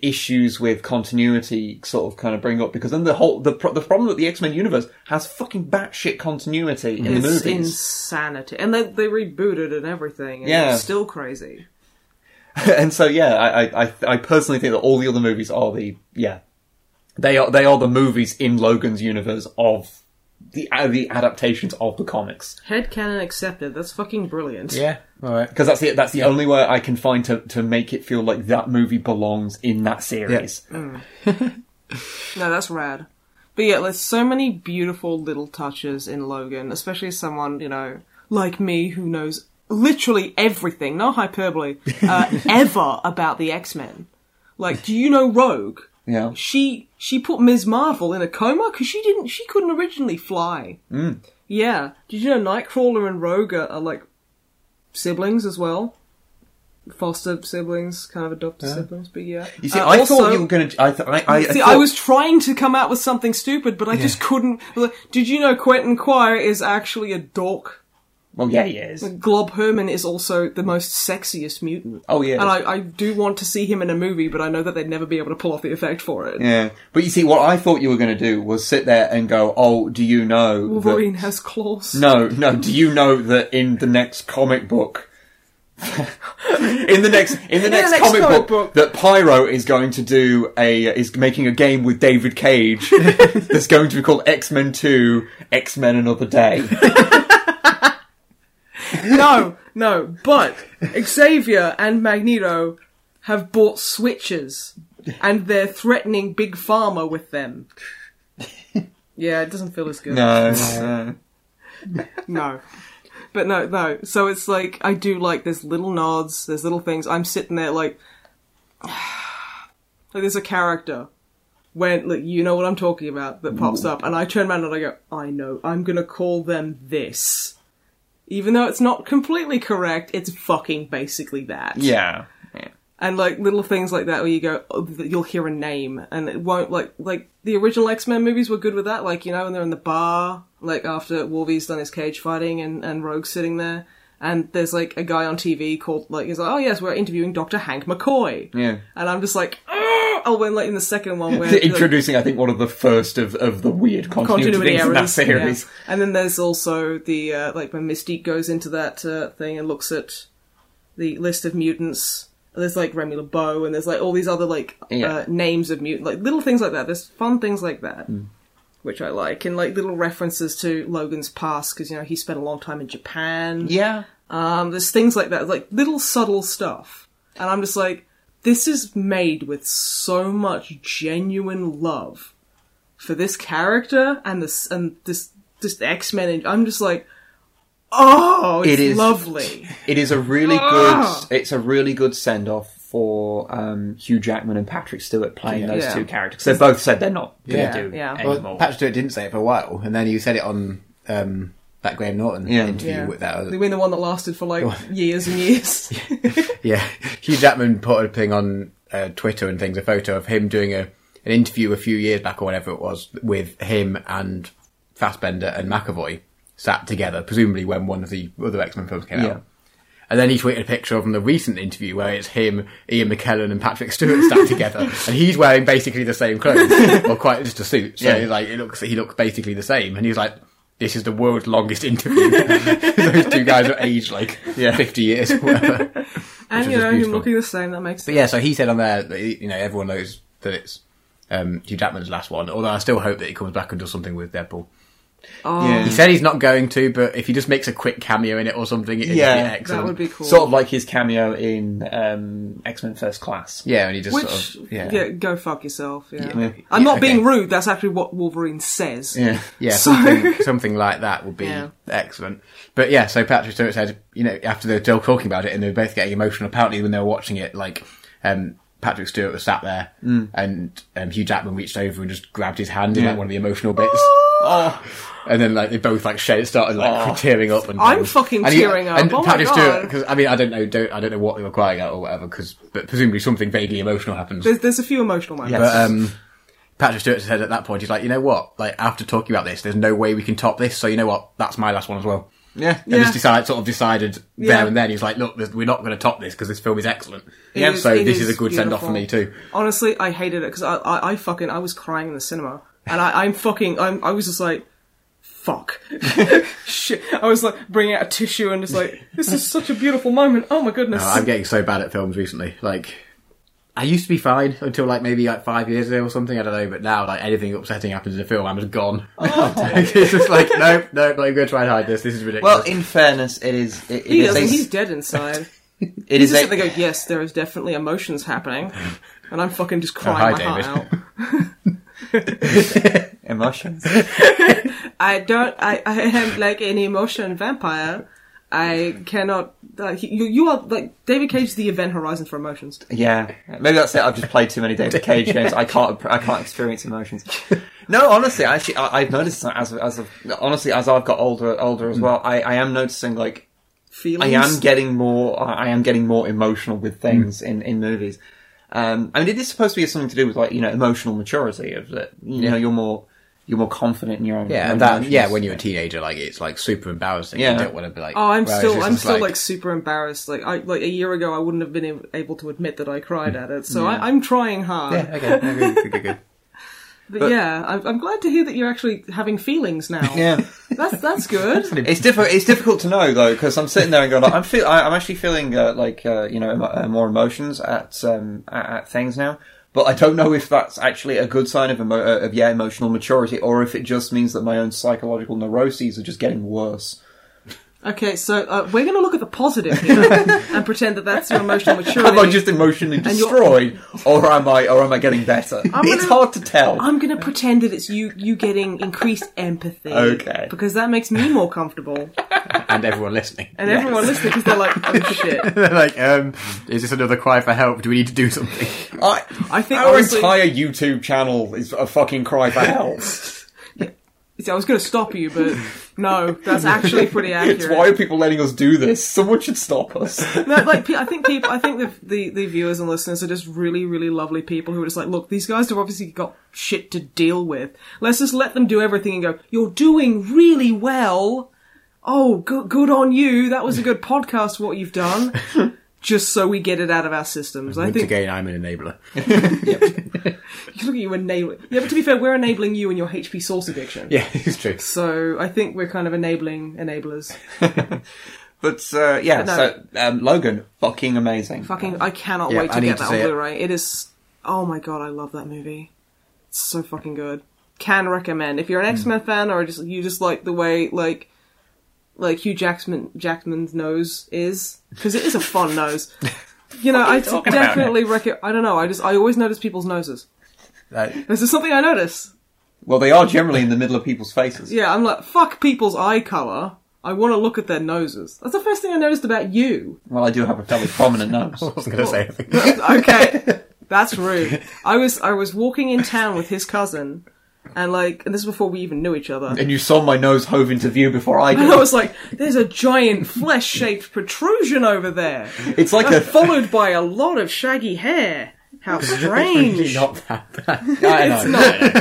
[SPEAKER 2] issues with continuity sort of kind of bring up because then the whole the pro- the problem that the X Men universe has fucking batshit continuity in the
[SPEAKER 1] it's
[SPEAKER 2] movies.
[SPEAKER 1] insanity, and they they rebooted and everything. And
[SPEAKER 2] Yeah.
[SPEAKER 1] it's still crazy.
[SPEAKER 2] <laughs> and so yeah, I, I- I I personally think that all the other movies are the yeah they are they are the movies in Logan's universe of the uh, the adaptations of the comics
[SPEAKER 1] Headcanon accepted. That's fucking brilliant.
[SPEAKER 3] Yeah, alright.
[SPEAKER 2] because that's the that's the only way I can find to to make it feel like that movie belongs in that series.
[SPEAKER 1] No, that's rad. But yeah, there's so many beautiful little touches in Logan, especially as someone, you know, like me who knows literally everything, no
[SPEAKER 2] <laughs>
[SPEAKER 1] hyperbole, uh, ever about the X-Men. Like, do you know Rogue?
[SPEAKER 2] Yeah.
[SPEAKER 1] She she put Ms. Marvel in a coma because she didn't she couldn't originally fly. Mm. Yeah. Did you know Nightcrawler and Rogue are, are like siblings as well? Foster siblings, kind of adopted siblings, but yeah.
[SPEAKER 2] You see,
[SPEAKER 1] Uh,
[SPEAKER 2] I
[SPEAKER 1] also-
[SPEAKER 2] thought you were going to. I, th- I, I,
[SPEAKER 1] See,
[SPEAKER 2] thought-
[SPEAKER 1] I was trying to come out with something stupid, but I just couldn't. Like, Did you know Quentin Quire is actually a dork?
[SPEAKER 2] Well, yeah, he is.
[SPEAKER 1] Glob Herman is also the most sexiest mutant.
[SPEAKER 2] Oh, yeah.
[SPEAKER 1] And I, I do want to see him in a movie, but I know that they'd never be able to pull off the effect for it.
[SPEAKER 2] Yeah, but you see, what I thought you were going to do was sit there and go, "Oh, do you know?" that-
[SPEAKER 1] Wolverine has claws.
[SPEAKER 2] No, no. Do you know that in the next comic book, <laughs> in the next in the next,
[SPEAKER 1] next
[SPEAKER 2] comic,
[SPEAKER 1] comic
[SPEAKER 2] book, that Pyro is going to do a is making a game with David Cage that's going to be called X Men Two, X Men Another Day.
[SPEAKER 1] no, no. But Xavier and Magneto have bought switches, and they're threatening Big Pharma with
[SPEAKER 2] <laughs>
[SPEAKER 1] them.
[SPEAKER 2] Uh,
[SPEAKER 1] Yeah, it doesn't feel as good.
[SPEAKER 2] No, no, no.
[SPEAKER 1] No. But no, no. So it's like I do like there's little nods, there's little things. I'm sitting there like, <sighs> like there's a character when like you know what I'm talking about that pops up, and I turn around and I go, I know, I'm gonna call them this, even though it's not completely correct. It's fucking basically that.
[SPEAKER 2] Yeah. yeah.
[SPEAKER 1] And like little things like that where you go, oh, th- you'll hear a name, and it won't like like the original X Men movies were good with that. Like you know, when they're in the bar, like after Wolverine's done his cage fighting, and and Rogue's sitting there. And there's like a guy on TV called like he's like oh yes we're interviewing Dr Hank McCoy
[SPEAKER 2] Yeah.
[SPEAKER 1] and I'm just like oh, oh when Uh, like in the second one where
[SPEAKER 2] Th- Introducing, I think, one of the first of, of the weird continuity,
[SPEAKER 1] continuity
[SPEAKER 2] things in that
[SPEAKER 1] errors.
[SPEAKER 2] series.
[SPEAKER 1] yeah. And then there's also the uh, like when Mystique goes into that uh, thing and looks at the list of mutants. There's like Remy LeBeau and there's like all these other like uh,
[SPEAKER 2] Yeah. Hmm.
[SPEAKER 1] names of mutant, like little things like that. There's fun things like that, which I like, and like little references to Logan's past because you know he spent a long time in Japan.
[SPEAKER 2] Yeah.
[SPEAKER 1] Um, there's things like that, like little subtle stuff. And I'm just like, this is made with so much genuine love for this character and this and this this X Men. And I'm just like, oh, it's
[SPEAKER 2] It is-
[SPEAKER 1] lovely.
[SPEAKER 2] It is a really
[SPEAKER 1] Ah!
[SPEAKER 2] good. It's a really good send off for um, Hugh Jackman and Patrick Stewart playing those
[SPEAKER 1] Yeah.
[SPEAKER 2] two characters. They both said they're not going to
[SPEAKER 3] Yeah.
[SPEAKER 2] do
[SPEAKER 1] Yeah.
[SPEAKER 3] Well,
[SPEAKER 2] anymore.
[SPEAKER 3] Patrick Stewart didn't say it for a while, and then you said it on um, that Graham Norton
[SPEAKER 2] Yeah.
[SPEAKER 3] interview
[SPEAKER 1] Yeah.
[SPEAKER 3] with that.
[SPEAKER 1] They win the one that lasted for
[SPEAKER 3] <laughs>
[SPEAKER 1] like years and years.
[SPEAKER 3] Yeah, Hugh Jackman put a thing on uh, Twitter and things, a photo of him doing a an interview a few years back or whatever it was with him and Fassbender and McAvoy sat together, presumably when one of the other X Men films came
[SPEAKER 2] Yeah.
[SPEAKER 3] out. And then he tweeted a picture of them, the recent interview where it's him, Ian McKellen, and Patrick Stewart
[SPEAKER 2] <laughs>
[SPEAKER 3] sat together, and he's wearing basically the same clothes, or quite just a suit. So
[SPEAKER 2] Yeah.
[SPEAKER 3] like it looks, he looks basically the same, and he's like, "This is the world's longest interview." <laughs> Those two guys are aged like
[SPEAKER 2] Yeah.
[SPEAKER 3] fifty years or whatever.
[SPEAKER 1] <laughs> and you
[SPEAKER 3] Which is
[SPEAKER 1] know, him
[SPEAKER 3] beautiful.
[SPEAKER 1] looking the same, that makes
[SPEAKER 3] But
[SPEAKER 1] sense.
[SPEAKER 3] yeah, so he said on there, that, you know, everyone knows that it's um, Hugh Jackman's last one. Although I still hope that he comes back and does something with Deadpool.
[SPEAKER 1] Oh,
[SPEAKER 2] Yeah.
[SPEAKER 3] He said he's not going to, but if he just makes a quick cameo in it or something, it'd
[SPEAKER 2] Yeah.
[SPEAKER 3] be
[SPEAKER 2] That
[SPEAKER 3] excellent.
[SPEAKER 1] that would be cool.
[SPEAKER 2] Sort of like his cameo in um, X Men First Class.
[SPEAKER 3] Yeah, and he just
[SPEAKER 1] Which,
[SPEAKER 3] sort of
[SPEAKER 1] yeah.
[SPEAKER 3] yeah,
[SPEAKER 1] go fuck yourself. Yeah.
[SPEAKER 2] Yeah.
[SPEAKER 1] I'm not
[SPEAKER 3] Yeah, okay.
[SPEAKER 1] being rude. That's actually what Wolverine says.
[SPEAKER 2] Yeah.
[SPEAKER 3] Yeah,
[SPEAKER 1] So- <laughs>
[SPEAKER 3] something, something like that would be
[SPEAKER 1] Yeah.
[SPEAKER 3] excellent. But yeah, so Patrick Stewart said, you know, after they were still talking about it and they were both getting emotional, apparently when they were watching it, like, um, Patrick Stewart was sat there
[SPEAKER 1] Mm.
[SPEAKER 3] and um, Hugh Jackman reached over and just grabbed his hand in
[SPEAKER 2] Yeah.
[SPEAKER 3] like one of the emotional bits.
[SPEAKER 2] Oh,
[SPEAKER 3] <laughs> And then like they both like sh- started like
[SPEAKER 2] Oh.
[SPEAKER 3] tearing up. And
[SPEAKER 1] I'm
[SPEAKER 3] things.
[SPEAKER 1] fucking
[SPEAKER 3] and he-
[SPEAKER 1] tearing up.
[SPEAKER 3] And
[SPEAKER 1] Oh my
[SPEAKER 3] Patrick Stewart,
[SPEAKER 1] God.
[SPEAKER 3] because I mean I don't know, don't, I don't know what they were crying at or whatever, because but presumably something vaguely emotional happens.
[SPEAKER 1] There's there's a few emotional moments.
[SPEAKER 2] Yes.
[SPEAKER 3] But um, Patrick Stewart said at that point, he's like, you know what? Like after talking about this, there's no way we can top this. So you know what? That's my last one as well.
[SPEAKER 2] yeah.
[SPEAKER 3] And
[SPEAKER 1] Yeah.
[SPEAKER 3] just decide, sort of decided
[SPEAKER 1] Yeah.
[SPEAKER 3] there and then. He's like, look, there's- we're not going to top this because this film is excellent.
[SPEAKER 1] It
[SPEAKER 2] Yeah.
[SPEAKER 1] is-
[SPEAKER 3] So
[SPEAKER 1] it
[SPEAKER 3] this is, a good send off
[SPEAKER 1] beautiful.
[SPEAKER 3] for me too.
[SPEAKER 1] Honestly, I hated it because I, I, I fucking I was crying in the cinema, and I, I'm fucking I'm, I was just like, fuck, <laughs> shit. I was like bringing out a tissue and just like, this is such a beautiful moment. Oh my goodness.
[SPEAKER 3] No, Uh, I'm getting so bad at films recently. Like, I used to be fine until like maybe like five years ago or something. I don't know, but now like anything upsetting happens in a film, I'm just gone.
[SPEAKER 1] Oh.
[SPEAKER 3] <laughs> it's just like, nope, nope, I'm going to try and hide this. This is
[SPEAKER 2] Well,
[SPEAKER 3] ridiculous.
[SPEAKER 2] in fairness, it is. It, it
[SPEAKER 1] he
[SPEAKER 2] is.
[SPEAKER 1] doesn't. He's
[SPEAKER 2] A,
[SPEAKER 1] dead
[SPEAKER 3] <laughs>
[SPEAKER 1] inside.
[SPEAKER 2] it
[SPEAKER 1] He's
[SPEAKER 2] is.
[SPEAKER 1] just sitting
[SPEAKER 2] A,
[SPEAKER 1] there going, yes, there is definitely emotions
[SPEAKER 3] <laughs>
[SPEAKER 1] happening, and I'm fucking just
[SPEAKER 3] Oh, hi,
[SPEAKER 1] crying my heart out.
[SPEAKER 3] David. <laughs>
[SPEAKER 2] <laughs> emotions.
[SPEAKER 1] I don't. I, I am like an emotion vampire. I cannot. Uh, he- you, you are like David Cage is the event horizon for emotions.
[SPEAKER 2] Yeah, maybe that's it. I've just played too many <laughs> David Cage games. I can't, I can't experience emotions. <laughs> No, honestly, I actually, I, I've noticed that as, as of, honestly, as I've got older, older as well, I, I am noticing like I
[SPEAKER 1] Feelings.
[SPEAKER 2] am getting more, I am getting more emotional with things in in movies. Um, I mean, it is supposed to be something to do with like you know emotional maturity of that. You know, you're more, you're more confident in your own.
[SPEAKER 3] yeah,
[SPEAKER 2] own
[SPEAKER 3] and that,
[SPEAKER 2] emotions.
[SPEAKER 3] yeah, when you're a teenager, like it's like super embarrassing.
[SPEAKER 2] Yeah.
[SPEAKER 3] You don't want to be like.
[SPEAKER 1] Oh, I'm
[SPEAKER 3] whereas
[SPEAKER 1] still,
[SPEAKER 3] this
[SPEAKER 1] I'm
[SPEAKER 3] is,
[SPEAKER 1] still like, super embarrassed. Like, I like a year ago, I wouldn't have been ab- able to admit that I cried at it. So I, I'm trying hard.
[SPEAKER 3] yeah, <laughs> okay, no, good, good, good, good.
[SPEAKER 1] but, yeah, I'm, I'm glad to hear that you're actually having feelings now.
[SPEAKER 2] <laughs>
[SPEAKER 3] <laughs>
[SPEAKER 2] yeah.
[SPEAKER 1] that's that's good.
[SPEAKER 2] It's difficult. It's difficult to know though because I'm sitting there and going, like, I'm feel, I, I'm actually feeling uh, like uh, you know em- uh, more emotions at, um, at at things now, but I don't know if that's actually a good sign of emo- uh, of yeah emotional maturity or if it just means that my own psychological neuroses are just getting worse.
[SPEAKER 1] Okay, so uh, we're going to look at the positive here and pretend that that's your emotional maturity.
[SPEAKER 2] Am I just emotionally
[SPEAKER 1] you're-
[SPEAKER 2] destroyed, or am I, or am I getting better? it's
[SPEAKER 1] gonna-
[SPEAKER 2] hard to tell.
[SPEAKER 1] I'm going to pretend that it's you you getting increased empathy.
[SPEAKER 2] Okay.
[SPEAKER 1] Because that makes me more comfortable.
[SPEAKER 3] and everyone listening.
[SPEAKER 1] And everyone listening, because they're like, oh shit.
[SPEAKER 3] <laughs> They're <laughs> like, um, is this another cry for help? Do we need to do something?
[SPEAKER 2] I,
[SPEAKER 1] I think
[SPEAKER 2] our
[SPEAKER 1] honestly-
[SPEAKER 2] entire YouTube channel is a fucking cry
[SPEAKER 1] <laughs>
[SPEAKER 2] for help.
[SPEAKER 1] See, I was going to stop you, but no, that's actually pretty accurate.
[SPEAKER 2] it's why are people letting us do this? Someone should stop us.
[SPEAKER 1] No, like pe- I think people, I think the, the the viewers and listeners are just really, really lovely people who are just like, look, these guys have obviously got shit to deal with. Let's just let them do everything and go. You're doing really well. Oh, good, good on you. That was a good podcast. What you've done. Just so we get it out of our systems. I
[SPEAKER 3] Once
[SPEAKER 1] think
[SPEAKER 3] again, I'm an enabler.
[SPEAKER 1] look at you enabling. Yeah, but to be fair, we're enabling you in your HP source addiction.
[SPEAKER 3] <laughs> Yeah, it's true.
[SPEAKER 1] So I think we're kind of enabling enablers.
[SPEAKER 2] But uh, yeah,
[SPEAKER 1] No.
[SPEAKER 2] so um, Logan, fucking amazing.
[SPEAKER 1] Fucking, I cannot
[SPEAKER 3] Um, Yeah,
[SPEAKER 1] wait to
[SPEAKER 3] I need
[SPEAKER 1] get
[SPEAKER 3] to
[SPEAKER 1] that
[SPEAKER 3] see
[SPEAKER 1] on
[SPEAKER 3] it.
[SPEAKER 1] Blu-ray. It is, oh my god, I love that movie. It's so fucking good. Can recommend if
[SPEAKER 3] Hmm.
[SPEAKER 1] you're an X Men fan or just you just like the way like like Hugh Jackman Jackman's nose is because it is a fun
[SPEAKER 3] <laughs>
[SPEAKER 1] nose. You know, I
[SPEAKER 2] talking about
[SPEAKER 1] definitely recommend. I don't know. I just I always notice people's noses.
[SPEAKER 3] Like,
[SPEAKER 1] This is something I notice.
[SPEAKER 2] Well, they are generally in the middle of people's faces.
[SPEAKER 1] Yeah, I'm like fuck people's eye color. I want to look at their noses. That's the first thing I noticed about you.
[SPEAKER 2] Well, I do have a fairly
[SPEAKER 1] <laughs>
[SPEAKER 2] prominent nose.
[SPEAKER 3] I wasn't going to say <laughs> anything.
[SPEAKER 1] okay, that's rude. I was I was walking in town with his cousin, and like, and this is before we even knew each other.
[SPEAKER 2] And you saw my nose hove into view before I
[SPEAKER 1] And I <laughs>
[SPEAKER 2] did.
[SPEAKER 1] was like, "There's a giant flesh-shaped protrusion over there, uh,
[SPEAKER 2] It's like a.
[SPEAKER 1] followed by a lot of shaggy hair. How strange!"
[SPEAKER 3] Not that bad.
[SPEAKER 2] I know.
[SPEAKER 1] <laughs> It's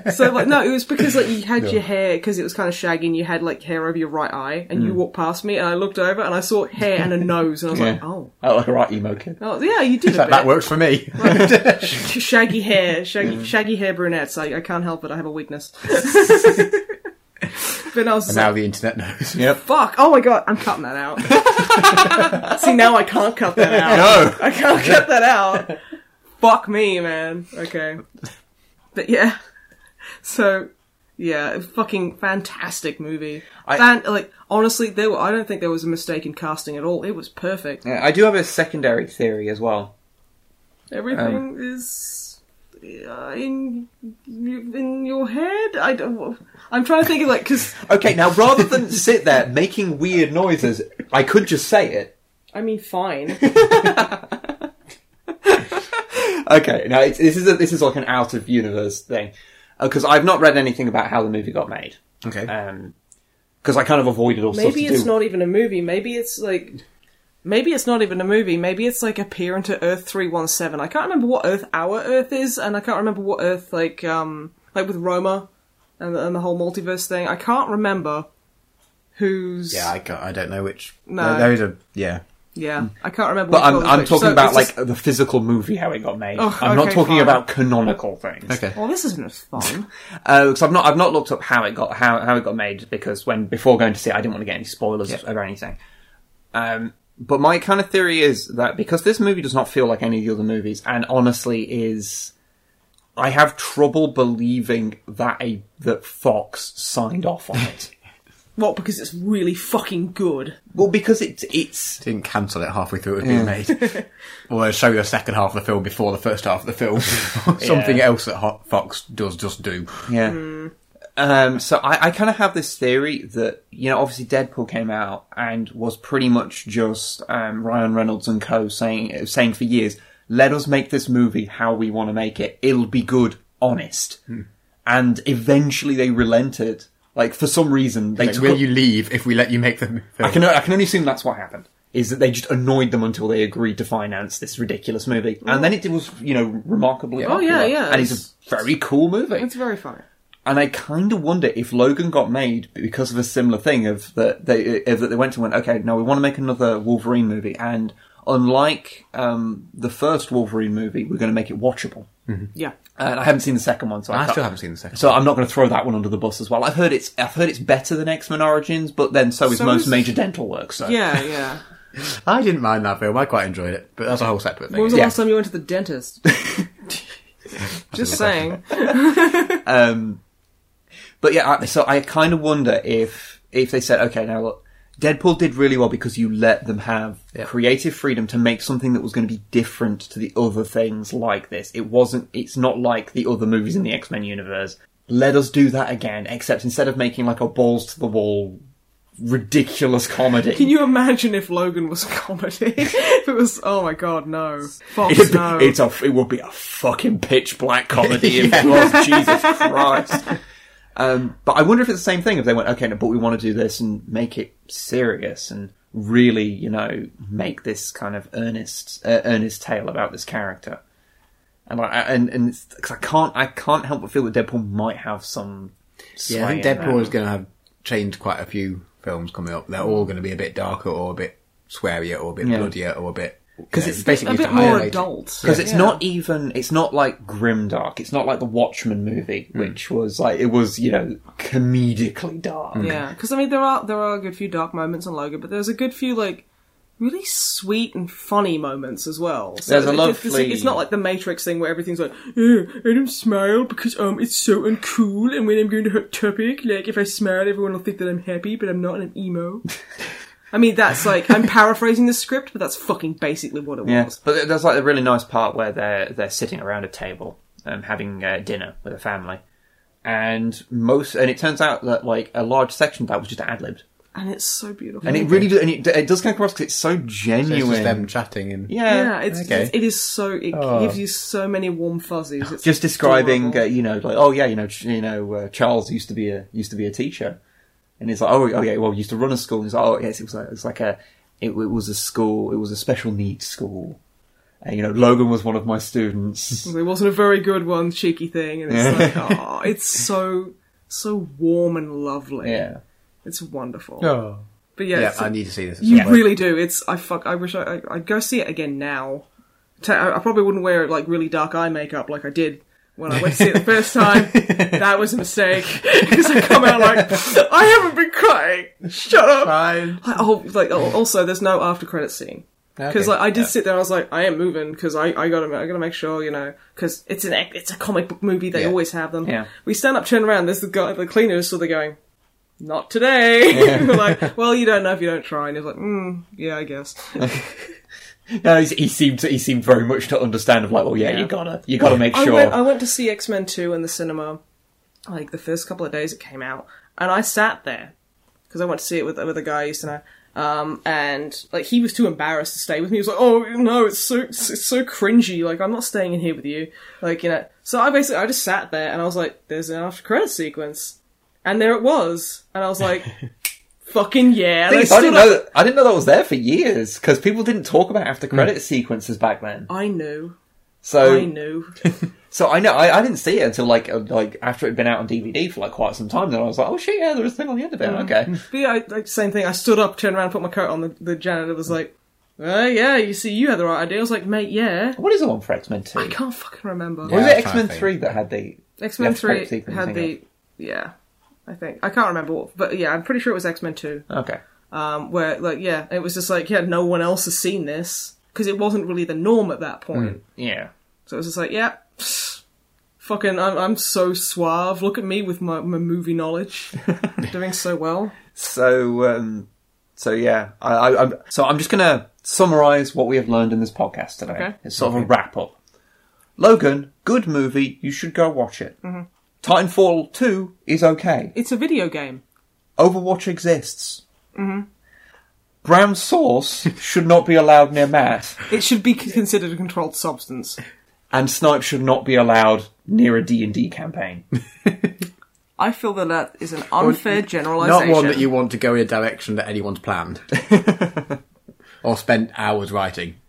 [SPEAKER 1] not no. So like no, it was because like you had your hair because it was kind of shaggy and you had like hair over your right eye, and you walked past me and I looked over and I saw hair and a nose, and I was
[SPEAKER 2] Yeah.
[SPEAKER 1] like, "Oh,
[SPEAKER 2] I look like a right emo kid.
[SPEAKER 1] oh yeah, you did a
[SPEAKER 3] That,
[SPEAKER 1] bit."
[SPEAKER 3] that works for me.
[SPEAKER 1] Sh- <laughs> shaggy hair, shaggy, shaggy hair brunettes. I, I can't help it. I have a
[SPEAKER 3] <laughs>
[SPEAKER 1] weakness. but I was just
[SPEAKER 3] <laughs> now
[SPEAKER 1] like,
[SPEAKER 3] the internet knows.
[SPEAKER 2] Yep.
[SPEAKER 1] fuck. Oh my god, I'm cutting that
[SPEAKER 3] <laughs>
[SPEAKER 1] out. See, now I can't cut that out.
[SPEAKER 3] No.
[SPEAKER 1] I can't cut that out. fuck me, man. Okay. But yeah. So, yeah, fucking fantastic movie.
[SPEAKER 2] I-
[SPEAKER 1] Fan- like, honestly, there were, I don't think there was a mistake in casting at all. It was perfect.
[SPEAKER 2] Yeah, I do have a secondary theory as well. Um,
[SPEAKER 1] Everything is uh, in in your head. I don't. I'm trying to think of like because
[SPEAKER 2] Okay, now
[SPEAKER 1] <laughs>
[SPEAKER 2] rather than sit there making weird noises, I could just say it.
[SPEAKER 1] I mean,
[SPEAKER 2] <laughs>
[SPEAKER 1] fine.
[SPEAKER 2] Okay, now it's, this is a, this is like an out of universe thing because I've not read anything about how the movie got made.
[SPEAKER 3] <laughs> Okay.
[SPEAKER 2] Because I kind of avoided all sorts
[SPEAKER 1] Maybe
[SPEAKER 2] of
[SPEAKER 1] it's
[SPEAKER 2] do-
[SPEAKER 1] not even a movie. Maybe it's like. Maybe it's not even a movie. Maybe it's like a peer into Earth three one seven. I can't remember what Earth our Earth is, and I can't remember what Earth like um like with Roma, and the, and the whole multiverse thing. I can't remember who's
[SPEAKER 3] Yeah, I, can't, I don't know which.
[SPEAKER 1] No.
[SPEAKER 3] No. Those are, yeah.
[SPEAKER 1] yeah. I can't remember.
[SPEAKER 2] But
[SPEAKER 1] which
[SPEAKER 2] I'm,
[SPEAKER 1] one
[SPEAKER 2] I'm
[SPEAKER 1] which.
[SPEAKER 2] talking
[SPEAKER 1] So
[SPEAKER 2] about
[SPEAKER 1] it's just-
[SPEAKER 2] like the physical movie how it got made.
[SPEAKER 1] Oh,
[SPEAKER 2] I'm not
[SPEAKER 1] okay,
[SPEAKER 2] talking
[SPEAKER 1] fine.
[SPEAKER 2] about canonical things.
[SPEAKER 3] Okay.
[SPEAKER 1] Well, oh, this isn't as fun.
[SPEAKER 2] because Oh, I've not I've not looked up how it got how how it got made because when before going to see it, I didn't want to get any spoilers about anything. Um, but my kind of theory is that because this movie does not feel like any of the other movies, and honestly is, I have trouble believing that a that Fox signed off on it.
[SPEAKER 1] What? Because it's really fucking good.
[SPEAKER 2] <laughs> well, because it's it's
[SPEAKER 3] Didn't cancel it halfway through it was being made.
[SPEAKER 1] <laughs>
[SPEAKER 3] or show the second half of the film before the first half of the film. <laughs> Something
[SPEAKER 2] Yeah.
[SPEAKER 3] else that Hot Fox does just do.
[SPEAKER 2] yeah. Um, so I, I kind of have this theory that you know, obviously Deadpool came out and was pretty much just um, Ryan Reynolds and co saying uh, saying for years, "Let us make this movie how we want to make it. It'll be good, honest." And eventually they relented. Like for some reason they
[SPEAKER 3] Like,
[SPEAKER 2] took
[SPEAKER 3] will
[SPEAKER 2] up-
[SPEAKER 3] you leave if we let you make the film?
[SPEAKER 2] I can I can only assume that's what happened. Is that they just annoyed them until they agreed to finance this ridiculous movie, and then it was you know remarkably
[SPEAKER 1] Oh, yeah,
[SPEAKER 2] popular.
[SPEAKER 1] yeah,
[SPEAKER 2] and it's,
[SPEAKER 1] it's-
[SPEAKER 2] a very cool movie.
[SPEAKER 1] It's very funny.
[SPEAKER 2] And I kind of wonder if Logan got made because of a similar thing of that they of that they went and went, okay, now we want to make another Wolverine movie, and unlike um, the first Wolverine movie, we're going to make it watchable.
[SPEAKER 1] Yeah.
[SPEAKER 2] And I haven't seen the second one, so I,
[SPEAKER 3] Mm-hmm. I
[SPEAKER 2] can't-
[SPEAKER 3] still haven't seen the second.
[SPEAKER 2] So I'm not going to throw that one under the bus as well. I've heard it's I've heard it's better than X Men Origins, but then so is
[SPEAKER 1] So
[SPEAKER 2] most
[SPEAKER 1] is-
[SPEAKER 2] major dental work. So
[SPEAKER 1] Yeah, yeah.
[SPEAKER 3] I didn't mind that film. I quite enjoyed it, but that's a whole
[SPEAKER 1] <laughs>
[SPEAKER 3] separate
[SPEAKER 1] When was
[SPEAKER 3] thing.
[SPEAKER 1] the
[SPEAKER 2] Yeah.
[SPEAKER 1] last time you went to the
[SPEAKER 2] <laughs>
[SPEAKER 1] dentist? Just saying.
[SPEAKER 2] But yeah, I- so I kind of wonder if if they said, okay, now look, Deadpool did really well because you let them have
[SPEAKER 3] Yeah.
[SPEAKER 2] creative freedom to make something that was going to be different to the other things like this. It wasn't, it's not like the other movies in the X Men universe. Let us do that again, except instead of making like a balls to the wall ridiculous comedy.
[SPEAKER 1] Can you imagine if Logan was a comedy? <laughs> if it was, oh my god, no. Fox,
[SPEAKER 2] It'd be-
[SPEAKER 1] no.
[SPEAKER 2] it's a, it would be a fucking pitch black comedy
[SPEAKER 1] <laughs>
[SPEAKER 2] if it was Jesus Christ. Um, but I wonder if it's the same thing. If they went, okay, no, but we want to do this and make it serious and really, you know, make this kind of earnest, uh, earnest tale about this character. And I I- and and it's, cause I can't I can't help but feel that Deadpool might have some.
[SPEAKER 3] Yeah, I think
[SPEAKER 2] sway in
[SPEAKER 3] Deadpool
[SPEAKER 2] that.
[SPEAKER 3] is going to have changed quite a few films coming up. They're all going to be a bit darker, or a bit swearier, or a bit
[SPEAKER 2] Yeah.
[SPEAKER 3] bloodier, or a bit
[SPEAKER 2] 'Cause
[SPEAKER 3] you know,
[SPEAKER 2] it's
[SPEAKER 1] a
[SPEAKER 3] basically to
[SPEAKER 1] bit more
[SPEAKER 3] highlight-
[SPEAKER 1] adult.
[SPEAKER 2] because it's
[SPEAKER 1] Yeah.
[SPEAKER 2] not even it's not like grimdark it's not like the watchmen movie
[SPEAKER 3] Hmm.
[SPEAKER 2] which was like it was you know comedically dark
[SPEAKER 1] Yeah, because I mean, there are there are a good few dark moments on Logan, but there's a good few like really sweet and funny moments as well. So
[SPEAKER 2] There's a
[SPEAKER 1] it- it's-
[SPEAKER 2] lovely-
[SPEAKER 1] It's not like the Matrix thing where everything's like, oh, I don't smile because um, it's so uncool, and when I'm going to hot topic, like if I smile, everyone will think that I'm happy, but I'm not, and I'm
[SPEAKER 2] <laughs>
[SPEAKER 1] emo. I mean, that's like I'm paraphrasing the script, but that's fucking basically what it
[SPEAKER 2] yeah
[SPEAKER 1] was.
[SPEAKER 2] but there's like a really nice part where they're they're sitting around a table um, having uh, dinner with a family and most and it turns out that like a large section of that was just ad-libbed
[SPEAKER 1] And it's so beautiful.
[SPEAKER 2] and it really do, and it, it does come across because it's so genuine
[SPEAKER 3] It's just them chatting and
[SPEAKER 2] yeah,
[SPEAKER 1] yeah, it's,
[SPEAKER 3] okay.
[SPEAKER 1] it's it is so it gives you so many warm fuzzies. It's
[SPEAKER 2] Oh. just describing,
[SPEAKER 1] adorable.
[SPEAKER 2] uh, you know, like oh yeah, you know, ch- you know, uh, Charles used to be a used to be a teacher, and it's like oh oh yeah, well, he used to run a school. And he's like oh yes, it was like it's like a it, it was a school, it was a special needs school, and you know, Logan was one of my
[SPEAKER 3] <laughs>
[SPEAKER 2] students.
[SPEAKER 1] It wasn't a very good one, cheeky thing, and it's like, oh, it's so so warm and lovely.
[SPEAKER 2] yeah,
[SPEAKER 1] it's wonderful.
[SPEAKER 3] oh.
[SPEAKER 1] But
[SPEAKER 3] yeah,
[SPEAKER 1] yeah, it's-
[SPEAKER 3] I need to see this. At
[SPEAKER 1] you
[SPEAKER 3] some point.
[SPEAKER 1] really do. It's I fuck. I wish I, I I'd go see it again now. Ta- I I probably wouldn't wear like really dark eye makeup like I did when I went to see it the first time. That was a mistake <laughs> because I come out like I haven't been crying. Shut up.
[SPEAKER 3] Fine.
[SPEAKER 1] Like, oh, like oh, also, there's no after credit scene because
[SPEAKER 3] Okay.
[SPEAKER 1] like I did
[SPEAKER 3] Yeah.
[SPEAKER 1] sit there. I was like, I ain't moving because I, I gotta I gotta make sure you know because it's an ec- it's a comic book movie. They
[SPEAKER 3] Yeah.
[SPEAKER 1] always have them.
[SPEAKER 2] Yeah.
[SPEAKER 1] We stand up, turn around. There's the guy, the cleaners. So they're going, not today. <laughs> We're like, well, you don't know if you don't try. And he's like, mm, yeah, I guess.
[SPEAKER 2] no, he's, he seemed to, he seemed very much to understand of like oh yeah,
[SPEAKER 1] Yeah.
[SPEAKER 2] you gotta you gotta make sure.
[SPEAKER 1] I went, I went to see X Men 2 in the cinema, like the first couple of days it came out, and I sat there because I went to see it with, with a guy I used to know. Um, and like he was too embarrassed to stay with me. He was like, "Oh no, it's so it's, it's so cringy. Like I'm not staying in here with you. Like you know." So I basically I just sat there and I was like, "There's an after credit sequence," and there it was, and I was
[SPEAKER 2] <laughs>
[SPEAKER 1] like, "Fucking yeah!" And
[SPEAKER 2] I
[SPEAKER 1] I
[SPEAKER 2] didn't
[SPEAKER 1] stood
[SPEAKER 2] know
[SPEAKER 1] up.
[SPEAKER 2] that, I didn't know that was there for years because people didn't talk about after credit sequences back then.
[SPEAKER 1] I knew.
[SPEAKER 2] So
[SPEAKER 1] Hmm. I knew.
[SPEAKER 2] So I know I, I didn't see it until like uh, like after it had been out on DVD for like quite some time. Then I was like, oh shit, yeah, there was a thing on the end
[SPEAKER 1] Hmm.
[SPEAKER 2] of it. Okay,
[SPEAKER 1] But yeah, I, like, same thing. I stood up, turned around, put my coat on. The, the janitor was like, "Uh, yeah, you see, you had the right idea." I was like, "Mate, yeah."
[SPEAKER 2] what is the one for X Men Two?
[SPEAKER 1] I can't fucking remember.
[SPEAKER 2] Or
[SPEAKER 3] Yeah,
[SPEAKER 2] was
[SPEAKER 3] I
[SPEAKER 2] it
[SPEAKER 3] was
[SPEAKER 2] X Men
[SPEAKER 3] trying to
[SPEAKER 2] Three that had the?
[SPEAKER 1] X Men
[SPEAKER 2] Yeah,
[SPEAKER 1] Three
[SPEAKER 2] Fred Sequin, I
[SPEAKER 1] had the,
[SPEAKER 2] think
[SPEAKER 1] yeah, I think I can't remember, what, but yeah, I'm pretty sure it was X Men Two.
[SPEAKER 2] Okay,
[SPEAKER 1] Um, where like yeah, it was just like yeah, no one else has seen this because it wasn't really the norm at that point.
[SPEAKER 2] yeah,
[SPEAKER 1] So it was just like yeah. <sighs> Fucking, I'm, I'm so suave. Look at me with my, my movie knowledge, doing so well.
[SPEAKER 2] So, um, so yeah, I, I, I'm, so I'm just going to summarize what we have learned in this podcast today.
[SPEAKER 1] Okay.
[SPEAKER 2] It's sort of a wrap up. Logan, good movie. You should go watch it. Titanfall Two is okay.
[SPEAKER 1] It's a video game.
[SPEAKER 2] Overwatch exists. Brown sauce should not be allowed near Matt.
[SPEAKER 1] It should be c- considered a controlled substance.
[SPEAKER 2] and Snipe should not be allowed near a D&D campaign.
[SPEAKER 1] I feel that that is an unfair
[SPEAKER 3] Not
[SPEAKER 1] generalization.
[SPEAKER 3] one that you want to go in a direction that
[SPEAKER 2] <laughs>
[SPEAKER 3] anyone's planned, or spend hours writing.
[SPEAKER 1] <laughs>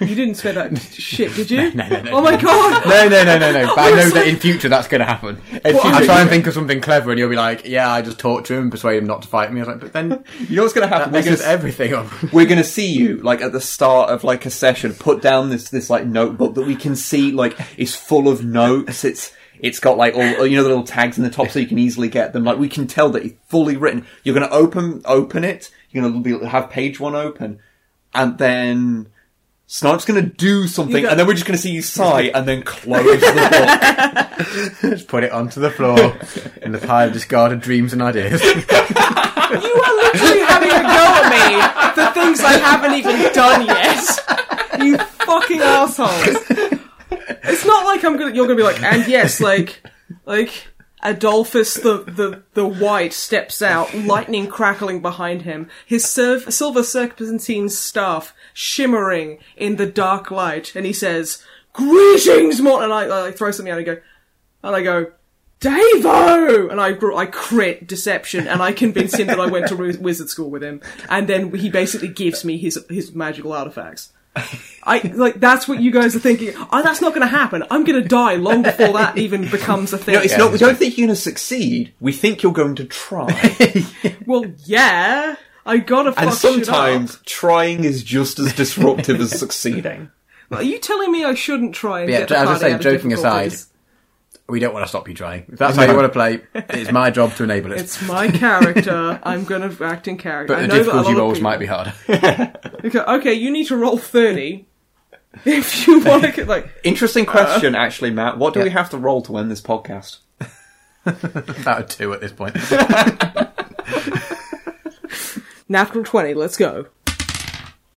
[SPEAKER 1] You didn't say that shit, did
[SPEAKER 3] <laughs>
[SPEAKER 1] you? oh my god!
[SPEAKER 3] No, no, no,
[SPEAKER 1] <laughs>
[SPEAKER 3] no, no. But I know
[SPEAKER 1] Honestly.
[SPEAKER 3] that in future that's going to happen.
[SPEAKER 2] future-
[SPEAKER 3] I try and think of something clever, and you'll be like, "Yeah, I just torture him, persuade him not to fight me." I was like,
[SPEAKER 1] <laughs>
[SPEAKER 3] "But then
[SPEAKER 2] You know what's going to
[SPEAKER 3] that
[SPEAKER 2] happen? We're
[SPEAKER 3] messes
[SPEAKER 2] gonna,
[SPEAKER 3] everything up." <laughs>
[SPEAKER 2] we're gonna see you like at the start of like a session. Put down this this like notebook that we can see like is full of notes. It's it's got like all you know the little tags in the top so you can easily get them. Like we can tell that it's fully written. You're gonna open open it. You're gonna be, have page one open, and then. Snipe's gonna do something,
[SPEAKER 1] got-
[SPEAKER 2] and then we're just gonna see you sigh and then close <laughs> the book.
[SPEAKER 3] Just put it onto
[SPEAKER 1] <laughs>
[SPEAKER 3] the floor in the pile of discarded dreams and ideas. <laughs>
[SPEAKER 1] You are literally having a go at me
[SPEAKER 3] <laughs>
[SPEAKER 1] for things I haven't even done yet. You fucking assholes. It's not like I'm gonna. You're gonna be like, and yes, like, like Adolphus the the the White steps out, lightning crackling behind him, his serv- silver serpentine staff shimmering in the dark light, and he says, "Greetings, Morton." And I, I like, throw something out and go, and I go, Davo! And I gr- I crit deception, and I convince him that I went to ru- wizard school with him, and then he basically gives me his his magical artifacts. I like that's what you guys are thinking. Oh, that's not going to happen. I'm going to die long before that even becomes a thing.
[SPEAKER 2] No, it's not. We don't think you're going to succeed. We think you're going to <laughs> try.
[SPEAKER 1] Well, yeah, I gotta.
[SPEAKER 2] and
[SPEAKER 1] fuck shit up.
[SPEAKER 2] sometimes trying is just as disruptive as succeeding.
[SPEAKER 1] are you telling me I shouldn't try? And
[SPEAKER 3] Yeah,
[SPEAKER 1] get the
[SPEAKER 3] as I
[SPEAKER 1] party
[SPEAKER 3] say,
[SPEAKER 1] out of
[SPEAKER 3] joking aside,
[SPEAKER 1] difficulties?
[SPEAKER 3] we don't want to stop you trying. If that's how you want to play, it's my job to enable it.
[SPEAKER 1] it's my character. I'm going to act in character.
[SPEAKER 3] but
[SPEAKER 1] I
[SPEAKER 3] the
[SPEAKER 1] know that a lot
[SPEAKER 3] difficulty
[SPEAKER 1] of
[SPEAKER 3] rolls
[SPEAKER 1] people-
[SPEAKER 3] might be <laughs> harder.
[SPEAKER 1] Okay, okay, you need to roll thirty if you want to. Like,
[SPEAKER 2] Interesting question, actually, Matt. What do we have to roll to end this podcast?
[SPEAKER 3] About two at this point.
[SPEAKER 1] Natural 20, let's go.